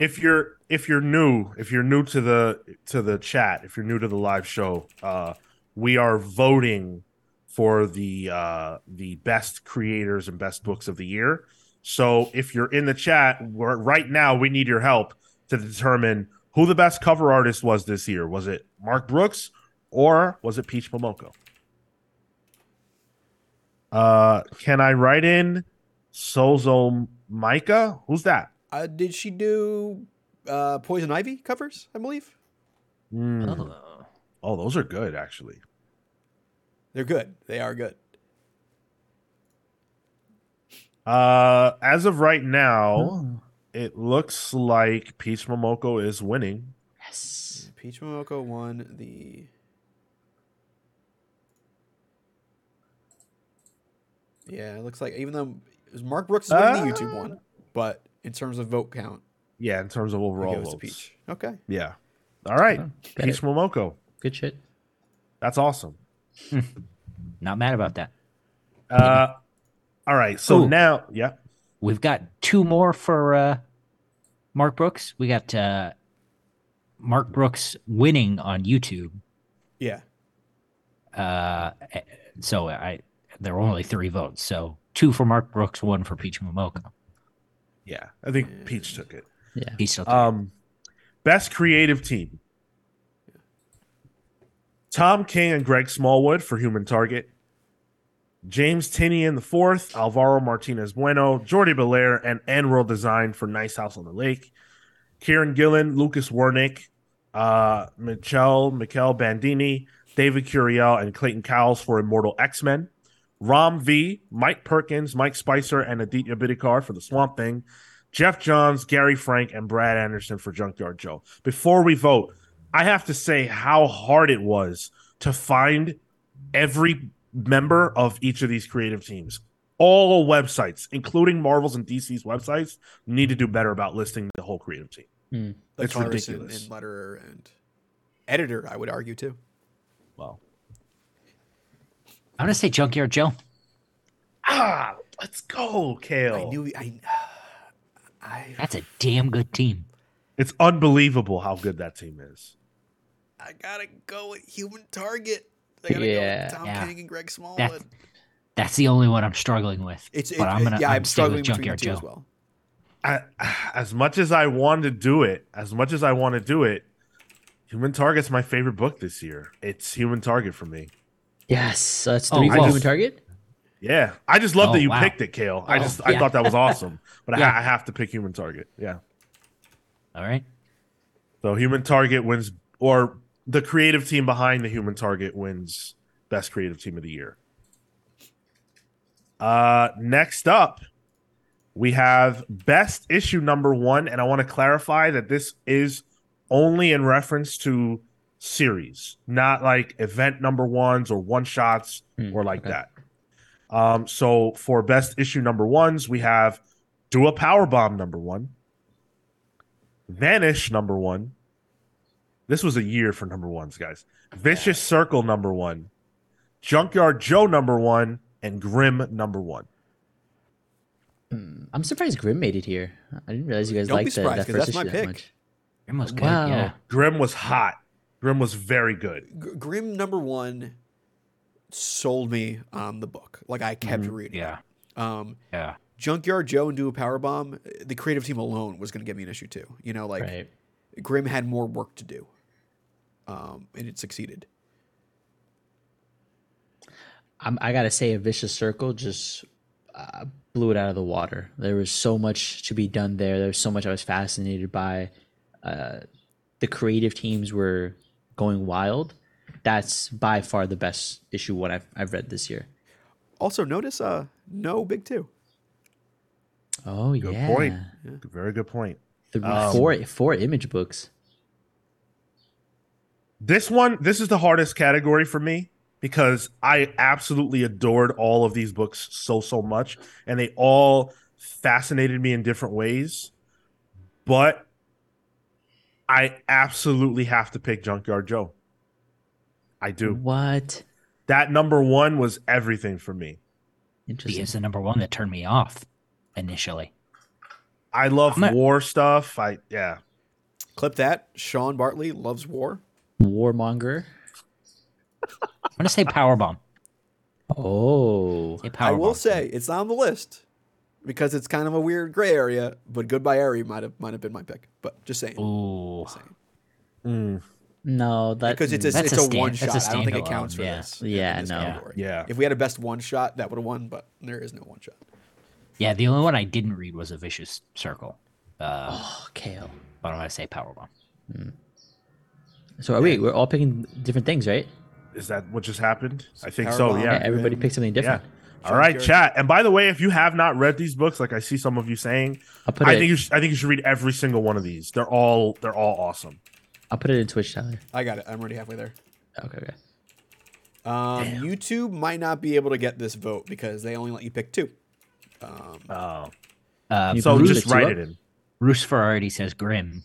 A: if you're if you're new if you're new to the to the chat if you're new to the live show uh we are voting for the uh the best creators and best books of the year so if you're in the chat we're, right now we need your help to determine who the best cover artist was this year was it mark brooks or was it peach momoko uh can i write in sozo micah who's that
B: Uh, did she do uh, Poison Ivy covers? I believe
A: Mm.
C: Oh.
A: Oh, those are good actually.
B: they're good. They are good.
A: Uh as of right now, it looks like Peach Momoko is winning.
D: Yes.
B: Peach Momoko won the. Yeah, it looks like even though it was Mark Brooks is winning the YouTube
A: Ah.
B: one, but in terms of vote count,
A: Yeah, in terms of
B: it
A: overall
B: goes
A: votes.
B: to Peach. Okay,
A: Yeah. All right.
D: Oh, got
A: Peach
D: it.
A: Momoko.
D: Good shit.
A: That's awesome.
C: Not mad about that.
A: Uh all right. So
C: Ooh.
A: now, yeah.
C: We've got two more for uh, Mark Brooks. We got uh, Mark Brooks winning on YouTube.
B: yeah,
C: Uh, so I there were only three votes. So two for Mark Brooks, one for Peach Momoko.
A: Yeah. I think Peach took it.
D: Yeah.
C: He's
B: Uh,
C: still
A: Um best creative team. Tom King and Greg Smallwood for Human Target. James Tinney in the fourth, Alvaro Martinez Bueno, Jordi Belair, and Enroll Design for Nice House on the Lake. Kieran Gillen, Lucas Wernick, uh, Michelle, Mikel Bandini, David Curiel, and Clayton Cowles for Immortal X Men. Rom V, Mike Perkins, Mike Spicer, and Aditya Bidikar for The Swamp Thing. Jeff Johns, Gary Frank, and Brad Anderson for Junkyard Joe. Before we vote, I have to say how hard it was to find every member of each of these creative teams. All websites, including Marvel's and DC's websites, need to do better about listing the whole creative team.
B: like
A: It's
B: colorist and-
A: ridiculous.
B: And letterer and editor, I would argue too.
A: Wow.
C: I'm gonna say Junkyard Joe.
A: Ah, let's go, Kale.
B: I knew I. I,
C: That's a damn good team.
A: it's unbelievable how good that team is.
B: I gotta go with Human Target. I gotta
D: Yeah.
B: go with Tom
C: Yeah.
B: King and Greg Smallwood.
C: That that's the only one I'm struggling with.
B: it's it,
C: but I'm gonna
B: yeah, I'm, struggling
C: sticking with
B: between the
C: Junkyard
B: two
C: Joe.
B: as well.
A: I, as much as I want to do it, as much as I want to do it, Human Target's my favorite book this year. It's Human Target for me.
D: Yes. So that's
C: Oh,
D: three for
A: wow.
D: human target.
A: Yeah, I just love
C: Oh,
A: that you
C: wow.
A: picked it, Kale. I
D: Oh,
A: just I
D: yeah.
A: thought that was awesome, but I,
C: Yeah.
A: ha- I have to pick Human Target. Yeah,
C: All right.
A: so Human Target wins, or the creative team behind the Human Target wins Best Creative Team of the Year. Uh, next up, we have Best Issue Number One, and I want to clarify that this is only in reference to series, not like event number ones or one shots
D: Hmm,
A: or like
D: okay.
A: that. Um, so for best issue number ones, we have Do a Power Bomb number one, Vanish number one. This was a year for number ones, guys. Vicious Circle number one, Junkyard Joe number one, and Grim number one.
D: Hmm. I'm surprised Grim made it here. I didn't realize you guys
B: Don't be
D: liked the,
B: surprised,
D: that
B: 'cause
D: first
B: that's my
D: issue
B: pick.
D: that much.
C: Grim was good.
D: Wow.
C: Yeah.
A: Grim was hot. Grim was very good.
B: G- Grim number one sold me on the book. Like I kept reading.
C: Yeah.
B: Um,
C: Yeah.
B: Junkyard Joe and do a power bomb. The creative team alone was going to give me an issue too. You know, like
D: Right.
B: Grim had more work to do, um, and it succeeded.
D: I'm, I gotta say, a vicious circle just uh, blew it out of the water. There was so much to be done there. There was so much I was fascinated by. Uh, the creative teams were going wild. That's by far the best issue one I've, I've read this year.
B: Also, notice uh, No, Big Two.
D: Oh
A: Good
D: yeah.
A: point. Very good point.
D: Three,
A: Um,
D: four, four image books.
A: This one, this is the hardest category for me because I absolutely adored all of these books so so much, and they all fascinated me in different ways. But I absolutely have to pick Junkyard Joe. I do.
D: What?
A: That number one was everything for me.
C: He
D: Interesting.
C: is the number one that turned me off initially.
A: I love
C: I'm not-
A: war stuff. I yeah.
B: Clip that. Sean Bartley loves war.
D: Warmonger.
C: I'm gonna say Powerbomb.
D: Oh.
C: Say
B: I will
C: Powerbomb.
B: say it's not on the list because it's kind of a weird gray area. But Goodbye Harry might have might have been my pick. But just saying,
C: Ooh,
B: Just saying.
A: Mm,
D: No, that
B: because it's a,
C: That's
B: it's a,
C: a stand-
B: one
C: that's a
B: shot. I don't think it
C: standalone,
B: counts for
C: yeah.
B: this.
D: Yeah,
B: in this
D: no.
B: category.
A: yeah.
B: If we had a best one shot, that would have won. But there is no one shot.
C: yeah. The only one I didn't read was A Vicious Circle, uh,
D: oh, kale.
C: but I'm gonna say Powerbomb.
D: So are we? We're all picking different things, right?
A: Is that what just happened? I think
B: Power
A: so.
B: bomb.
A: Yeah.
D: Yeah. Everybody
B: Um,
D: picked something different.
A: Yeah. All right,
B: Jared.
A: chat. And by the way, if you have not read these books, like I see some of you saying,
D: I'll put
A: I
D: it.
A: think you should, I think you should read every single one of these. They're all they're all awesome.
D: I'll put it in Twitch, Tyler.
B: I got it. I'm already halfway there.
D: Okay. Okay.
B: Um, YouTube might not be able to get this vote because they only let you pick two.
A: Oh,
C: Uh,
D: You
A: so
D: can
A: just
D: leave it to
A: write
D: us.
A: it in.
C: Bruce Ferrari says Grim,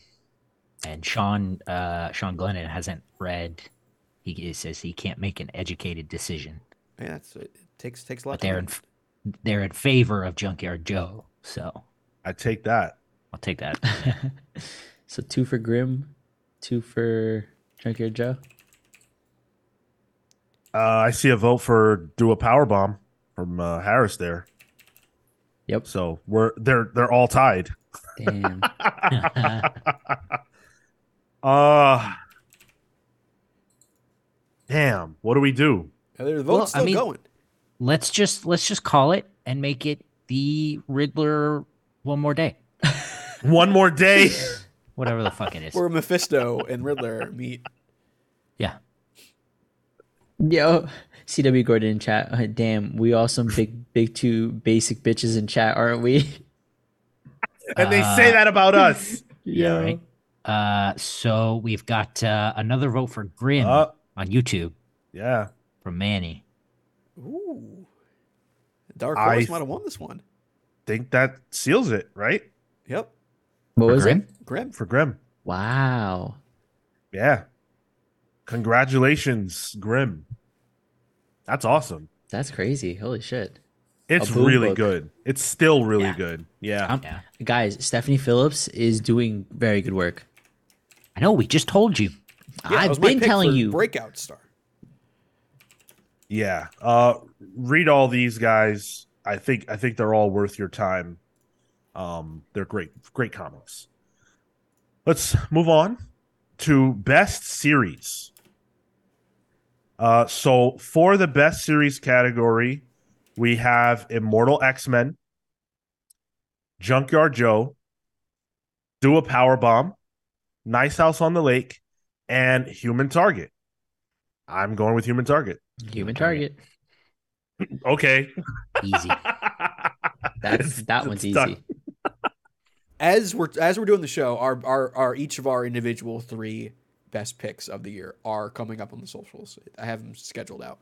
C: and Sean uh, Sean Glennon hasn't read. He he says he can't make an educated decision,
B: Man, that's it takes takes a lot.
C: but
B: to
C: they're
B: learn.
C: in f- they're in favor of Junkyard Joe. So
A: I take that.
C: I'll take that.
D: So two for Grim, two for Junkyard Joe.
A: Uh, I see a vote for do a power bomb from uh, Harris there.
D: Yep.
A: So we're they're they're all tied.
D: Damn.
A: Uh damn. What do we do?
B: And their vote's
C: Well, I
B: still
C: mean-
B: going.
C: let's just let's just call it and make it the Riddler one more day,
A: One more day.
C: whatever the fuck it is.
B: Where Mephisto and Riddler meet.
C: Yeah,
D: Yo, CW Gordon in chat. Uh, damn, we all some big, big two basic bitches in chat, aren't we?
A: and they
D: Uh,
A: say that about us.
D: Yeah.
C: right. Uh, so we've got uh, another vote for Grim
A: Uh,
C: on YouTube
A: yeah.
C: from Manny.
B: Ooh. Dark
A: I-
B: Horse might have won this one.
A: Think that seals it, right?
B: Yep.
D: What
C: For
D: was
C: Grim?
D: it?
B: Grim.
A: For Grim.
D: Wow.
A: Yeah. Congratulations, Grim. That's awesome.
D: That's crazy. Holy shit.
A: It's
D: boom
A: really
D: book.
A: good. It's still really
C: Yeah.
A: good. Yeah.
D: Um,
C: Yeah.
D: Guys, Stephanie Phillips is doing very good work.
C: I know we just told you.
B: Yeah, that was
D: I've
B: my
D: been
B: pick
D: telling
B: for
D: you.
B: Breakout star.
A: yeah. Uh read all these guys. I think I think they're all worth your time. Um they're great great comics. Let's move on to best series. Uh so for the best series category, we have Immortal X-Men, Junkyard Joe, Do a Power Bomb, Nice House on the Lake, and Human Target. I'm going with Human Target.
D: Human
C: target.
D: target.
A: Okay.
C: Easy.
D: That's that
A: it's
D: one's
A: done.
D: easy.
B: As we're as we're doing the show, our, our our each of our individual three best picks of the year are coming up on the socials. I have them scheduled out.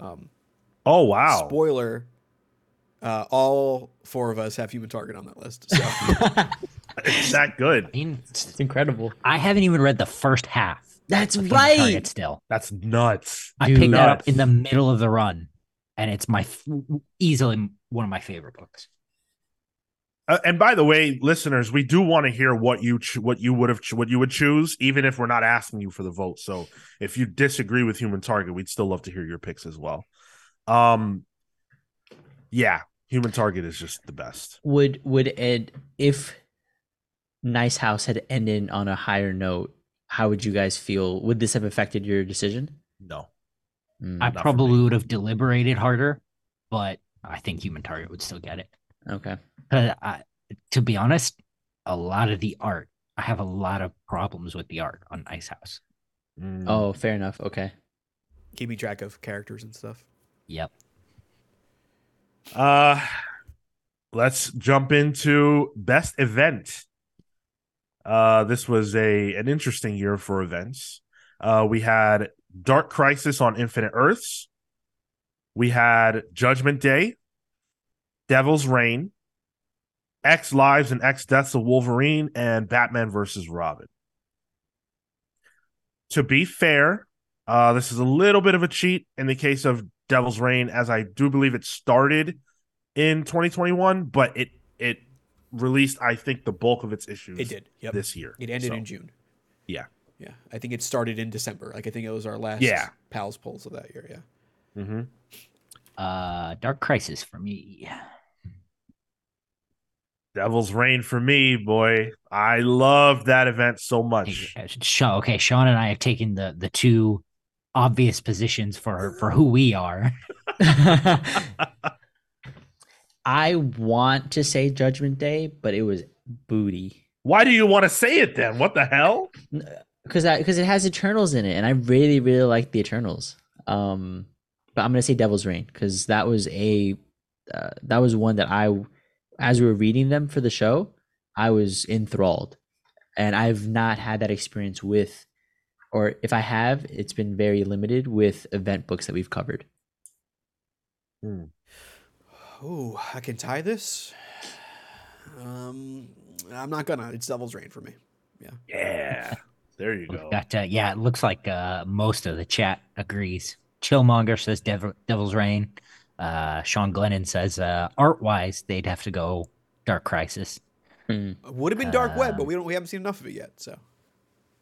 B: Um,
A: oh wow.
B: Spoiler: uh, All four of us have Human Target on that list. So
A: It's that
C: I
A: good.
C: mean,
D: It's incredible.
C: I haven't even read the first half.
D: That's
C: of Human Target
D: right.
C: Still,
A: That's nuts.
C: I picked that
A: Nuts.
C: up in the middle of the run, and it's my f- easily one of my favorite books.
A: Uh, and by the way, listeners, we do want to hear what you ch- what you would have ch- what you would choose even if we're not asking you for the vote. So, if you disagree with Human Target, we'd still love to hear your picks as well. Um yeah, Human Target is just the best.
D: Would would it if Nice House had ended on a higher note? How would you guys feel? Would this have affected your decision?
A: No.
D: Mm,
C: I
A: Not for
C: probably would have deliberated harder, but I think Human Target would still get it.
D: okay.
C: Uh, I, to be honest, a lot of the art, I have a lot of problems with the art on Ice House.
A: Mm.
D: Oh, fair enough. Okay.
B: keeping track of characters and stuff.
C: Yep.
A: Uh, let's jump into best event. Uh, this was a an interesting year for events. Uh, we had Dark Crisis on Infinite Earths. We had Judgment Day, Devil's Reign, X Lives and X Deaths of Wolverine, and Batman versus Robin. To be fair, uh, this is a little bit of a cheat in the case of Devil's Reign, as I do believe it started in 2021, but it it released, I think, the bulk of its issues.
B: It did. Yep.
A: this year.
B: it ended
A: So,
B: in June.
A: yeah.
B: Yeah. I think it started in December. Like I think it was our last
A: Yeah.
B: pals polls of that year. Yeah.
A: mhm.
C: Uh, Dark Crisis for me.
A: Devil's Reign for me, boy. I love that event so
C: I
A: much.
C: think, uh, Sha- okay, Sean and I have taken the the two obvious positions for for who we are.
D: I want to say Judgment Day, but it was booty
A: Why do you want to say it then? What the hell?
D: because because it has Eternals in it, and I really really like the Eternals. Um, but I'm gonna say Devil's Reign because that was a uh, that was one that I, as we were reading them for the show, I was enthralled, and I've not had that experience with, or if I have, it's been very limited with event books that we've covered.
B: Oh, I can tie this. Um, I'm not gonna. It's Devil's Rain for me.
A: Yeah. There you
C: We've
A: go.
C: got uh, yeah, it looks like uh, most of the chat agrees. Chillmonger says Devil, Devil's Reign. Uh, Sean Glennon says uh, art wise they'd have to go Dark Crisis.
B: Would have been Dark Web, but
C: Um,
B: we don't. We haven't seen enough of it yet. So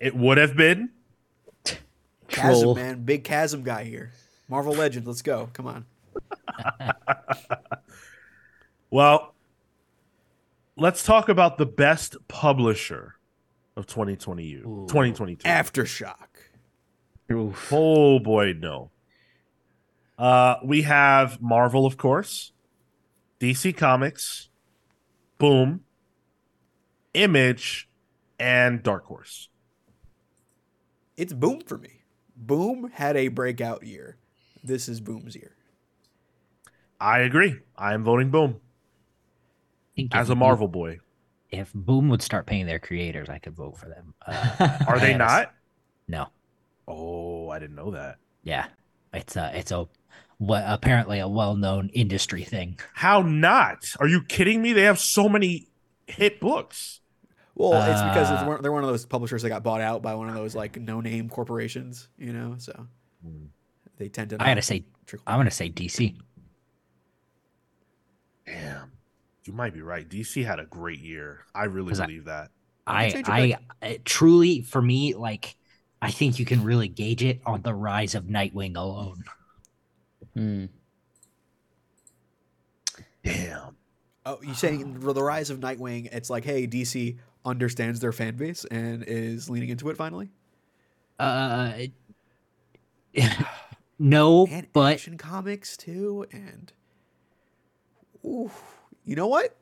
A: It would have been.
B: chasm,
D: Troll.
B: man, big chasm guy here. Marvel Legend, let's go. Come on.
A: Well, let's talk about the best publisher of 2020 you
C: Ooh.
A: 2022.
B: Aftershock.
D: Oof.
A: Oh boy, no. Uh, we have Marvel, of course, DC Comics, Boom, Image, and Dark Horse.
B: It's Boom for me. Boom had a breakout year. This is Boom's year.
A: I agree. I am voting Boom
C: I think
A: as
C: if
A: a
C: you-
A: Marvel boy.
C: if Boom would start paying their creators, I could vote for them. Uh,
A: Are they
C: Yes.
A: not?
C: no,
A: Oh, I didn't know that.
C: yeah, it's a it's a what apparently a well known industry thing.
A: How not? Are you kidding me? They have so many hit books.
B: Well, it's because it's
C: Uh,
B: one, they're one of those publishers that got bought out by one of those like no-name corporations, you know. So
C: Mm.
B: they tend to.
C: I gotta say,
B: trickle.
C: I'm gonna say DC.
A: Damn. You might be right. DC had a great year. I really
C: 'Cause I-
A: believe that.
B: I
C: I
B: can change
C: I
B: your
C: it truly for me like I think you can really gauge it on the rise of Nightwing alone.
D: Hmm.
A: Damn.
B: Oh, you saying the rise of Nightwing? It's like, hey, DC understands their fan base and is leaning into it finally.
C: Uh, no,
B: And
C: but
B: Action Comics too, and ooh, you know what?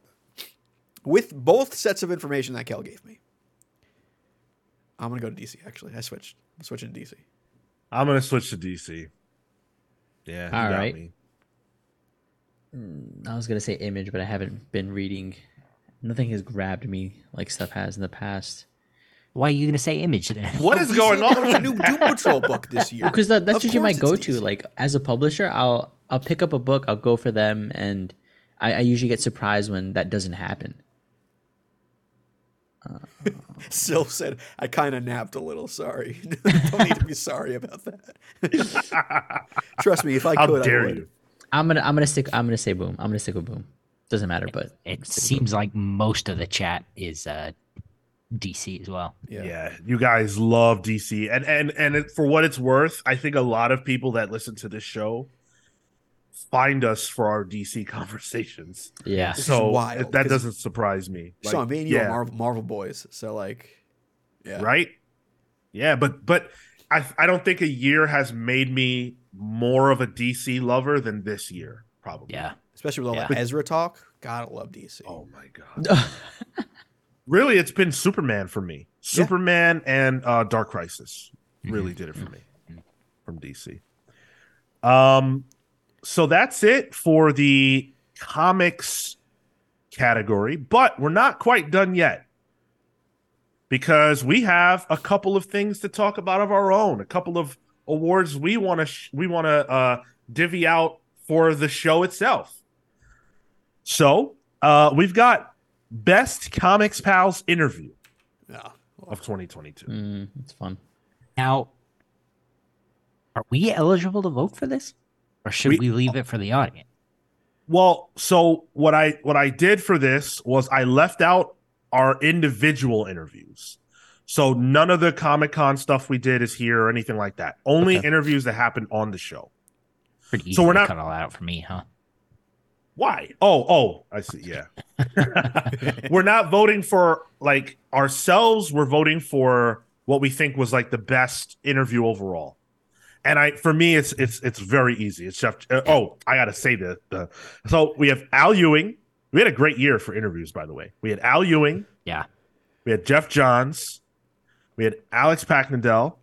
B: With both sets of information that Kel gave me, I'm gonna go to DC. Actually, I switched. I'm switching to DC.
A: I'm gonna switch to DC. Yeah. you
D: All
A: got
D: right.
A: me.
D: I was gonna say image, but I haven't been reading. Nothing has grabbed me like stuff has in the past.
C: why are you gonna say image then?
A: What is
B: DC
A: going
B: announced A
A: on?
B: new Doom Patrol book this year.
D: because that,
B: Of
D: that's usually my
B: course
D: go
B: it's
D: to.
B: DC.
D: Like as a publisher, I'll I'll pick up a book, I'll go for them, and I, I usually get surprised when that doesn't happen.
B: Syl said, I kind of napped a little. Sorry. Don't need to be sorry about that. Trust me, if I
A: How
B: could, I
A: dare
B: would.
A: you?
D: I'm gonna I'm gonna stick I'm gonna say boom. I'm gonna stick with boom. Doesn't matter, but
C: It seems like most of the chat is uh DC as well.
A: Yeah.
B: Yeah.
A: you guys love DC, and and and it, for what it's worth, I think a lot of people that listen to this show find us for our DC conversations.
D: yeah.
B: is
A: so
B: wild,
A: it- that
B: 'cause-
A: doesn't surprise me. Like,
B: Sean, me and you
A: yeah,
B: are Marvel, Marvel boys. So, like, yeah.
A: right? Yeah, but but I I don't think a year has made me more of a DC lover than this year, probably.
C: Yeah,
B: Especially with all
C: Yeah.
B: that Ezra talk. Gotta love DC.
A: Oh my god. Really, it's been Superman for me.
B: Yeah.
A: Superman and uh, Dark Crisis really did it for me from DC. Um, so that's it for the comics category, but we're not quite done yet because we have a couple of things to talk about of our own, a couple of awards we want to sh- we want to uh, divvy out for the show itself. So uh, we've got best comics pals interview
B: Ah, well,
A: of 2022.
D: Mm, it's fun.
C: Now, are we eligible to vote for this, or should
A: We-
C: we, leave it for the audience?
A: Well, so what I what I did for this was I left out our individual interviews. So none of the Comic Con stuff we did is here or anything like that. Only
C: Okay.
A: interviews that happened on the show.
C: Pretty easy
A: So we're
C: to
A: not-
C: cut all that out for me, huh?
A: Why? Oh, oh, I see. Yeah. we're not voting for like ourselves, we're voting for what we think was like the best interview overall. And I for me it's it's it's very easy. It's Jeff uh, oh, I got to say the, the So we have Al Ewing. We had a great year for interviews by the way. We had Al Ewing,
C: Yeah.
A: we had Jeff Johns, we had Alex Packnadel,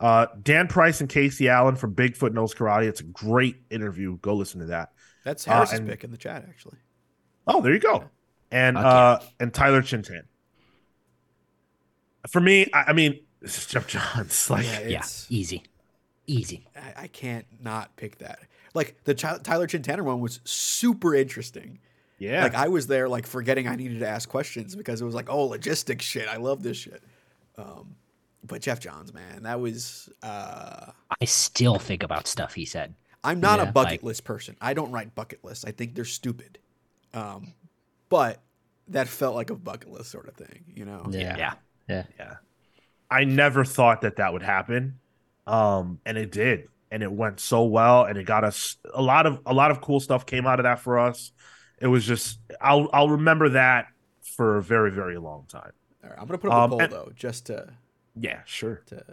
A: uh, Dan Price and Casey Allen from Bigfoot Knows Karate. It's a great interview. Go listen to that.
B: that's
A: Uh,
B: Harris's
A: and-
B: pick in the chat, actually.
A: Oh, there you go. And
C: Fuck
A: uh and Tyler Chintan. For me, I, I mean, this is Jeff Johns. Like
B: Yeah,
C: Yeah.
B: it's,
C: Easy. Easy.
B: I, I can't not pick that. Like the Chi- Tyler Chintana one was super interesting.
A: yeah.
B: Like I was there, like forgetting I needed to ask questions because it was like, oh, logistics shit. I love this shit. Um, but Jeff Johns, man, that was. Uh,
C: I still think about stuff he said.
B: I'm not
D: Yeah,
B: a bucket
C: like-
B: list person. I don't write bucket lists. I think they're stupid. Um, but that felt like a bucket list sort of thing, you know.
D: Yeah.
C: Yeah.
A: I never thought that that would happen. Um and it did. And it went so well and it got us a lot of a lot of cool stuff came out of that for us. It was just I'll I'll remember that for a very very long time.
B: All right, I'm gonna put up
A: Um,
B: a poll
A: and-
B: though, just to
A: Yeah, sure.
B: to.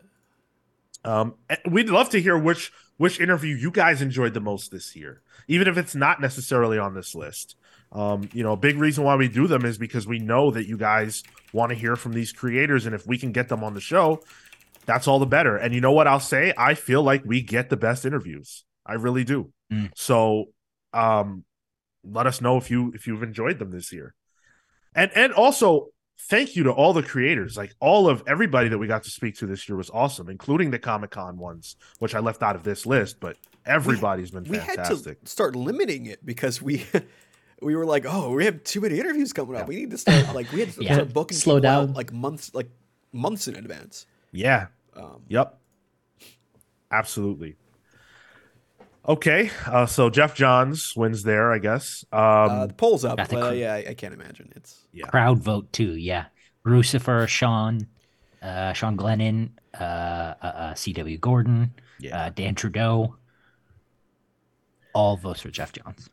A: Um, and we'd love to hear which which interview you guys enjoyed the most this year, even if it's not necessarily on this list. Um, you know, a big reason why we do them is because we know that you guys want to hear from these creators, and if we can get them on the show, that's all the better. And you know what I'll say? I feel like we get the best interviews. I really do.
C: Mm.
A: So, um, let us know if you if you've enjoyed them this year, and and also thank you to all the creators. Like all of everybody that we got to speak to this year was awesome, including the Comic Con ones, which I left out of this list. But everybody's been
B: We had to
A: fantastic.
B: start limiting it because we we were like, oh, we have too many interviews coming up. We need to start like we had to
C: Yeah.
B: start booking
D: Slow
B: people out,
D: down.
B: like months like months in advance.
A: Yeah.
B: Um,
A: Yep. Absolutely. Okay. Uh, so Jeff Johns wins there, I guess. Um,
B: uh, the polls up,
C: I think-
B: but yeah, I, I can't imagine it's.
A: Yeah.
C: Crowd vote too. Yeah. Lucifer, Sean, uh, Sean Glennon, uh, uh, uh, C.W. Gordon,
A: Yeah.
C: uh, Dan Trudeau. All votes for Jeff Johns.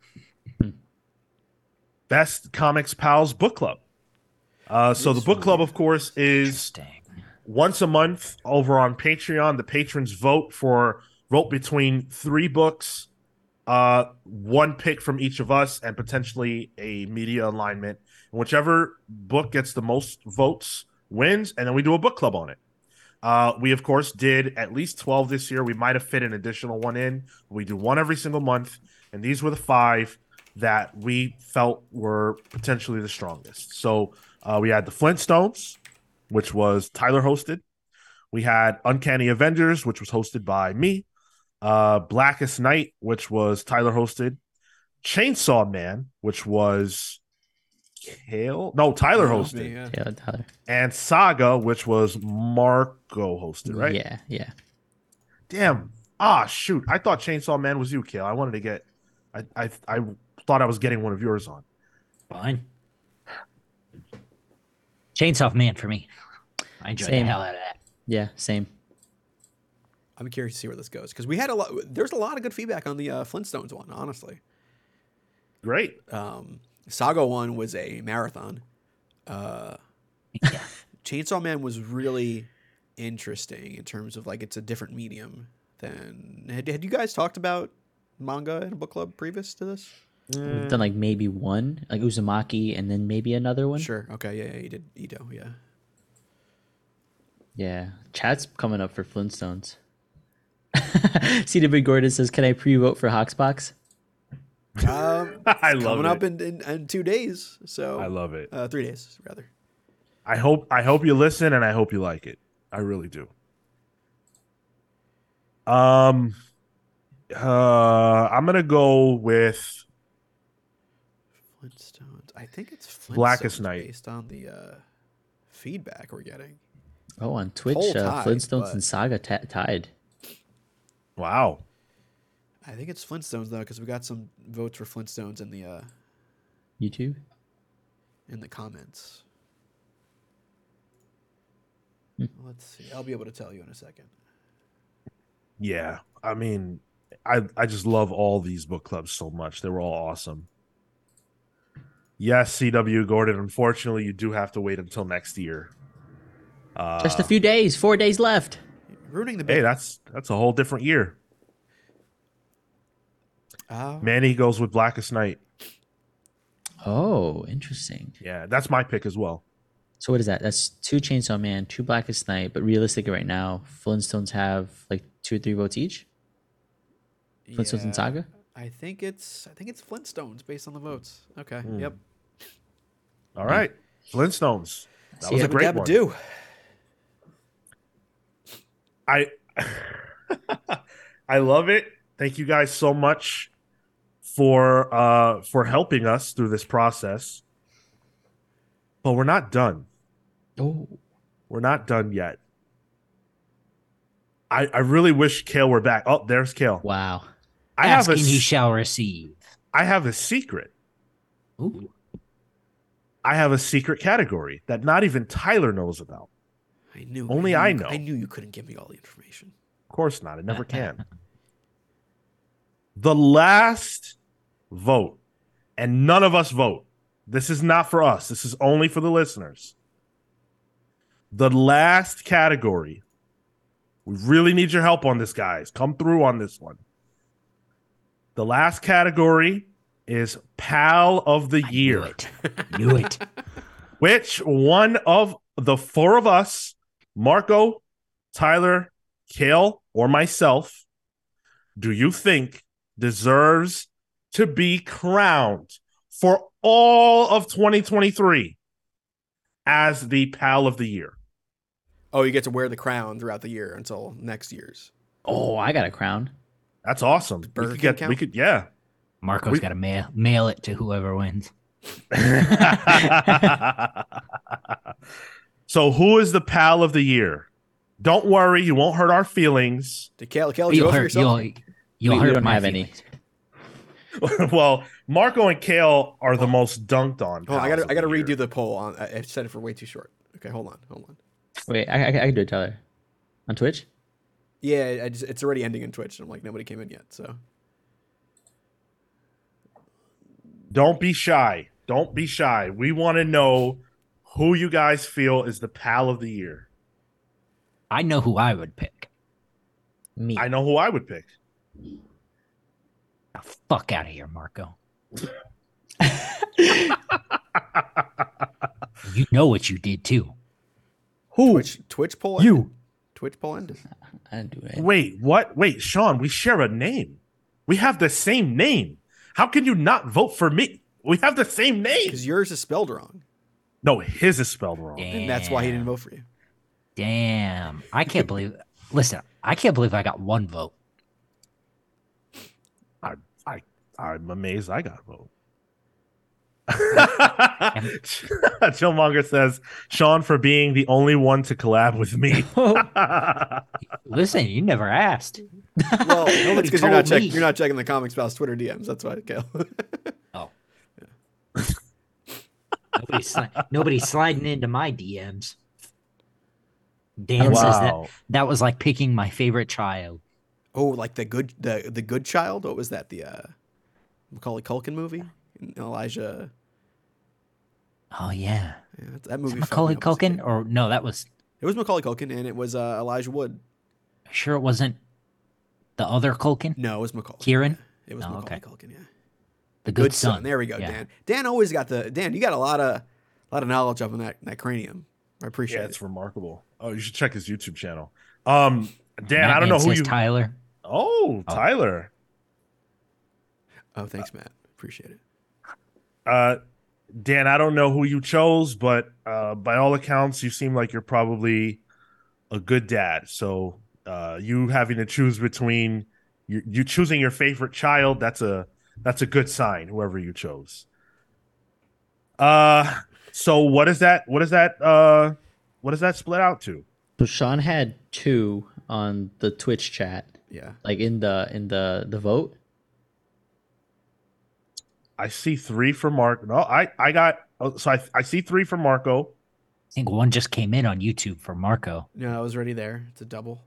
A: Best Comics Pals Book Club. Uh, so the book club, of course, is
C: Dang.
A: once a month over on Patreon. The patrons vote for vote between three books, uh, one pick from each of us, and potentially a media alignment. And whichever book gets the most votes wins, and then we do a book club on it. Uh, we of course did at least twelve this year. We might have fit an additional one in. We do one every single month, and these were the five that we felt were potentially the strongest. So uh, we had the Flintstones, which was Tyler hosted. We had Uncanny Avengers, which was hosted by me. Uh, Blackest Night, which was Tyler hosted. Chainsaw Man, which was Kale, no Tyler
B: Yeah,
A: hosted,
B: yeah.
D: Taylor Tyler.
A: and Saga, which was Marco hosted, right?
D: Yeah, yeah.
A: Damn. Ah, shoot. I thought Chainsaw Man was you, Kale. I wanted to get. I I I thought I was getting one of yours on.
C: Fine. Chainsaw Man for me. I enjoyed
D: Same.
C: the hell out of that.
D: Yeah, same.
B: I'm curious to see where this goes because we had a lot. There's a lot of good feedback on the uh, Flintstones one, honestly.
A: Great.
B: Um, Saga one was a marathon. Uh,
C: Yeah.
B: Chainsaw Man was really interesting in terms of like it's a different medium than. Had, had you guys talked about manga in a book club previous to this?
D: We've done like maybe one, like Uzumaki, and then maybe another one.
B: Sure. Okay. Yeah. Yeah. You did. Ito. Yeah.
D: Yeah, chat's coming up for Flintstones. CW Gordon says, "Can I pre-vote for Hoxbox?"
B: Um, um,
A: I love
B: coming
A: it.
B: up in, in, in two days. So
A: I love it.
B: uh, three days rather.
A: I hope I hope you listen and I hope you like it. I really do. Um uh I'm gonna go with
B: Flintstones. I think it's Flintstones
A: Blackest Night.
B: based on the uh, feedback we're getting.
D: Oh, on Twitch,
B: Poll
D: uh,
B: tied,
D: Flintstones
B: but-
D: and Saga t- tied.
A: wow.
B: I think it's Flintstones though, because we got some votes for Flintstones in the uh,
D: YouTube.
B: in the comments.
A: Hmm.
B: Let's see. I'll be able to tell you in a second.
A: Yeah. I mean I I just love all these book clubs so much. They were all awesome. Yes, CW Gordon, unfortunately you do have to wait until next year. Uh,
D: Just a few days, four days left.
B: Ruining the
A: hey,
B: big.
A: that's that's a whole different year.
B: Uh,
A: Manny goes with Blackest Night.
D: Oh, interesting.
A: Yeah, that's my pick as well.
D: So what is that? That's two Chainsaw Man, two Blackest Night. But realistic right now, Flintstones have like two or three votes each. Flintstones
B: yeah.
D: and Saga.
B: I think it's I think it's Flintstones based on the votes. Okay.
A: Hmm.
B: Yep.
A: All right. Flintstones. That was a
B: Yabba
A: great
B: dabba
A: one.
B: do.
A: I I love it. Thank you guys so much for uh for helping us through this process. But we're not done.
D: Oh,
A: We're not done yet. I I really wish Kale were back. Oh, there's Kale.
D: wow.
A: I have
C: Ask
A: a
C: and you
A: s-
C: shall receive.
A: I have a secret.
C: Ooh.
A: I have a secret category that not even Tyler knows about.
B: I knew.
A: Only
B: knew
A: I
B: you-
A: know.
B: I knew you couldn't give me all the information.
A: Of course not. It never can. the last vote, and none of us vote. This is not for us. This is only for the listeners. The last category. We really need your help on this, guys. Come through on this one. The last category is Pal of the Year
C: Knew it. Knew it.
A: which one of the four of us, Marco, Tyler, Kale, or myself, do you think deserves to be crowned for all of 2023 as the pal of the year?
B: Oh, you get to wear the crown throughout the year until next year's.
D: Oh, I got a crown.
A: That's awesome. We
B: Burger
A: could
B: King
A: get,
B: count?
A: we could, yeah.
C: Marco's
A: We-
C: got to mail mail it to whoever wins.
A: so, who is the pal of the year? Don't worry, you won't hurt our feelings.
B: Did Kel
D: Oh,
B: Kel you
C: You'll
B: vote for
C: hurt.
B: yourself?
C: You'll, you'll
D: We- we
C: hurt
D: don't
C: my
D: have any.
C: feelings.
A: well, Marco and Kale are the most dunked on.
B: Hold on,
A: pals
B: I gotta
A: of the
B: I gotta
A: year.
B: redo the poll. On I, I said it for way too short. Okay, hold on, hold on.
D: Wait, I, I, I can do it, Tyler. On Twitch.
B: Yeah, I just, it's already ending in Twitch, and I'm like nobody came in yet. So
A: Don't be shy. Don't be shy. We want to know who you guys feel is the pal of the year.
C: I know who I would pick.
D: Me.
A: I know who I would pick.
C: The fuck out of here, Marco. you know what you did too.
B: who Twitch, Twitch poll
C: You.
B: ended. Twitch poll ended.
D: I didn't do it.
A: Wait, what? Wait, Sean, we share a name. We have the same name. How can you not vote for me? We have the same name.
B: because yours is spelled wrong,
A: No, his is spelled wrong.
C: Damn.
B: and that's why he didn't vote for you.
C: Damn. I can't believe. Listen, I can't believe I got one vote.
A: I, I, I'm amazed I got a vote. Chillmonger says, Sean for being the only one to collab with me.
C: Listen, you never asked.
B: Well,
C: Nobody
B: because you're not
C: told
B: checking
C: me.
B: you're not checking the comic spouse Twitter DMs. That's why, Kel.
C: Oh. nobody's, sli- nobody's sliding into my DMs. Dan says that
A: wow.
C: that was like picking my favorite child.
B: oh, like the good the the good child. What was that? The uh, Macaulay Culkin movie. And Elijah.
C: Oh yeah,
B: Yeah, that- that movie. fucked
C: Macaulay
B: me up as a kid.
C: Culkin, or no, that was
B: It was Macaulay Culkin, and it was uh, Elijah Wood.
C: sure it wasn't the other Culkin,
B: No, it was Macaulay.
C: Kieran,
B: It was
C: Oh,
B: Macaulay
C: okay.
B: Culkin. Yeah.
C: the
B: Good, son. There we go,
C: Yeah.
B: Dan. Dan always got the Dan. You got a lot of lot of knowledge up in that that cranium. I appreciate
A: Yeah,
B: it.
A: it's remarkable. Oh, you should check his YouTube channel. Um, Dan,
C: That
A: I don't
C: man
A: know who
C: says
A: you.
C: Tyler.
A: oh, Tyler.
B: Oh, thanks, Matt. Appreciate it.
A: Uh, Dan, I don't know who you chose, but uh, by all accounts, you seem like you're probably a good dad. So uh, you having to choose between you, you choosing your favorite child that's a that's a good sign. Whoever you chose. Uh, so what is that? What is that? Uh, what is that split out to?
D: So Sean had two on the Twitch chat,
B: Yeah.
D: like in the in the the vote.
A: I see three for Mark. No, I I got oh, so I I see three for Marco.
C: I think one just came in on YouTube for Marco.
B: No, I was already there. It's a double.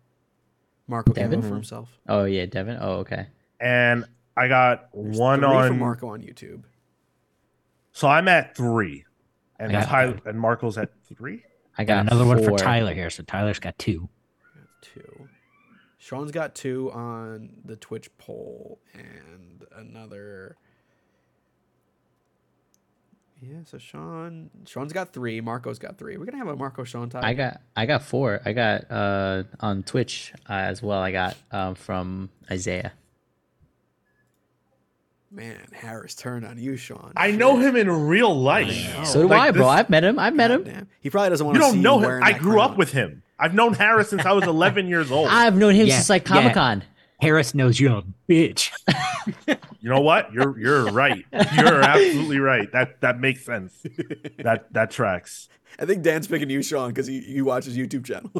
B: Marco came
D: Devin?
A: Mm-hmm.
B: up for himself.
D: Oh yeah, Devin. Oh okay.
A: and I got
B: There's
A: one
B: three for
A: on.
B: Marco on YouTube.
A: so I'm at three, and
C: I got
A: Tyler and Marco's at three.
D: I got
C: Got another one for
D: four.
C: Tyler here, so Tyler's got two.
B: Two. Sean's got two on the Twitch poll and another. Yeah, so Sean, Sean's got three. Marco's got three. We're gonna have a Marco Sean tie.
D: I got I got four. I got uh on Twitch uh, as well. I got um from Isaiah.
B: Man, Harris turned on you, Sean.
A: I know
B: Shit.
A: him in real life.
B: Wow.
D: so do
A: Like
D: I, bro.
A: this-
D: I've met him. I've met him.
B: Goddamn. He probably doesn't want
A: You
B: to.
A: don't know him. I grew up with him. I've known Harris since I was 11 years old.
D: I've known him
C: Yeah,
D: since like
C: yeah.
D: Comic Con.
C: Harris knows you're a bitch.
A: You know what? You're you're right. You're absolutely right. That that makes sense. That that tracks.
B: I think Dan's picking you, Sean, because he, he watches YouTube channel.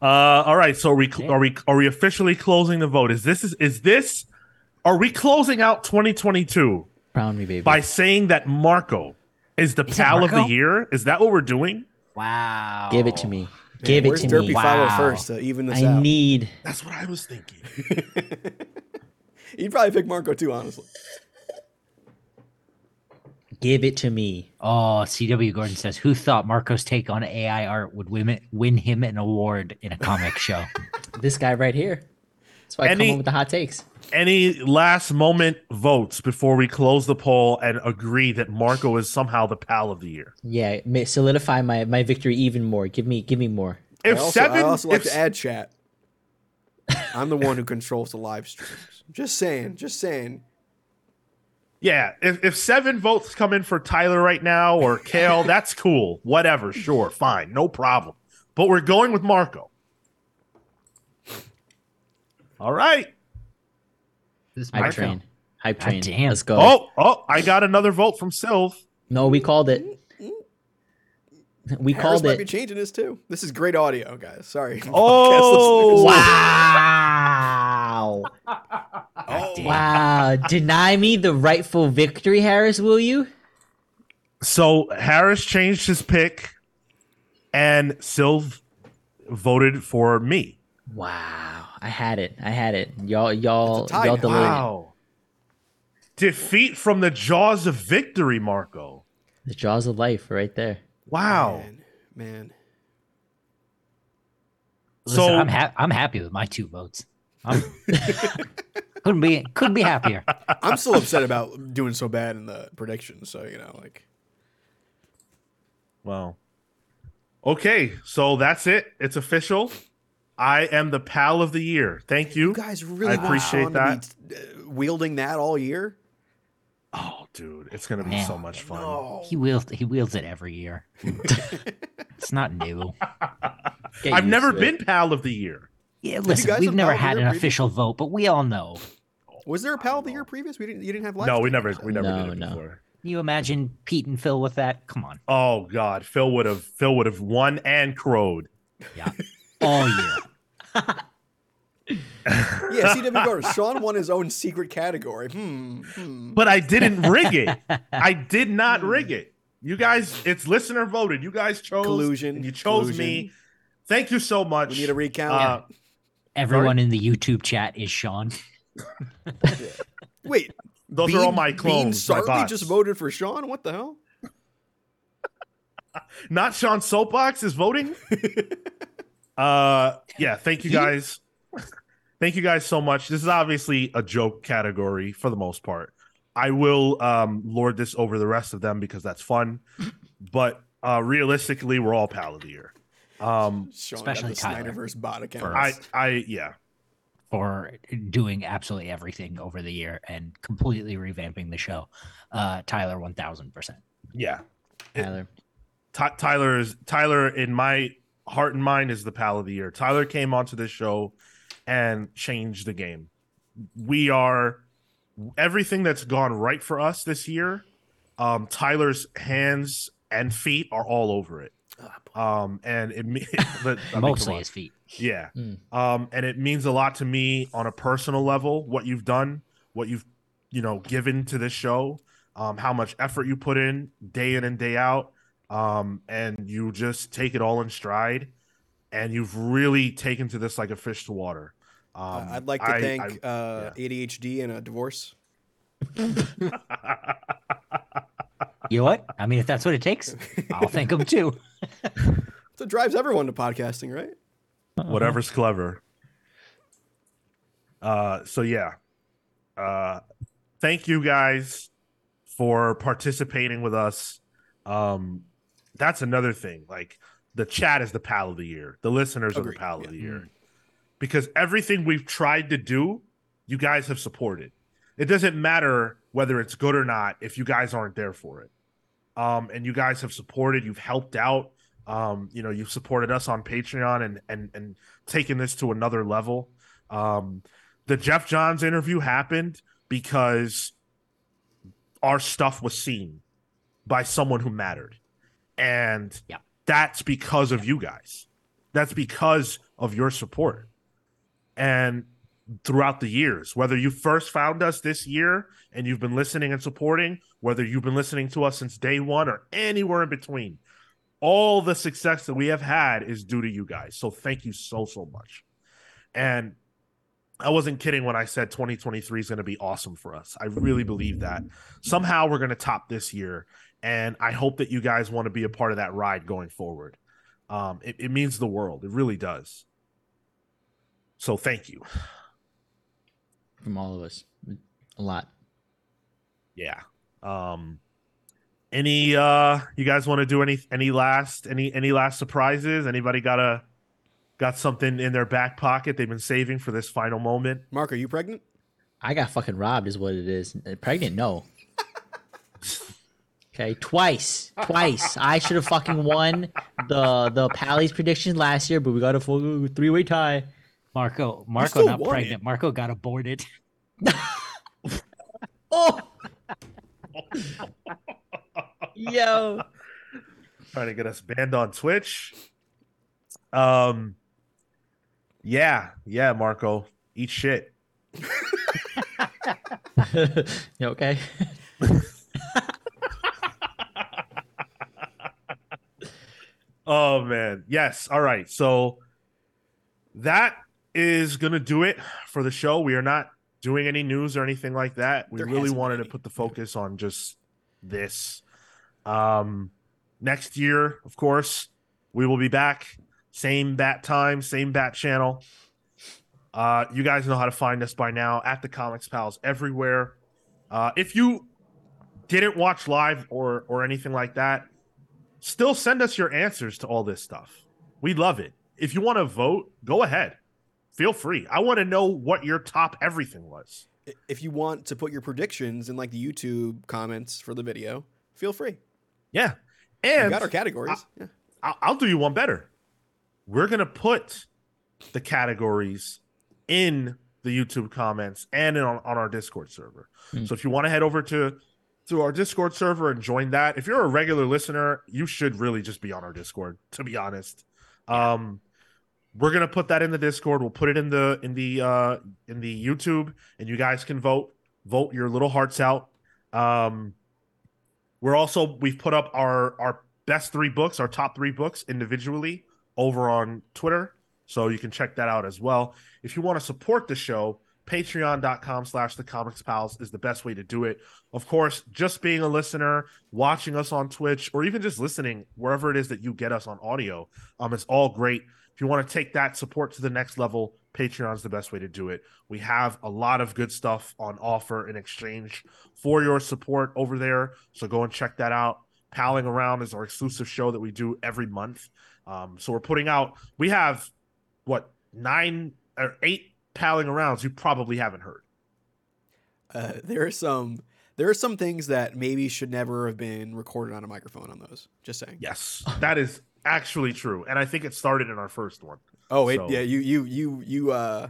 A: Uh, all right. So are we cl-
C: Yeah.
A: are we are we officially closing the vote? Is this is, is this? Are we closing out 2022?
D: Crown me, baby.
A: by saying that Marco is the
C: Is it
A: pal of the
C: Marco?
A: year? Is that what we're doing?
C: Wow.
D: Give it to me. Give
B: Oh.
D: it
B: Where's
D: to
B: Derpy
D: me.
B: Follow
C: Wow.
B: first to even this
D: I
B: out?
D: need.
A: That's what I was thinking.
B: He'd probably pick Marco too, honestly.
D: Give it to me.
C: Oh, C.W. Gordon says, "Who thought Marco's take on AI art would win win him an award in a comic show?"
D: This guy right here. That's why I
A: Any-
D: come up with the hot takes.
A: Any last moment votes before we close the poll and agree that Marco is somehow the pal of the year?
D: Yeah, ma- solidify my my victory even more. Give me give me more.
A: If
B: I also,
A: seven,
B: I also like
A: if,
B: to add chat. I'm the one who controls the live streams. Just saying. Just saying.
A: yeah, if, if seven votes come in for Tyler right now or Kale, that's cool. Whatever, sure, fine, no problem. But we're going with Marco. All right.
C: This is
D: Hype
C: Marco.
D: train. Hype train.
C: damn.
D: Let's go.
A: Oh, oh, I got another vote from Sylph.
D: No, we called it. We
B: Harris
D: called
B: might be
D: it.
B: changing this too. This is great audio, guys. Sorry.
A: Oh,
D: Wow.
A: Oh,
D: wow. Deny me the rightful victory, Harris, will you?
A: So Harris changed his pick, and Sylv voted for me.
D: Wow. I had it. I had it. Y'all y'all
B: It's a tie
D: y'all
B: now.
D: delivered.
A: Defeat from the jaws of victory, Marco.
D: The jaws of life right there.
A: Wow.
B: Man, man.
C: Listen,
A: So-
C: I'm ha- I'm happy with my two votes. I'm couldn't be couldn't be happier.
B: I'm still upset about doing so bad in the predictions. So you know, like
A: Wow. Okay, so that's it. It's official. I am the pal of the year. Thank you.
B: you guys really
A: I
B: want
A: appreciate
B: Sean to be uh, wielding that all year.
A: oh, dude, it's gonna be
C: Man.
A: so much fun.
B: No.
C: He wields he wields it every year. it's not new.
D: Get
A: I've
D: used
A: never
D: to it.
A: been pal of the year.
C: Yeah,
B: guys
C: listen, we've
B: have
C: never
B: voted
C: had
B: here
C: an
B: previously?
C: official vote, but we all know.
B: Was there a pal of the year previous? We didn't. You didn't have last.
A: no, we
B: year.
A: never, we never
D: No,
A: did it
D: no.
A: before.
C: Can you imagine Pete and Phil with that? Come on.
A: Oh God, Phil would have, Phil would have won and crowed.
C: Yeah.
B: Oh,
C: All year.
B: Yeah, CW Gordon. Sean won his own secret category. Hmm. hmm.
A: but I didn't rig it. I did not rig it. You guys, it's listener voted. You guys chose
B: Collusion,
A: and you chose me.
B: collusion.
A: Thank you so much.
B: We need a recount.
A: Uh,
C: Everyone in the YouTube chat is Sean.
B: Wait,
A: Those are all my clones.
B: Bean
A: my
B: Sartley
A: bots.
B: just voted for Sean. What the hell?
A: Not Sean Soapbox is voting. uh, yeah. Thank you guys. thank you guys so much. This is obviously a joke category for the most part. I will um, lord this over the rest of them because that's fun. But uh, realistically, we're all pal of the year. Um,
B: Sean
C: Especially
B: got the
C: Tyler.
B: Snyderverse bot account.
A: I, I, yeah.
C: for doing absolutely everything over the year and completely revamping the show. Uh, Tyler, one thousand percent.
A: Yeah.
D: Tyler.
A: Ty Tyler is Tyler in my heart and mind is the pal of the year. Tyler came onto this show and changed the game. We are everything that's gone right for us this year. Um, Tyler's hands and feet are all over it. Um, and it me- but, I mean, come
C: Mostly
A: on.
C: his feet.
A: Yeah.
D: Mm.
A: Um, and it means a lot to me on a personal level, what you've done, what you've, you know, given to this show, um, how much effort you put in day in and day out. Um, and you just take it all in stride and you've really taken to this like a fish to water. Um,
B: I'd like to
A: I-
B: thank uh, ADHD and a divorce.
A: I-
C: You know what? I mean, if that's what it takes, I'll thank him too.
B: That drives everyone to podcasting, right?
A: whatever's clever. Uh, so yeah, uh, thank you guys for participating with us. Um, that's another thing. Like the chat is the pal of the year. The listeners are the
B: Agreed,
A: pal
B: yeah. Mm-hmm.
A: of the year because everything we've tried to do, you guys have supported. It doesn't matter whether it's good or not if you guys aren't there for it. Um, and you guys have supported. You've helped out. Um, you know, you've supported us on Patreon and and and taken this to another level. Um, the Jeff Johns interview happened because our stuff was seen by someone who mattered, and
C: Yeah.
A: that's because of you guys. That's because of your support. And throughout the years, whether you first found us this year and you've been listening and supporting, whether you've been listening to us since day one or anywhere in between, all the success that we have had is due to you guys. So thank you so, so much. And I wasn't kidding when I said 2023 is going to be awesome for us. I really believe that. Somehow we're going to top this year. And I hope that you guys want to be a part of that ride going forward. Um, it, it means the world. It really does. So thank you.
D: From all of us. A lot.
A: yeah um any uh you guys want to do any any last any any last surprises anybody got a got something in their back pocket they've been saving for this final moment
B: Mark, are you pregnant?
D: I got fucking robbed, is what it is. Uh, Pregnant? No. Okay, twice, twice. I should have fucking won the the Pally's prediction last year, but we got a full three way tie.
C: Marco,
B: still
C: Marco, not
B: won it.
C: pregnant. Marco got aborted.
D: Oh, yo,
A: trying to get us banned on twitch um yeah yeah marco eat shit
D: you okay?
A: Oh man. Yes. All right. So that is gonna do it for the show. We are not doing any news or anything like that. We
B: There
A: really
B: hasn't
A: wanted
B: been
A: to
B: any.
A: put the focus on just this. Um next year, of course, we will be back. Same bat time, same bat channel. Uh you guys know how to find us by now at the comics pals everywhere. Uh if you didn't watch live or or anything like that, still send us your answers to all this stuff. We love it. If you want to vote, go ahead. Feel free. I want to know what your top everything was.
B: I- If you want to put your predictions in like the YouTube comments for the video, feel free.
A: Yeah.
B: We
A: And
B: got our categories. yeah.
A: I'll, I'll do you one better. We're gonna put the categories in the YouTube comments and in, on, on our Discord server.
D: Hmm.
A: So if you want to head over to to our Discord server and join that, if you're a regular listener, you should really just be on our Discord. To be honest, um, we're gonna put that in the Discord. We'll put it in the in the uh, in the YouTube, and you guys can vote vote your little hearts out. Um, we're also we've put up our our best three books, our top three books individually over on Twitter. So you can check that out as well. If you want to support the show, patreon.com slash the comics pals is the best way to do it. Of course, just being a listener, watching us on Twitch, or even just listening wherever it is that you get us on audio, um, it's all great. If you want to take that support to the next level, Patreon's the best way to do it. We have a lot of good stuff on offer in exchange for your support over there. So go and check that out. Palling Around is our exclusive show that we do every month. Um, so we're putting out, we have what, nine or eight palling around you probably haven't heard.
B: Uh, there are some there are some things that maybe should never have been recorded on a microphone on those. Just saying.
A: Yes, that is actually true, and I think it started in our first one.
B: Oh, it,
A: So-
B: yeah, you you you you uh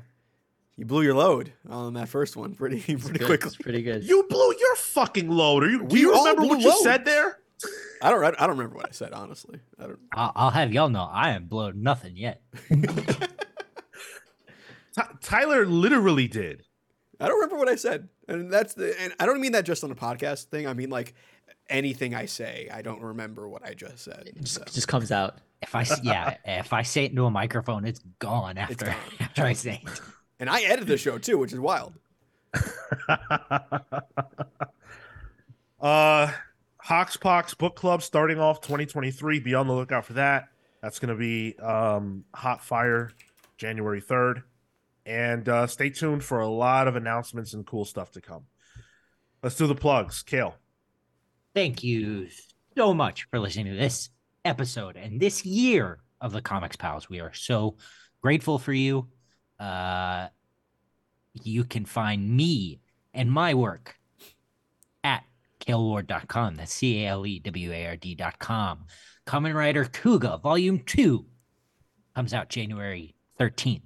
B: you blew your load on that first one pretty pretty
D: Good,
B: quickly.
D: It's pretty good.
A: You blew your fucking load. Are you? Do
B: We
A: you
B: all
A: remember
B: blew
A: what you
B: loads.
A: said there?
B: I don't I don't remember what I said honestly. I don't
C: I'll, I'll have y'all know I am blown nothing yet.
A: Ty Tyler literally did.
B: I don't remember what I said. And that's the and I don't mean that just on a podcast thing. I mean like anything I say, I don't remember what I just said. So,
D: Just, just comes out.
C: If I s- yeah, if I say it into a microphone, it's gone after,
B: gone.
C: after I say it.
B: and I edit the show too, which is wild.
A: Uh Hoxpox Book Club starting off 2023. Be on the lookout for that. That's going to be um, hot fire January 3rd. And uh, stay tuned for a lot of announcements and cool stuff to come. Let's do the plugs. Kale.
C: Thank you so much for listening to this episode and this year of the Comics Pals. We are so grateful for you. Uh, you can find me and my work at kaleward.com. That's C A L E W A R D.com. Common Rider Kuga, Volume 2, comes out January 13th.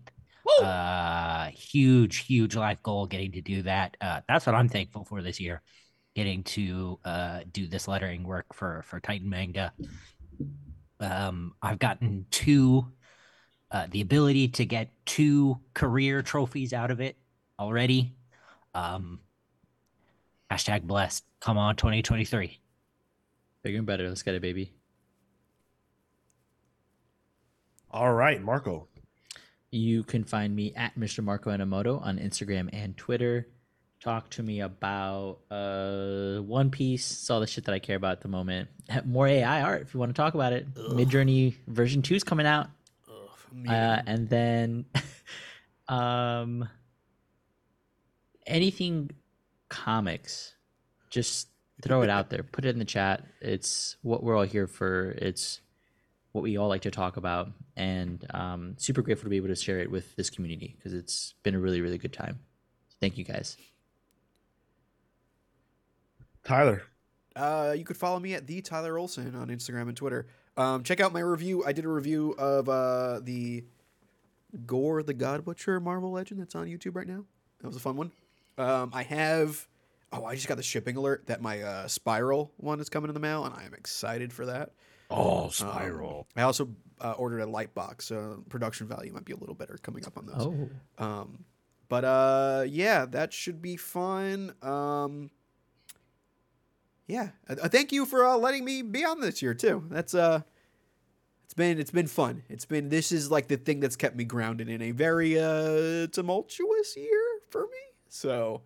C: Uh, huge, huge life goal getting to do that. Uh, that's what I'm thankful for this year getting to uh, do this lettering work for for Titan Manga. Um, I've gotten two, uh, the ability to get two career trophies out of it already. Um, hashtag blessed. Come on, 2023.
D: Bigger and better. Let's get it, baby.
A: All right, Marco.
D: You can find me at Mr. Marco Enomoto on Instagram and Twitter. Talk to me about uh, One Piece. It's all the shit that I care about at the moment. More AI art if you want to talk about it. Midjourney version two is coming out.
B: Ugh,
D: Uh, and then um anything comics just throw it out there put it in the chat it's what we're all here for it's what we all like to talk about and um super grateful to be able to share it with this community because it's been a really really good time thank you guys
A: Tyler.
B: Uh, you could follow me at the Tyler Olson on Instagram and Twitter. Um, check out my review. I did a review of uh, the Gore the God Butcher Marvel Legend that's on YouTube right now. That was a fun one. Um, I have. Oh, I just got the shipping alert that my uh, Spiral one is coming in the mail, and I am excited for that.
A: Oh,
B: Um,
A: Spiral.
B: I also uh, ordered a light box, so production value might be a little better coming up on those.
D: oh
B: Um, but uh, yeah, that should be fun. Um, yeah, Uh, uh, thank you for uh, letting me be on this year too. That's uh, it's been it's been fun. It's been this is like the thing that's kept me grounded in a very uh, tumultuous year for me. So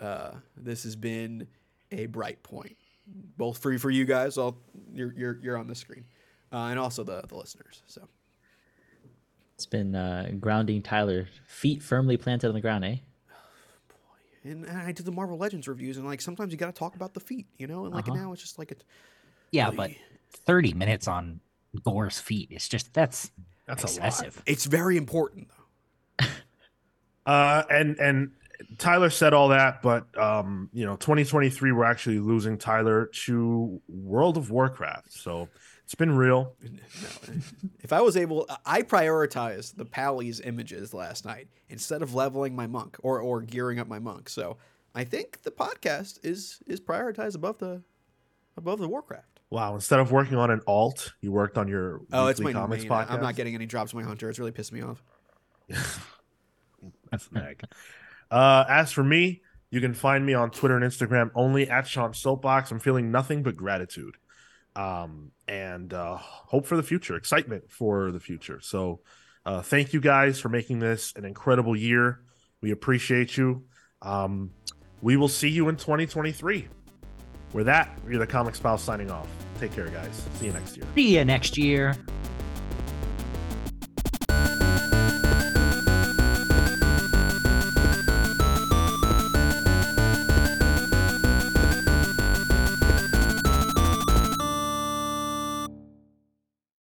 B: uh, this has been a bright point, both free for you guys. All you're you're, you're on the screen, uh, and also the the listeners. So
D: it's been uh grounding tyler feet firmly planted on the ground eh
B: and and I did the Marvel Legends reviews, and like sometimes you got to talk about the feet, you know, and like now it's just like it.
C: Yeah, but 30 minutes on Gore's feet. It's just that's
A: That's
C: excessive.
B: It's very important though.
A: Uh, and and Tyler said all that, but um, you know, 2023, we're actually losing Tyler to World of Warcraft. So it's been real.
B: If I was able, I prioritized the Pally's images last night instead of leveling my monk or or gearing up my monk. So I think the podcast is is prioritized above the above the Warcraft.
A: Wow! Instead of working on an alt, you worked on your
B: Oh, it's my
A: weekly comics
B: main.
A: podcast.
B: I'm not getting any drops on my hunter. It's really pissed me off.
A: That's nag. Uh, as for me, you can find me on Twitter and Instagram only at Sean Soapbox. I'm feeling nothing but gratitude, um, and uh, hope for the future, excitement for the future. So, uh, thank you guys for making this an incredible year. We appreciate you. Um, we will see you in 2023. With that, you're the Comic Spouse signing off. Take care, guys. See you next year.
C: See you next year.